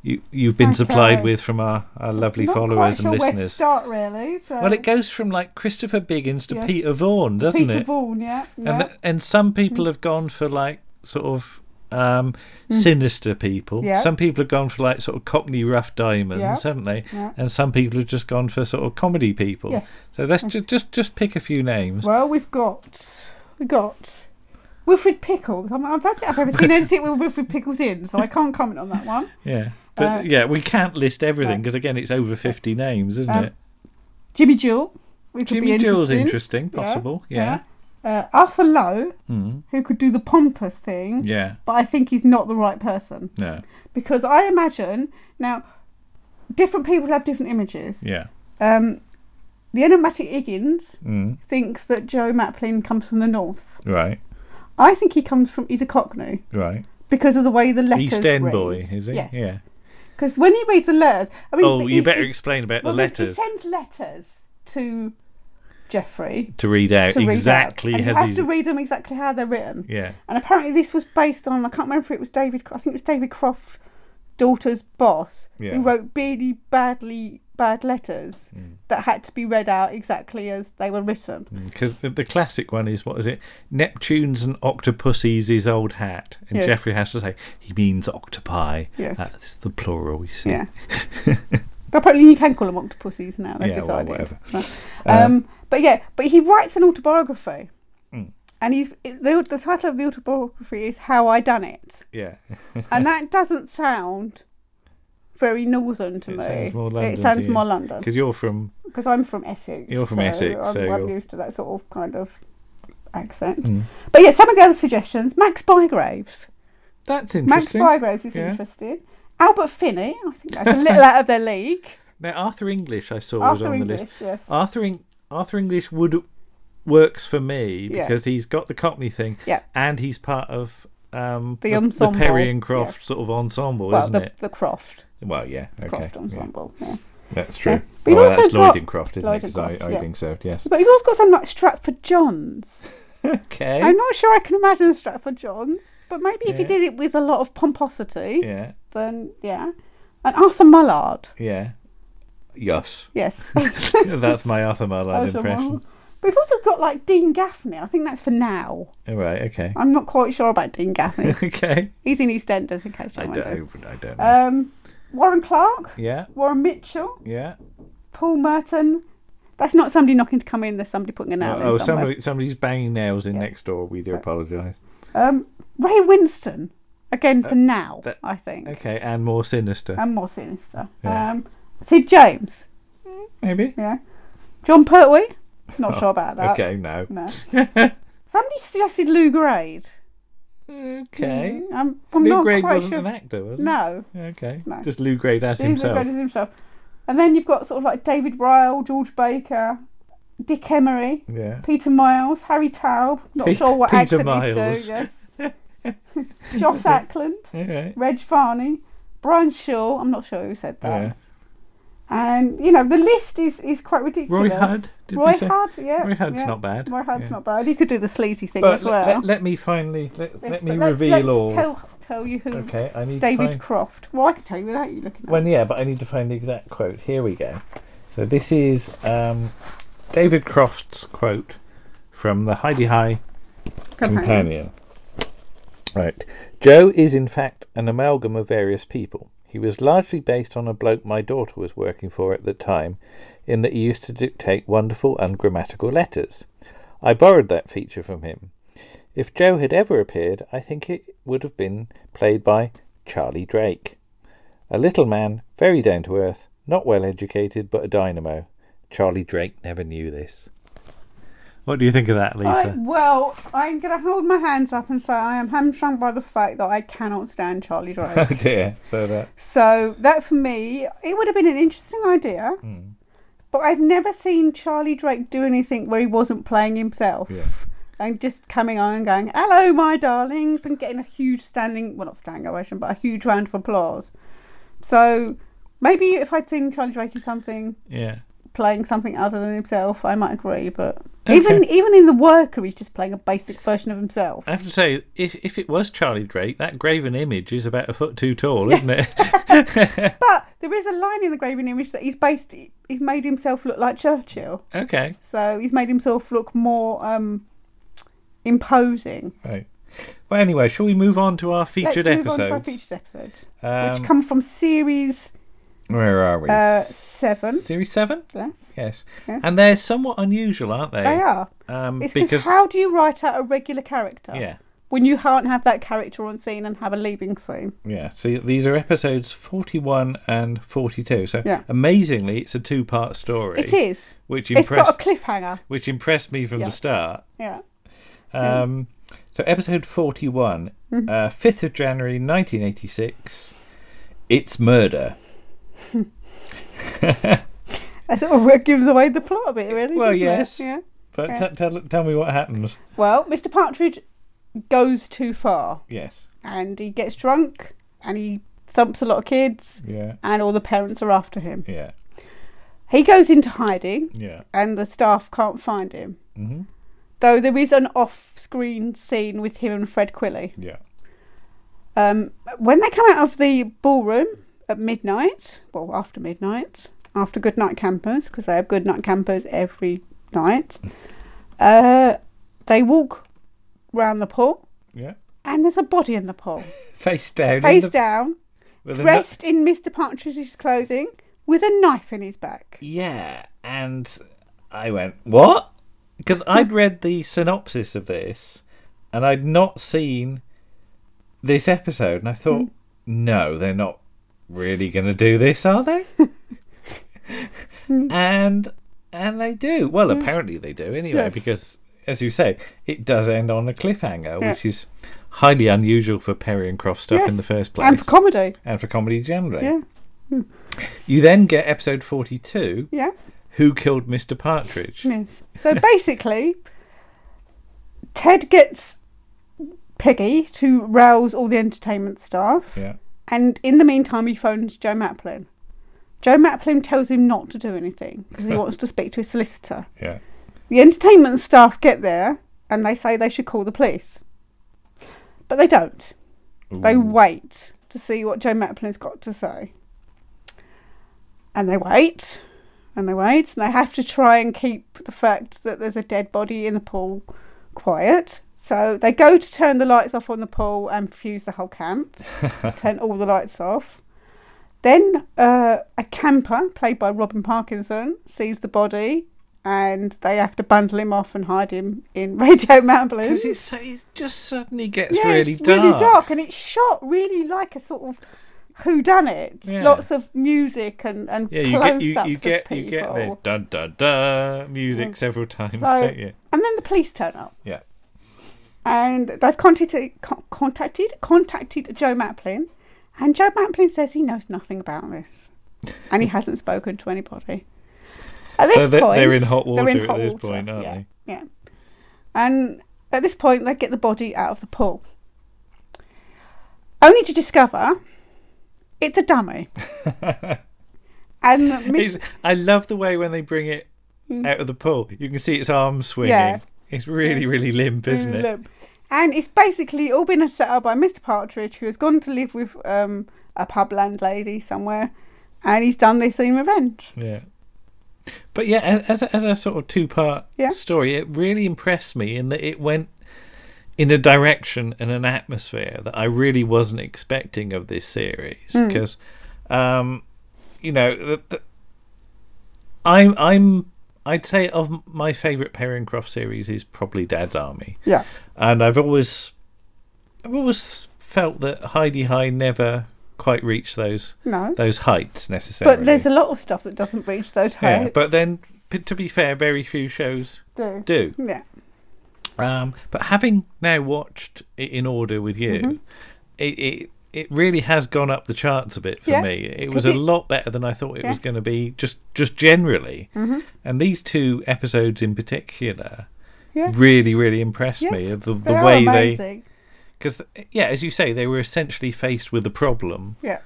H: you, you've been supplied
A: Okay.
H: with from our, our lovely
A: Not
H: followers
A: quite sure
H: and
A: where to
H: listeners.
A: start really. So
H: Well, it goes from like Christopher Biggins to
A: Yes.
H: Peter Vaughan, doesn't
A: Peter
H: it?
A: Vaughan, yeah. yeah. Mm-hmm.
H: And th- and some people have gone for like sort of um, sinister people.
A: Mm-hmm. Yeah.
H: Some people have gone for like sort of Cockney rough diamonds,
A: Yeah.
H: haven't they?
A: Yeah.
H: And some people have just gone for sort of comedy people.
A: Yes.
H: So let's
A: Yes.
H: ju- just just pick a few names.
A: Well, we've got we got Wilfred Pickles. I'm, I don't think I've ever seen anything with Wilfred Pickles in, so I can't comment on that one.
H: yeah.
A: uh,
H: But yeah, we can't list everything
A: right.
H: because again, it's over fifty names, isn't
A: Um,
H: it?
A: Jimmy Jewel. Which would be
H: Jimmy Jewel's
A: interesting.
H: interesting, possible, yeah.
A: Uh, Arthur Lowe,
H: Mm.
A: who could do the pompous thing.
H: Yeah.
A: But I think he's not the right person.
H: No.
A: Because I imagine now different people have different images.
H: Yeah.
A: Um, the enigmatic Higgins
H: Mm.
A: thinks that Joe Maplin comes from the north.
H: Right.
A: I think he comes from he's a cockney.
H: Right.
A: because of the way the letters
H: East End
A: read.
H: boy, is he?
A: Yes.
H: Yeah.
A: Because when he reads the letters, I mean,
H: oh,
A: the-
H: you
A: he-
H: better
A: he-
H: explain about
A: well,
H: the
A: there's-
H: letters.
A: He sends letters to Jeffrey
H: to read out
A: to read out.
H: exactly
A: and you
H: as
A: have
H: he's-
A: to read them exactly how they're written.
H: Yeah.
A: And apparently, this was based on I can't remember if it was David. Cro- I think it was David Croft, daughter's boss,
H: Yeah. Mm.
A: who wrote really badly bad letters that had to be read out exactly as they were written.
H: Because the, the classic one is what is it? Neptune's and octopuses his old hat, and
A: Yes.
H: Geoffrey has to say he means octopi.
A: Yes.
H: that's the plural. You see.
A: Yeah. Apparently, you can call them octopuses now. They've
H: Yeah, well,
A: decided.
H: whatever.
A: Right.
H: Uh,
A: Um, but yeah, but he writes an autobiography,
H: Mm.
A: and he's the, the title of the autobiography is "How I Done It,"
H: yeah.
A: and that doesn't sound very northern to
H: It
A: me.
H: sounds more
A: it
H: London
A: sounds
H: to you.
A: more London
H: 'Cause you're from
A: because I'm from Essex.
H: You're from
A: so
H: Essex,
A: I'm,
H: so
A: I'm
H: you're-
A: used to that sort of kind of accent.
H: Mm.
A: But yeah, some of the other suggestions: Max Bygraves. Max
H: That's interesting.
A: Bygraves is
H: Yeah.
A: interesting. Albert Finney. I think that's a little out of their league.
H: Now Arthur English, I saw was
A: Arthur
H: on the
A: English,
H: list.
A: yes.
H: Arthur Eng- Arthur English would works for me
A: Yeah.
H: because he's got the Cockney thing,
A: Yeah.
H: and he's part of um,
A: The
H: the
A: ensemble,
H: Perry and Croft
A: yes.
H: sort of ensemble,
A: well,
H: isn't
A: the,
H: it?
A: the Croft.
H: Well, yeah, okay,
A: Croft
H: yeah.
A: ensemble. yeah.
H: That's
A: Yeah.
H: true.
A: But you've
H: oh,
A: also
H: that's
A: got-
H: Lloyd and Croft, isn't
A: Lloyd
H: it? Because
A: and
H: I,
A: Croft,
H: I
A: yeah.
H: think so. Yes.
A: But you've also got some like Stratford Johns.
H: Okay.
A: I'm not sure I can imagine Stratford Johns, but maybe if you
H: Yeah.
A: did it with a lot of pomposity,
H: Yeah.
A: then yeah. And Arthur Mullard.
H: Yeah. Yes.
A: Yes.
H: That's my Arthur Marlad
A: Arthur
H: impression.
A: Mullard. But we've also got like Dean Gaffney. I think that's for now.
H: All right, okay.
A: I'm not quite sure about Dean Gaffney.
H: okay.
A: He's in EastEnders in case you
H: I
A: want
H: don't,
A: to.
H: I don't know.
A: Um, Warren Clark,
H: yeah,
A: Warren Mitchell,
H: yeah.
A: Paul Merton. That's not somebody knocking to come in. There's somebody putting a nail in
H: Oh,
A: somewhere.
H: somebody, somebody's banging nails in next door. We do apologise.
A: Um, Ray Winston, again for
H: Uh,
A: now,
H: that-
A: I think,
H: Okay, and more sinister.
A: and more sinister.
H: Yeah.
A: Um, Sid James,
H: maybe. Oh,
A: Yeah, John Pertwee. Not sure about that.
H: Okay, no.
A: No. somebody suggested Lou Grade.
H: Okay.
A: Mm, I'm, I'm
H: Lou
A: not
H: Grade
A: quite
H: wasn't
A: sure.
H: an actor, was he?
A: No.
H: Okay.
A: No.
H: Just Lou Grade as
A: Lou
H: himself.
A: Grade as himself. And then you've got sort of like David Ryle, George Baker, Dick Emery,
H: Yeah.
A: Peter Miles, Harry Taub. Not
H: Pe-
A: sure what
H: Peter
A: accent
H: Miles.
A: he'd do. Yes. Joss Ackland,
H: Okay.
A: Reg Varney, Brian Shaw. I'm not sure who said that.
H: Yeah.
A: And you know the list is, is quite ridiculous.
H: Hudd, did we
A: Roy
H: say?
A: Hudd, yeah.
H: Roy Hudd's
A: yeah.
H: not bad,
A: Roy Hudd's
H: yeah.
A: not bad. He could do the sleazy thing
H: But
A: as
H: le-
A: well.
H: let, let me finally let,
A: Yes,
H: let me
A: but let's-
H: reveal
A: let's
H: all.
A: Tell, tell you who.
H: Okay, I need to
A: David
H: find-
A: Croft. Well, I can tell you without you looking.
H: Well, yeah, but I need to find the exact quote. Here we go. So this is um, David Croft's quote from the Heidi High
A: Companion.
H: Companion. Right. Joe is in fact an amalgam of various people. He was largely based on a bloke my daughter was working for at the time, in that he used to dictate wonderful ungrammatical letters. I borrowed that feature from him. If Joe had ever appeared, I think it would have been played by Charlie Drake. A little man, very down to earth, not well educated, but a dynamo. Charlie Drake never knew this. What do you think of that,
A: I, well, I'm going to hold my hands up and say I am hamstrung by the fact that I cannot stand Charlie
H: oh
A: Drake.
H: dear. So that.
A: so that for me, it would have been an interesting idea.
H: Hmm.
A: But I've never seen Charlie Drake do anything where he wasn't playing himself.
H: Yeah.
A: And just coming on and going, hello, my darlings, and getting a huge standing, well, not standing ovation, but a huge round of applause. So maybe if I'd seen Charlie Drake in something
H: Yeah.
A: playing something other than himself, I might agree. But even even in The Worker, he's just playing a basic version of himself.
H: I have to say, if if it was Charlie Drake, that graven image is about a foot too tall, isn't it?
A: But there is a line in the Graven image that he's based, he's made himself look like Churchill.
H: okay.
A: So he's made himself look more um, imposing.
H: Right. Well, anyway, shall we move on to our featured
A: Let's move
H: episodes?
A: on to our featured episodes,
H: Um,
A: which come from series
H: Where are we?
A: uh, seven.
H: Series seven.
A: Yes.
H: Yes.
A: Yes.
H: And they're somewhat unusual, aren't they?
A: They are.
H: Um,
A: it's
H: because
A: because how do you write out a regular character
H: yeah,
A: when you can't have that character on scene and have a leaving scene?
H: yeah. So these are episodes forty-one and forty-two. So
A: Yeah.
H: amazingly, it's a two-part story.
A: It is.
H: Which
A: it's
H: impressed,
A: got a cliffhanger.
H: which impressed me from
A: Yeah.
H: the start.
A: Yeah.
H: Um, so episode 41,
A: Mhm.
H: uh, 5th of January 1986, It's Murder.
A: That sort of gives away the plot a bit, really.
H: Well,
A: doesn't it?
H: yes.
A: Yeah.
H: But uh,
A: Yeah.
H: t- tell, tell me what happens.
A: Well, Mr. Partridge goes too far
H: Yes.
A: and he gets drunk and he thumps a lot of kids
H: Yeah.
A: and all the parents are after him.
H: Yeah.
A: He goes into hiding
H: Yeah.
A: and the staff can't find him.
H: Mm-hmm.
A: Though there is an off screen scene with him and Fred Quilly.
H: Yeah.
A: Um, when they come out of the ballroom at midnight, well, after midnight, after Good Night Campers, because they have Good Night Campers every night, uh, they walk round the pool
H: Yeah.
A: and there's a body in the pool,
H: Face down. in
A: face
H: the-
A: down,
H: with a nu-
A: dressed in Mr. Partridge's clothing, with a knife in his back.
H: yeah. And I went, what? Because I'd read the synopsis of this and I'd not seen this episode. And I thought,
A: Mm-hmm.
H: no, they're not really going to do this, are they? and and they do. Well,
A: Mm.
H: apparently they do anyway,
N: Yes.
H: because as you say, it does end on a cliffhanger,
A: Yeah.
H: which is highly unusual for Perry and Croft stuff in
A: Yes,
H: the first place,
A: And for comedy.
H: and for comedy generally.
A: Yeah. Hmm.
H: You then get episode forty-two.
A: Yeah.
H: Who killed Mr. Partridge?
A: Yes. So basically, Ted gets Peggy to rouse all the entertainment staff,
H: Yeah.
A: and in the meantime, he phones Joe Maplin. Joe Maplin tells him not to do anything because he wants to speak to his solicitor.
H: Yeah.
A: The entertainment staff get there and they say they should call the police, but they don't. They
H: Ooh.
A: wait to see what Joe Maplin's got to say. and they wait and they wait and they have to try and keep the fact that there's a dead body in the pool quiet. So they go to turn the lights off on the pool and fuse the whole camp, turn all the lights off. Then uh, a camper, played by Robin Parkinson, sees the body and they have to bundle him off and hide him in Radio Mountain Blue.
H: Because it's so, it just suddenly gets
A: yeah,
H: really
A: it's
H: dark.
A: really dark and it's shot really like a sort of whodunit.
H: Yeah.
A: Lots of music and, and
H: Yeah, you get
A: close
H: you,
A: ups
H: you get
A: of people. Mm.
H: you get the da da da music several times,
A: So-
H: don't you?
A: And then the police turn up.
H: Yeah.
A: and they've contacted con- contacted contacted Joe Maplin, and Joe Maplin says he knows nothing about this, and he hasn't spoken to anybody. At this
H: so they're,
A: point,
H: they're in hot water
A: they're in hot
H: at this
A: water,
H: point, aren't
A: yeah,
H: they?
A: Yeah, and at this point, they get the body out of the pool, only to discover it's a dummy. and uh, Miss-
H: It's- I love the way when they bring it
A: Mm.
H: out of the pool. You can see its arms swinging.
A: Yeah. Mm,
H: It's really, really limp, isn't it?
A: Look. And it's basically all been set up by Mr. Partridge, who has gone to live with um, a pub landlady somewhere, and he's done this in revenge.
H: Yeah. But yeah, as- as a, as a sort of two part
A: Yeah.
H: story, it really impressed me in that it went in a direction and an atmosphere that I really wasn't expecting of this series
A: Hmm.
G: Mm.
H: because, um, you know, the, the, I'm I'm I'd say of my favourite Perrincroft series is probably Dad's Army.
A: Yeah.
H: and I've always I've always felt that Heidi High never quite reached those
A: No.
H: those heights necessarily.
A: But there's a lot of stuff that doesn't reach those heights.
H: Yeah, but then, p- to be fair, very few shows
A: do.
H: do.
A: Yeah.
H: Um, but having now watched it in order with you,
A: Mhm.
H: it, it it really has gone up the charts a bit for
A: Yeah,
H: me. It
A: 'cause
H: was a
A: it-
H: lot better than I thought it was
A: Yes.
H: going to be. Just just generally,
A: Mhm.
H: and these two episodes in particular.
A: Yeah.
H: Really, really impressed
A: Yeah,
H: me. The, the
A: they are
H: way
A: amazing.
H: they, because yeah, as you say, they were essentially faced with a problem,
A: Yeah.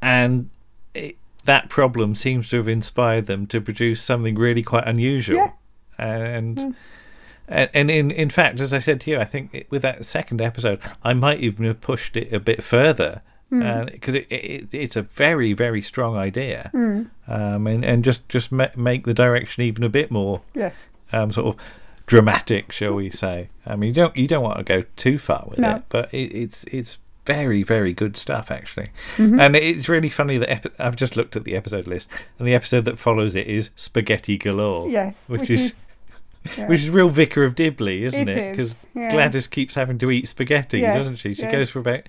H: and it, that problem seems to have inspired them to produce something really quite unusual.
A: Yeah.
H: And,
A: Mm.
H: and and in in fact, as I said to you, I think it, with that second episode, I might even have pushed it a bit further
A: Hmm.
G: Mm.
H: because it, it it's a very very strong idea,
A: Hmm.
G: Mm.
H: um, and and just just ma- make the direction even a bit more
A: Yes.
H: um, sort of dramatic, shall we say? I mean, you don't you don't want to go too far with
G: No.
H: it, but it, it's it's very very good stuff actually,
A: Mm-hmm.
G: Mhm.
H: and it's really funny that epi- I've just looked at the episode list, and the episode that follows it is Spaghetti Galore,
A: Yes,
H: which,
A: which
H: is.
A: is- yeah.
H: Which is real Vicar of Dibley,
A: It
H: isn't it?
A: is,
H: Because
A: yeah.
H: Gladys keeps having to eat spaghetti,
A: Yes,
H: doesn't she? She
A: yeah.
H: goes for about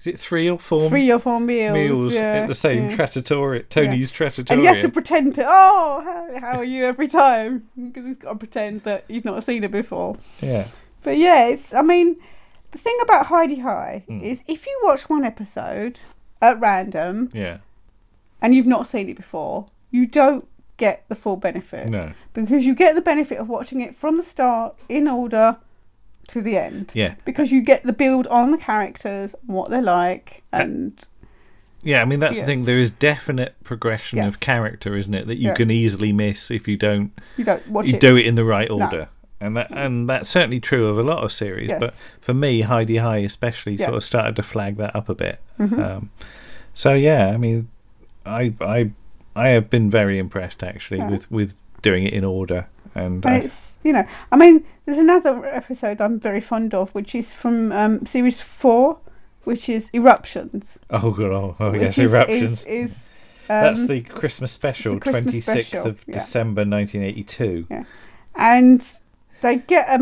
H: is it three or four
A: Three or four meals, yeah,
H: at the same
A: yeah.
H: trattoria, Tony's trattoria.
A: And you have to pretend to, oh, how, how are you every time? Because he's got to pretend that you've not seen it before.
H: Yeah.
A: But yeah, it's, I mean, the thing about Heidi High
H: Mm.
A: is if you watch one episode at random
H: Yeah.
A: and you've not seen it before, you don't get the full benefit.
H: No.
A: Because you get the benefit of watching it from the start in order to the end.
H: Yeah.
A: Because you get the build on the characters, what they're like, and
H: Yeah, I mean that's
A: Yeah.
H: the thing. There is definite progression
A: Yes.
H: of character, isn't it? That you
A: Yeah.
H: can easily miss if you don't
A: You don't watch
H: you
A: it.
H: do it in the right
A: No.
H: order, and that and that's certainly true of a lot of series. But
A: Yes.
H: for me, Heidi High especially
A: Yeah.
H: sort of started to flag that up a bit.
A: Mhm.
H: Um, so yeah, I mean, I I I have been very impressed actually
A: Yeah.
H: with with doing it in order, and
A: And
H: I-
A: it's you know, I mean, there's another episode I'm very fond of, which is from um, series four, which is eruptions.
H: oh god, oh, oh
A: which
H: yes,
A: is-
H: eruptions.
A: is, is,
H: that's
A: um,
H: the Christmas special,
A: Christmas
H: twenty sixth
A: special,
H: of
A: yeah.
H: December, nineteen eighty two.
A: Yeah. and they get a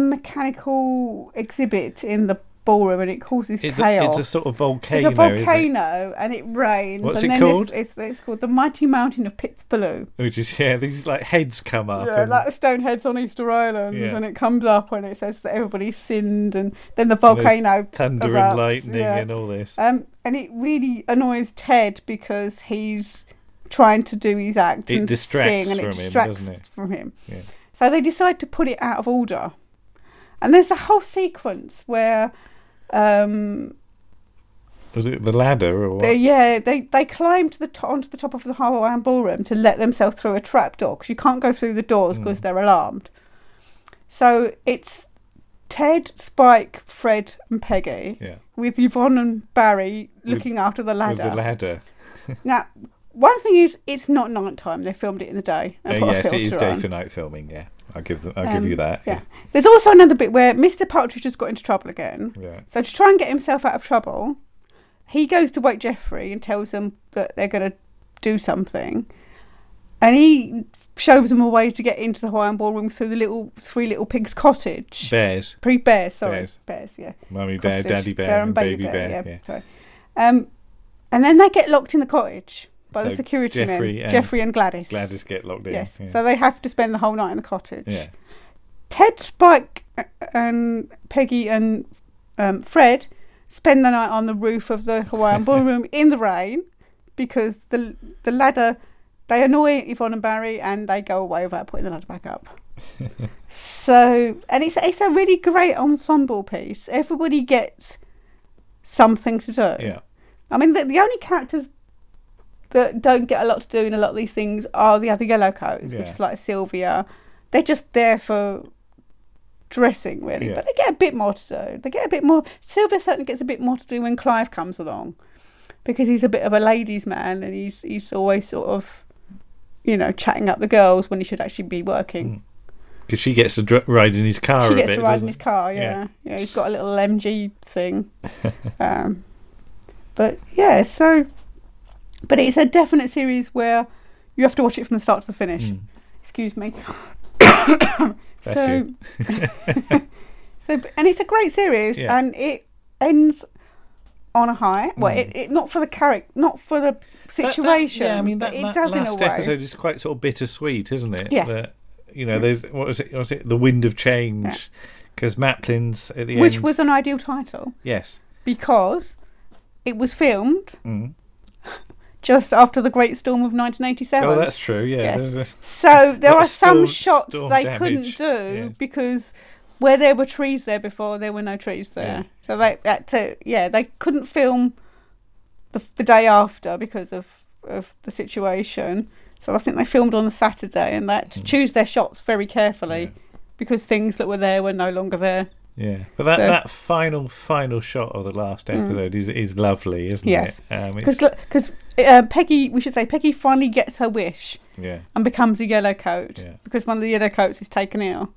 A: mechanical exhibit in the ballroom, and it causes
H: It's a,
A: chaos.
H: it's a sort of volcano.
A: It's a
H: isn't it?
A: volcano, and it rains.
H: What's
A: and
H: it
A: then
H: called?
A: It's, it's, it's called the Mighty Mountain of Pitzbaloo.
H: Which is yeah, these like heads come up.
A: Yeah,
H: and,
A: like the Stoneheads on Easter Island,
H: Yeah.
A: and it comes up and it says that everybody sinned, and then the
H: there's
A: volcano
H: thunder and
A: erupts,
H: lightning and all this.
A: Um, and it really annoys Ted because he's trying to do his act
H: It
A: and
H: distracts
A: sing, and
H: from
A: it
H: him,
A: distracts
H: doesn't it?
A: from him.
H: Yeah.
A: So they decide to put it out of order, and there's a whole sequence where. Um,
H: was it the ladder or what?
A: they, yeah, they they climb to the to- onto the top of the Halloween ballroom to let themselves through a trapdoor because you can't go through the doors because
H: Hmm.
A: they're alarmed. So it's Ted, Spike, Fred, and Peggy
H: Yeah.
A: with Yvonne and Barry
H: With-
A: looking after the
H: With
A: ladder.
H: the ladder.
A: now, One thing is, it's not night time. They filmed it in the day.
H: Uh,
A: And put
H: yes,
A: a
H: it is
A: filter
H: day
A: on.
H: for night filming. Yeah, I'll give them, I'll
A: Um,
H: give you that.
A: Yeah. There's also another bit where Mr. Partridge has got into trouble again.
H: Yeah.
A: So to try and get himself out of trouble, he goes to wake Jeffrey and tells them that they're going to do something, and he shows them a way to get into the Hawaiian ballroom through the little three little pigs cottage.
H: Bears.
A: Three bears. Sorry.
H: Bears.
A: Bears. yeah.
H: Mummy bear,
A: Cottage,
H: daddy bear, and baby bear, yeah.
A: Sorry. Um, and then they get locked in the cottage by the
H: So
A: security
H: Jeffrey
A: men,
H: and-
A: Jeffrey and Gladys.
H: Gladys get locked in,
A: Yes.
H: yeah.
A: So they have to spend the whole night in the cottage.
H: Yeah.
A: Ted, Spike, uh, and Peggy and um, Fred spend the night on the roof of the Hawaiian ballroom in the rain because the the ladder they annoy Yvonne and Barry and they go away without putting the ladder back up. So, and it's it's a really great ensemble piece. Everybody gets something to do.
H: Yeah.
A: I mean, the, the only characters that don't get a lot to do in a lot of these things are the other yellow coats, which
H: Yeah.
A: is like Sylvia. They're just there for dressing, really.
H: Yeah.
A: But they get a bit more to do. They get a bit more. Sylvia certainly gets a bit more to do when Clive comes along, because he's a bit of a ladies' man and he's he's always sort of, you know, chatting up the girls when he should actually be working.
H: Because she gets to dr- ride in his car
A: She
H: a
A: gets
H: bit.
A: to ride in
H: doesn't
A: his car.
H: she?
A: Yeah. yeah, He's got a little MG thing. um, but yeah, so, but it's a definite series where you have to watch it from the start to the finish.
H: Mm.
A: Excuse me.
H: Bless
A: so,
H: you.
A: so, b- and it's a great series,
H: Yeah.
A: and it ends on a high. Well,
H: Mm.
A: it, it not for the character, not for the situation.
H: yeah, I mean that,
A: but it
H: that
A: does
H: last
A: in a way.
H: episode is quite sort of bittersweet, isn't it?
A: Yes.
H: That, you know, there's what was it? what Was it the wind of change? Because Maplin's at the
A: which
H: end.
A: was an ideal title
H: yes.
A: because it was filmed
H: Mm.
A: just after the Great Storm of 1987.
H: Oh, that's true. Yeah.
A: Yes.
H: There's a-
A: So there
H: lot
A: are
H: of
A: some
H: storm-
A: shots
H: storm
A: they
H: damage.
A: couldn't do because where there were trees there before, there were no trees
H: Yeah.
A: there. So they had to, yeah, they couldn't film the, the day after because of, of the situation. So I think they filmed on the Saturday and they had to
H: Mm.
A: choose their shots very carefully because things that were there were no longer there.
H: Yeah, but that,
A: So-
H: that final final shot of the last
A: Mm.
H: episode is is lovely, isn't
A: Yes.
H: it? Um, it's-
A: Because uh, Peggy, we should say, Peggy finally gets her wish.
H: Yeah.
A: And becomes a yellow coat
H: Yeah.
A: because one of the yellow coats is taken ill,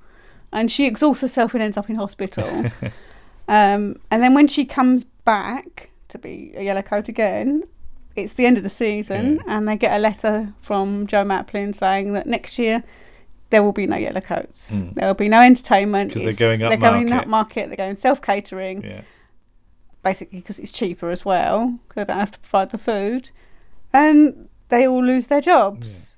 A: and she exhausts herself and ends up in hospital. um, and then when she comes back to be a yellow coat again, it's the end of the season, and they get a letter from Joe Maplin saying that next year. There will be no yellow coats.
H: Mm.
A: There will be no entertainment.
H: 'Cause they're
A: It's-
H: going
A: They're going
H: upmarket.
A: upmarket. They're going self catering
H: yeah.
A: basically because it's cheaper as well because they don't have to provide the food, and they all lose their jobs.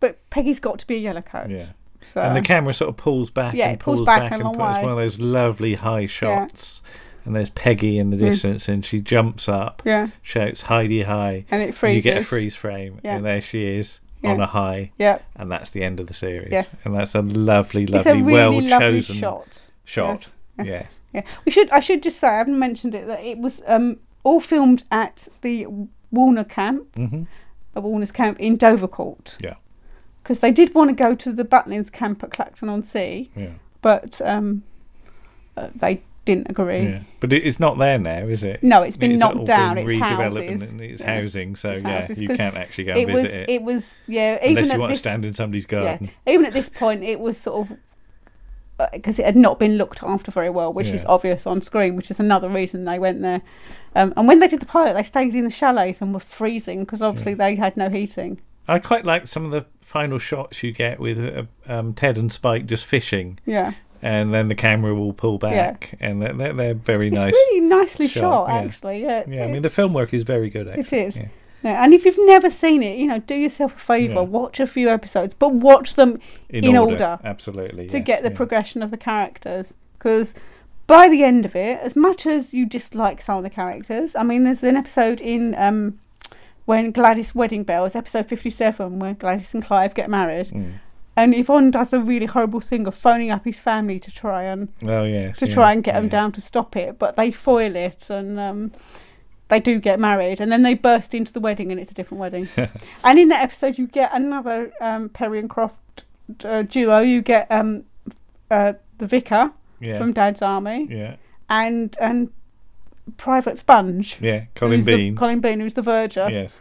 A: But Peggy's got to be a yellow coat.
H: Yeah.
A: So
H: And the camera sort of pulls back
A: Yeah,
H: and
A: it pulls
H: pulls
A: back
H: back,
A: in
H: and
A: a long
H: pulls. It's
A: way.
H: one of those lovely high shots. And there's Peggy in the
A: Mm.
H: distance, and she jumps up,
A: Yeah.
H: shouts "Heidi, hi!"
A: And it
H: You get a
A: freezes.
H: freeze frame,
A: Yeah.
H: and there she is
A: Yeah.
H: on a high.
A: Yeah.
H: And that's the end of the series.
A: Yes.
H: And that's a lovely, lovely,
A: it's a really
H: well
A: lovely
H: chosen
A: shot.
H: shot.
A: Yes.
H: Yes.
A: Yeah, we should. I should just say I haven't mentioned it that it was um, all filmed at the Warner camp,
M: Mm-hmm.
H: Mhm.
A: a Warner's camp in Dovercourt.
H: Yeah.
A: because they did want to go to the Butlins camp at Clacton on Sea.
H: Yeah.
A: but um, uh, they didn't agree.
H: Yeah. But it- it's not there now, is it?
A: No, it's been knocked
H: all
A: down.
H: been
A: It's
H: redeveloped
A: houses.
H: and it's
A: Yes,
H: housing, so
A: it's
H: yeah,
A: houses,
H: you
A: 'cause
H: can't actually go
A: it
H: and visit
A: was,
H: it.
A: it was yeah. Even
H: Unless
A: at
H: you want
A: this,
H: to stand in somebody's
A: yeah,
H: garden.
A: even at this point, it was sort of because it had not been looked after very well, which is
H: Yeah.
A: obvious on screen, which is another reason they went there. Um, and when they did the pilot, they stayed in the chalets and were freezing because obviously they had no heating.
H: I quite like some of the final shots you get with uh, um, Ted and Spike just fishing.
A: Yeah.
H: And then the camera will pull
A: Yeah.
H: back, and they're, they're, they're very
A: It's
H: nice.
A: really nicely shot,
H: shot, yeah.
A: actually. Yeah, it's-
H: yeah, I mean
A: it's-
H: the film work is very good.
A: It
H: Actually.
A: is. No, and if you've never seen it, you know, do yourself a favour,
H: Yeah.
A: watch a few episodes, but watch them in,
H: In
A: order,
H: order, absolutely,
A: to
H: yes,
A: get the
H: yeah.
A: progression of the characters. Because by the end of it, as much as you dislike some of the characters, I mean, there's an episode in um, when Gladys Wedding Bells, episode fifty-seven, where Gladys and Clive get married,
H: Mm.
A: and Yvonne does a really horrible thing of phoning up his family to try and
H: Oh, yes,
A: to
H: yeah,
A: try and get them
H: yeah.
A: down to stop it, but they foil it and um, they do get married, and then they burst into the wedding, and it's a different wedding. and in that episode, you get another um, Perry and Croft uh, duo. You get um, uh, the vicar
H: Yeah.
A: from Dad's Army,
H: Yeah.
A: and and Private Sponge,
H: Yeah, Colin
A: who's the-
H: Bean.
A: Colin Bean, who's the verger,
H: Yes.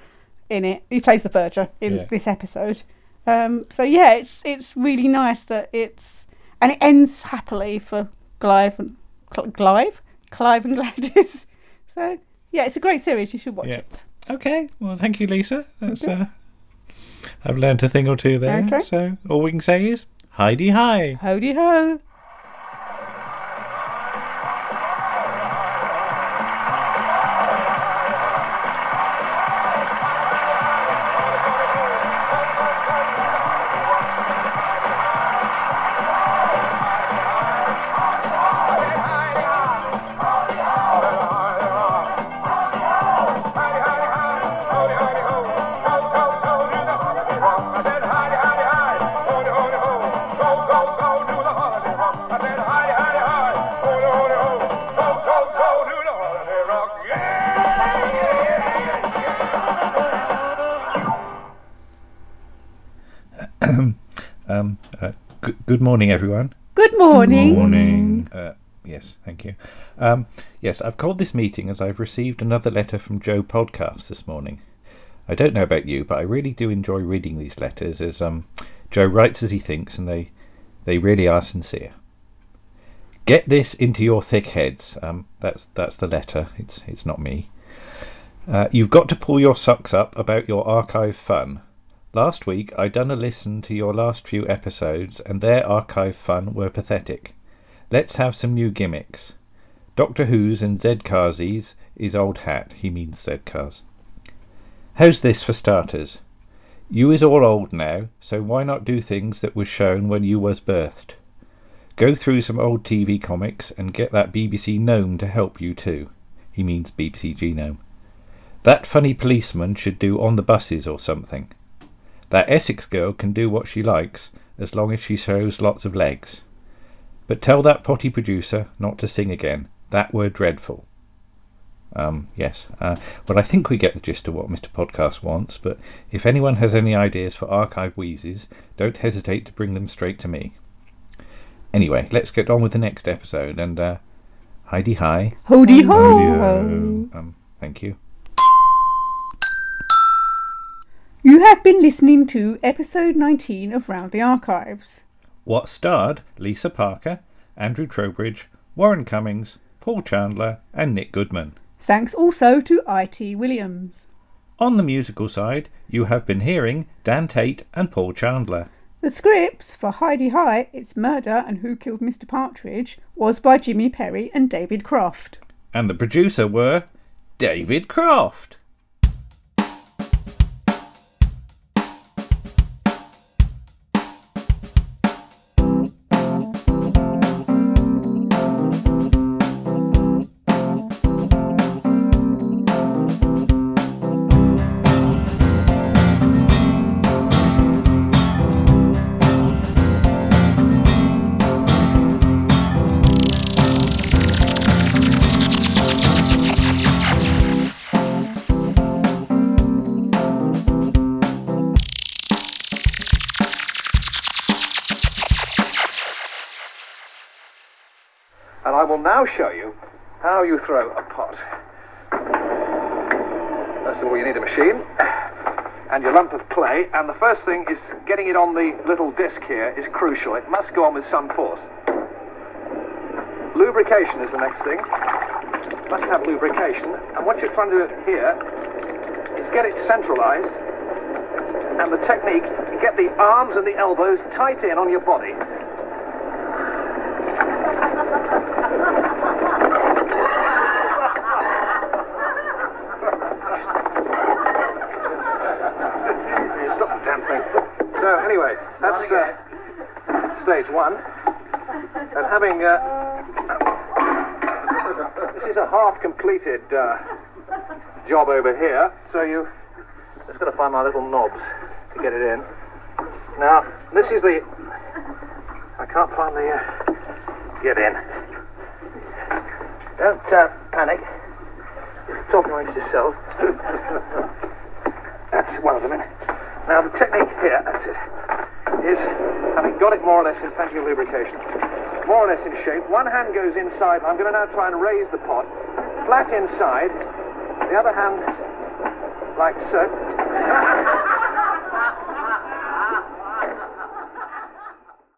A: in it. He plays the verger in
N: Yeah.
A: this episode. Um, so yeah, it's it's really nice that it's and it ends happily for Clive and Cl- Clive, Clive and Gladys. So yeah, it's a great series. You should watch
H: Yeah.
A: it.
H: Okay. Well, thank you, Lisa. That's
A: Okay.
H: uh, I've learnt a thing or two there.
A: Okay.
H: So all we can say is Heidi Hi.
A: Howdy ho.
H: um, uh, good, good morning, everyone.
A: Good morning.
H: morning. Uh, yes, thank you. Um, yes, I've called this meeting as I've received another letter from Joe Podcast this morning. I don't know about you, but I really do enjoy reading these letters as um, Joe writes as he thinks, and they they really are sincere. Get this into your thick heads. Um, that's that's the letter. It's it's not me. Uh, you've got to pull your socks up about your archive fun. Last week, I done a listen to your last few episodes, and their archive fun were pathetic. Let's have some new gimmicks. Doctor Who's and Zedkarzies is old hat. He means Zedkars. How's this for starters? You is all old now, so why not do things that was shown when you was birthed? Go through some old TV comics and get that BBC gnome to help you too. He means BBC Genome. That funny policeman should do on the buses or something. That Essex girl can do what she likes as long as she shows lots of legs. But tell that potty producer not to sing again. That were dreadful. Um, yes. Uh, well, I think we get the gist of what Mr. Podcast wants, but if anyone has any ideas for archive wheezes, don't hesitate to bring them straight to me. Anyway, let's get on with the next episode and uh, Heidi Hi.
A: Hody ho.
H: Um, thank you.
A: You have been listening to episode 19 of Round the Archives.
H: What starred Lisa Parker, Andrew Trowbridge, Warren Cummings, Paul Chandler, and Nick Goodman.
A: Thanks also to IT Williams.
H: On the musical side, you have been hearing Dan Tate and Paul Chandler.
A: The scripts for Heidi High, It's Murder and Who Killed Mr. Partridge was by Jimmy Perry and David Croft.
H: And the producer were David Croft.
E: And I will now show you how you throw a pot. First of all, you need a machine and your lump of clay. And the first thing is getting it on the little disc here is crucial. It must go on with some force. Lubrication is the next thing. Must have lubrication. And what you're trying to do here is get it centralized. And the technique, get the arms and the elbows tight in on your body. Stop the damn thing. So anyway, that's uh, stage one. And having uh, this is a half completed uh, job over here. So you just got to find my little knobs to get it in. Now this is the I can't find the uh, get in. Don't uh, panic. Just talk amongst yourself. That's one of them in. Now the technique here, that's it, is having got it more or less in plenty of lubrication, more or less in shape. One hand goes inside. I'm going to now try and raise the pot, flat inside. The other hand like so.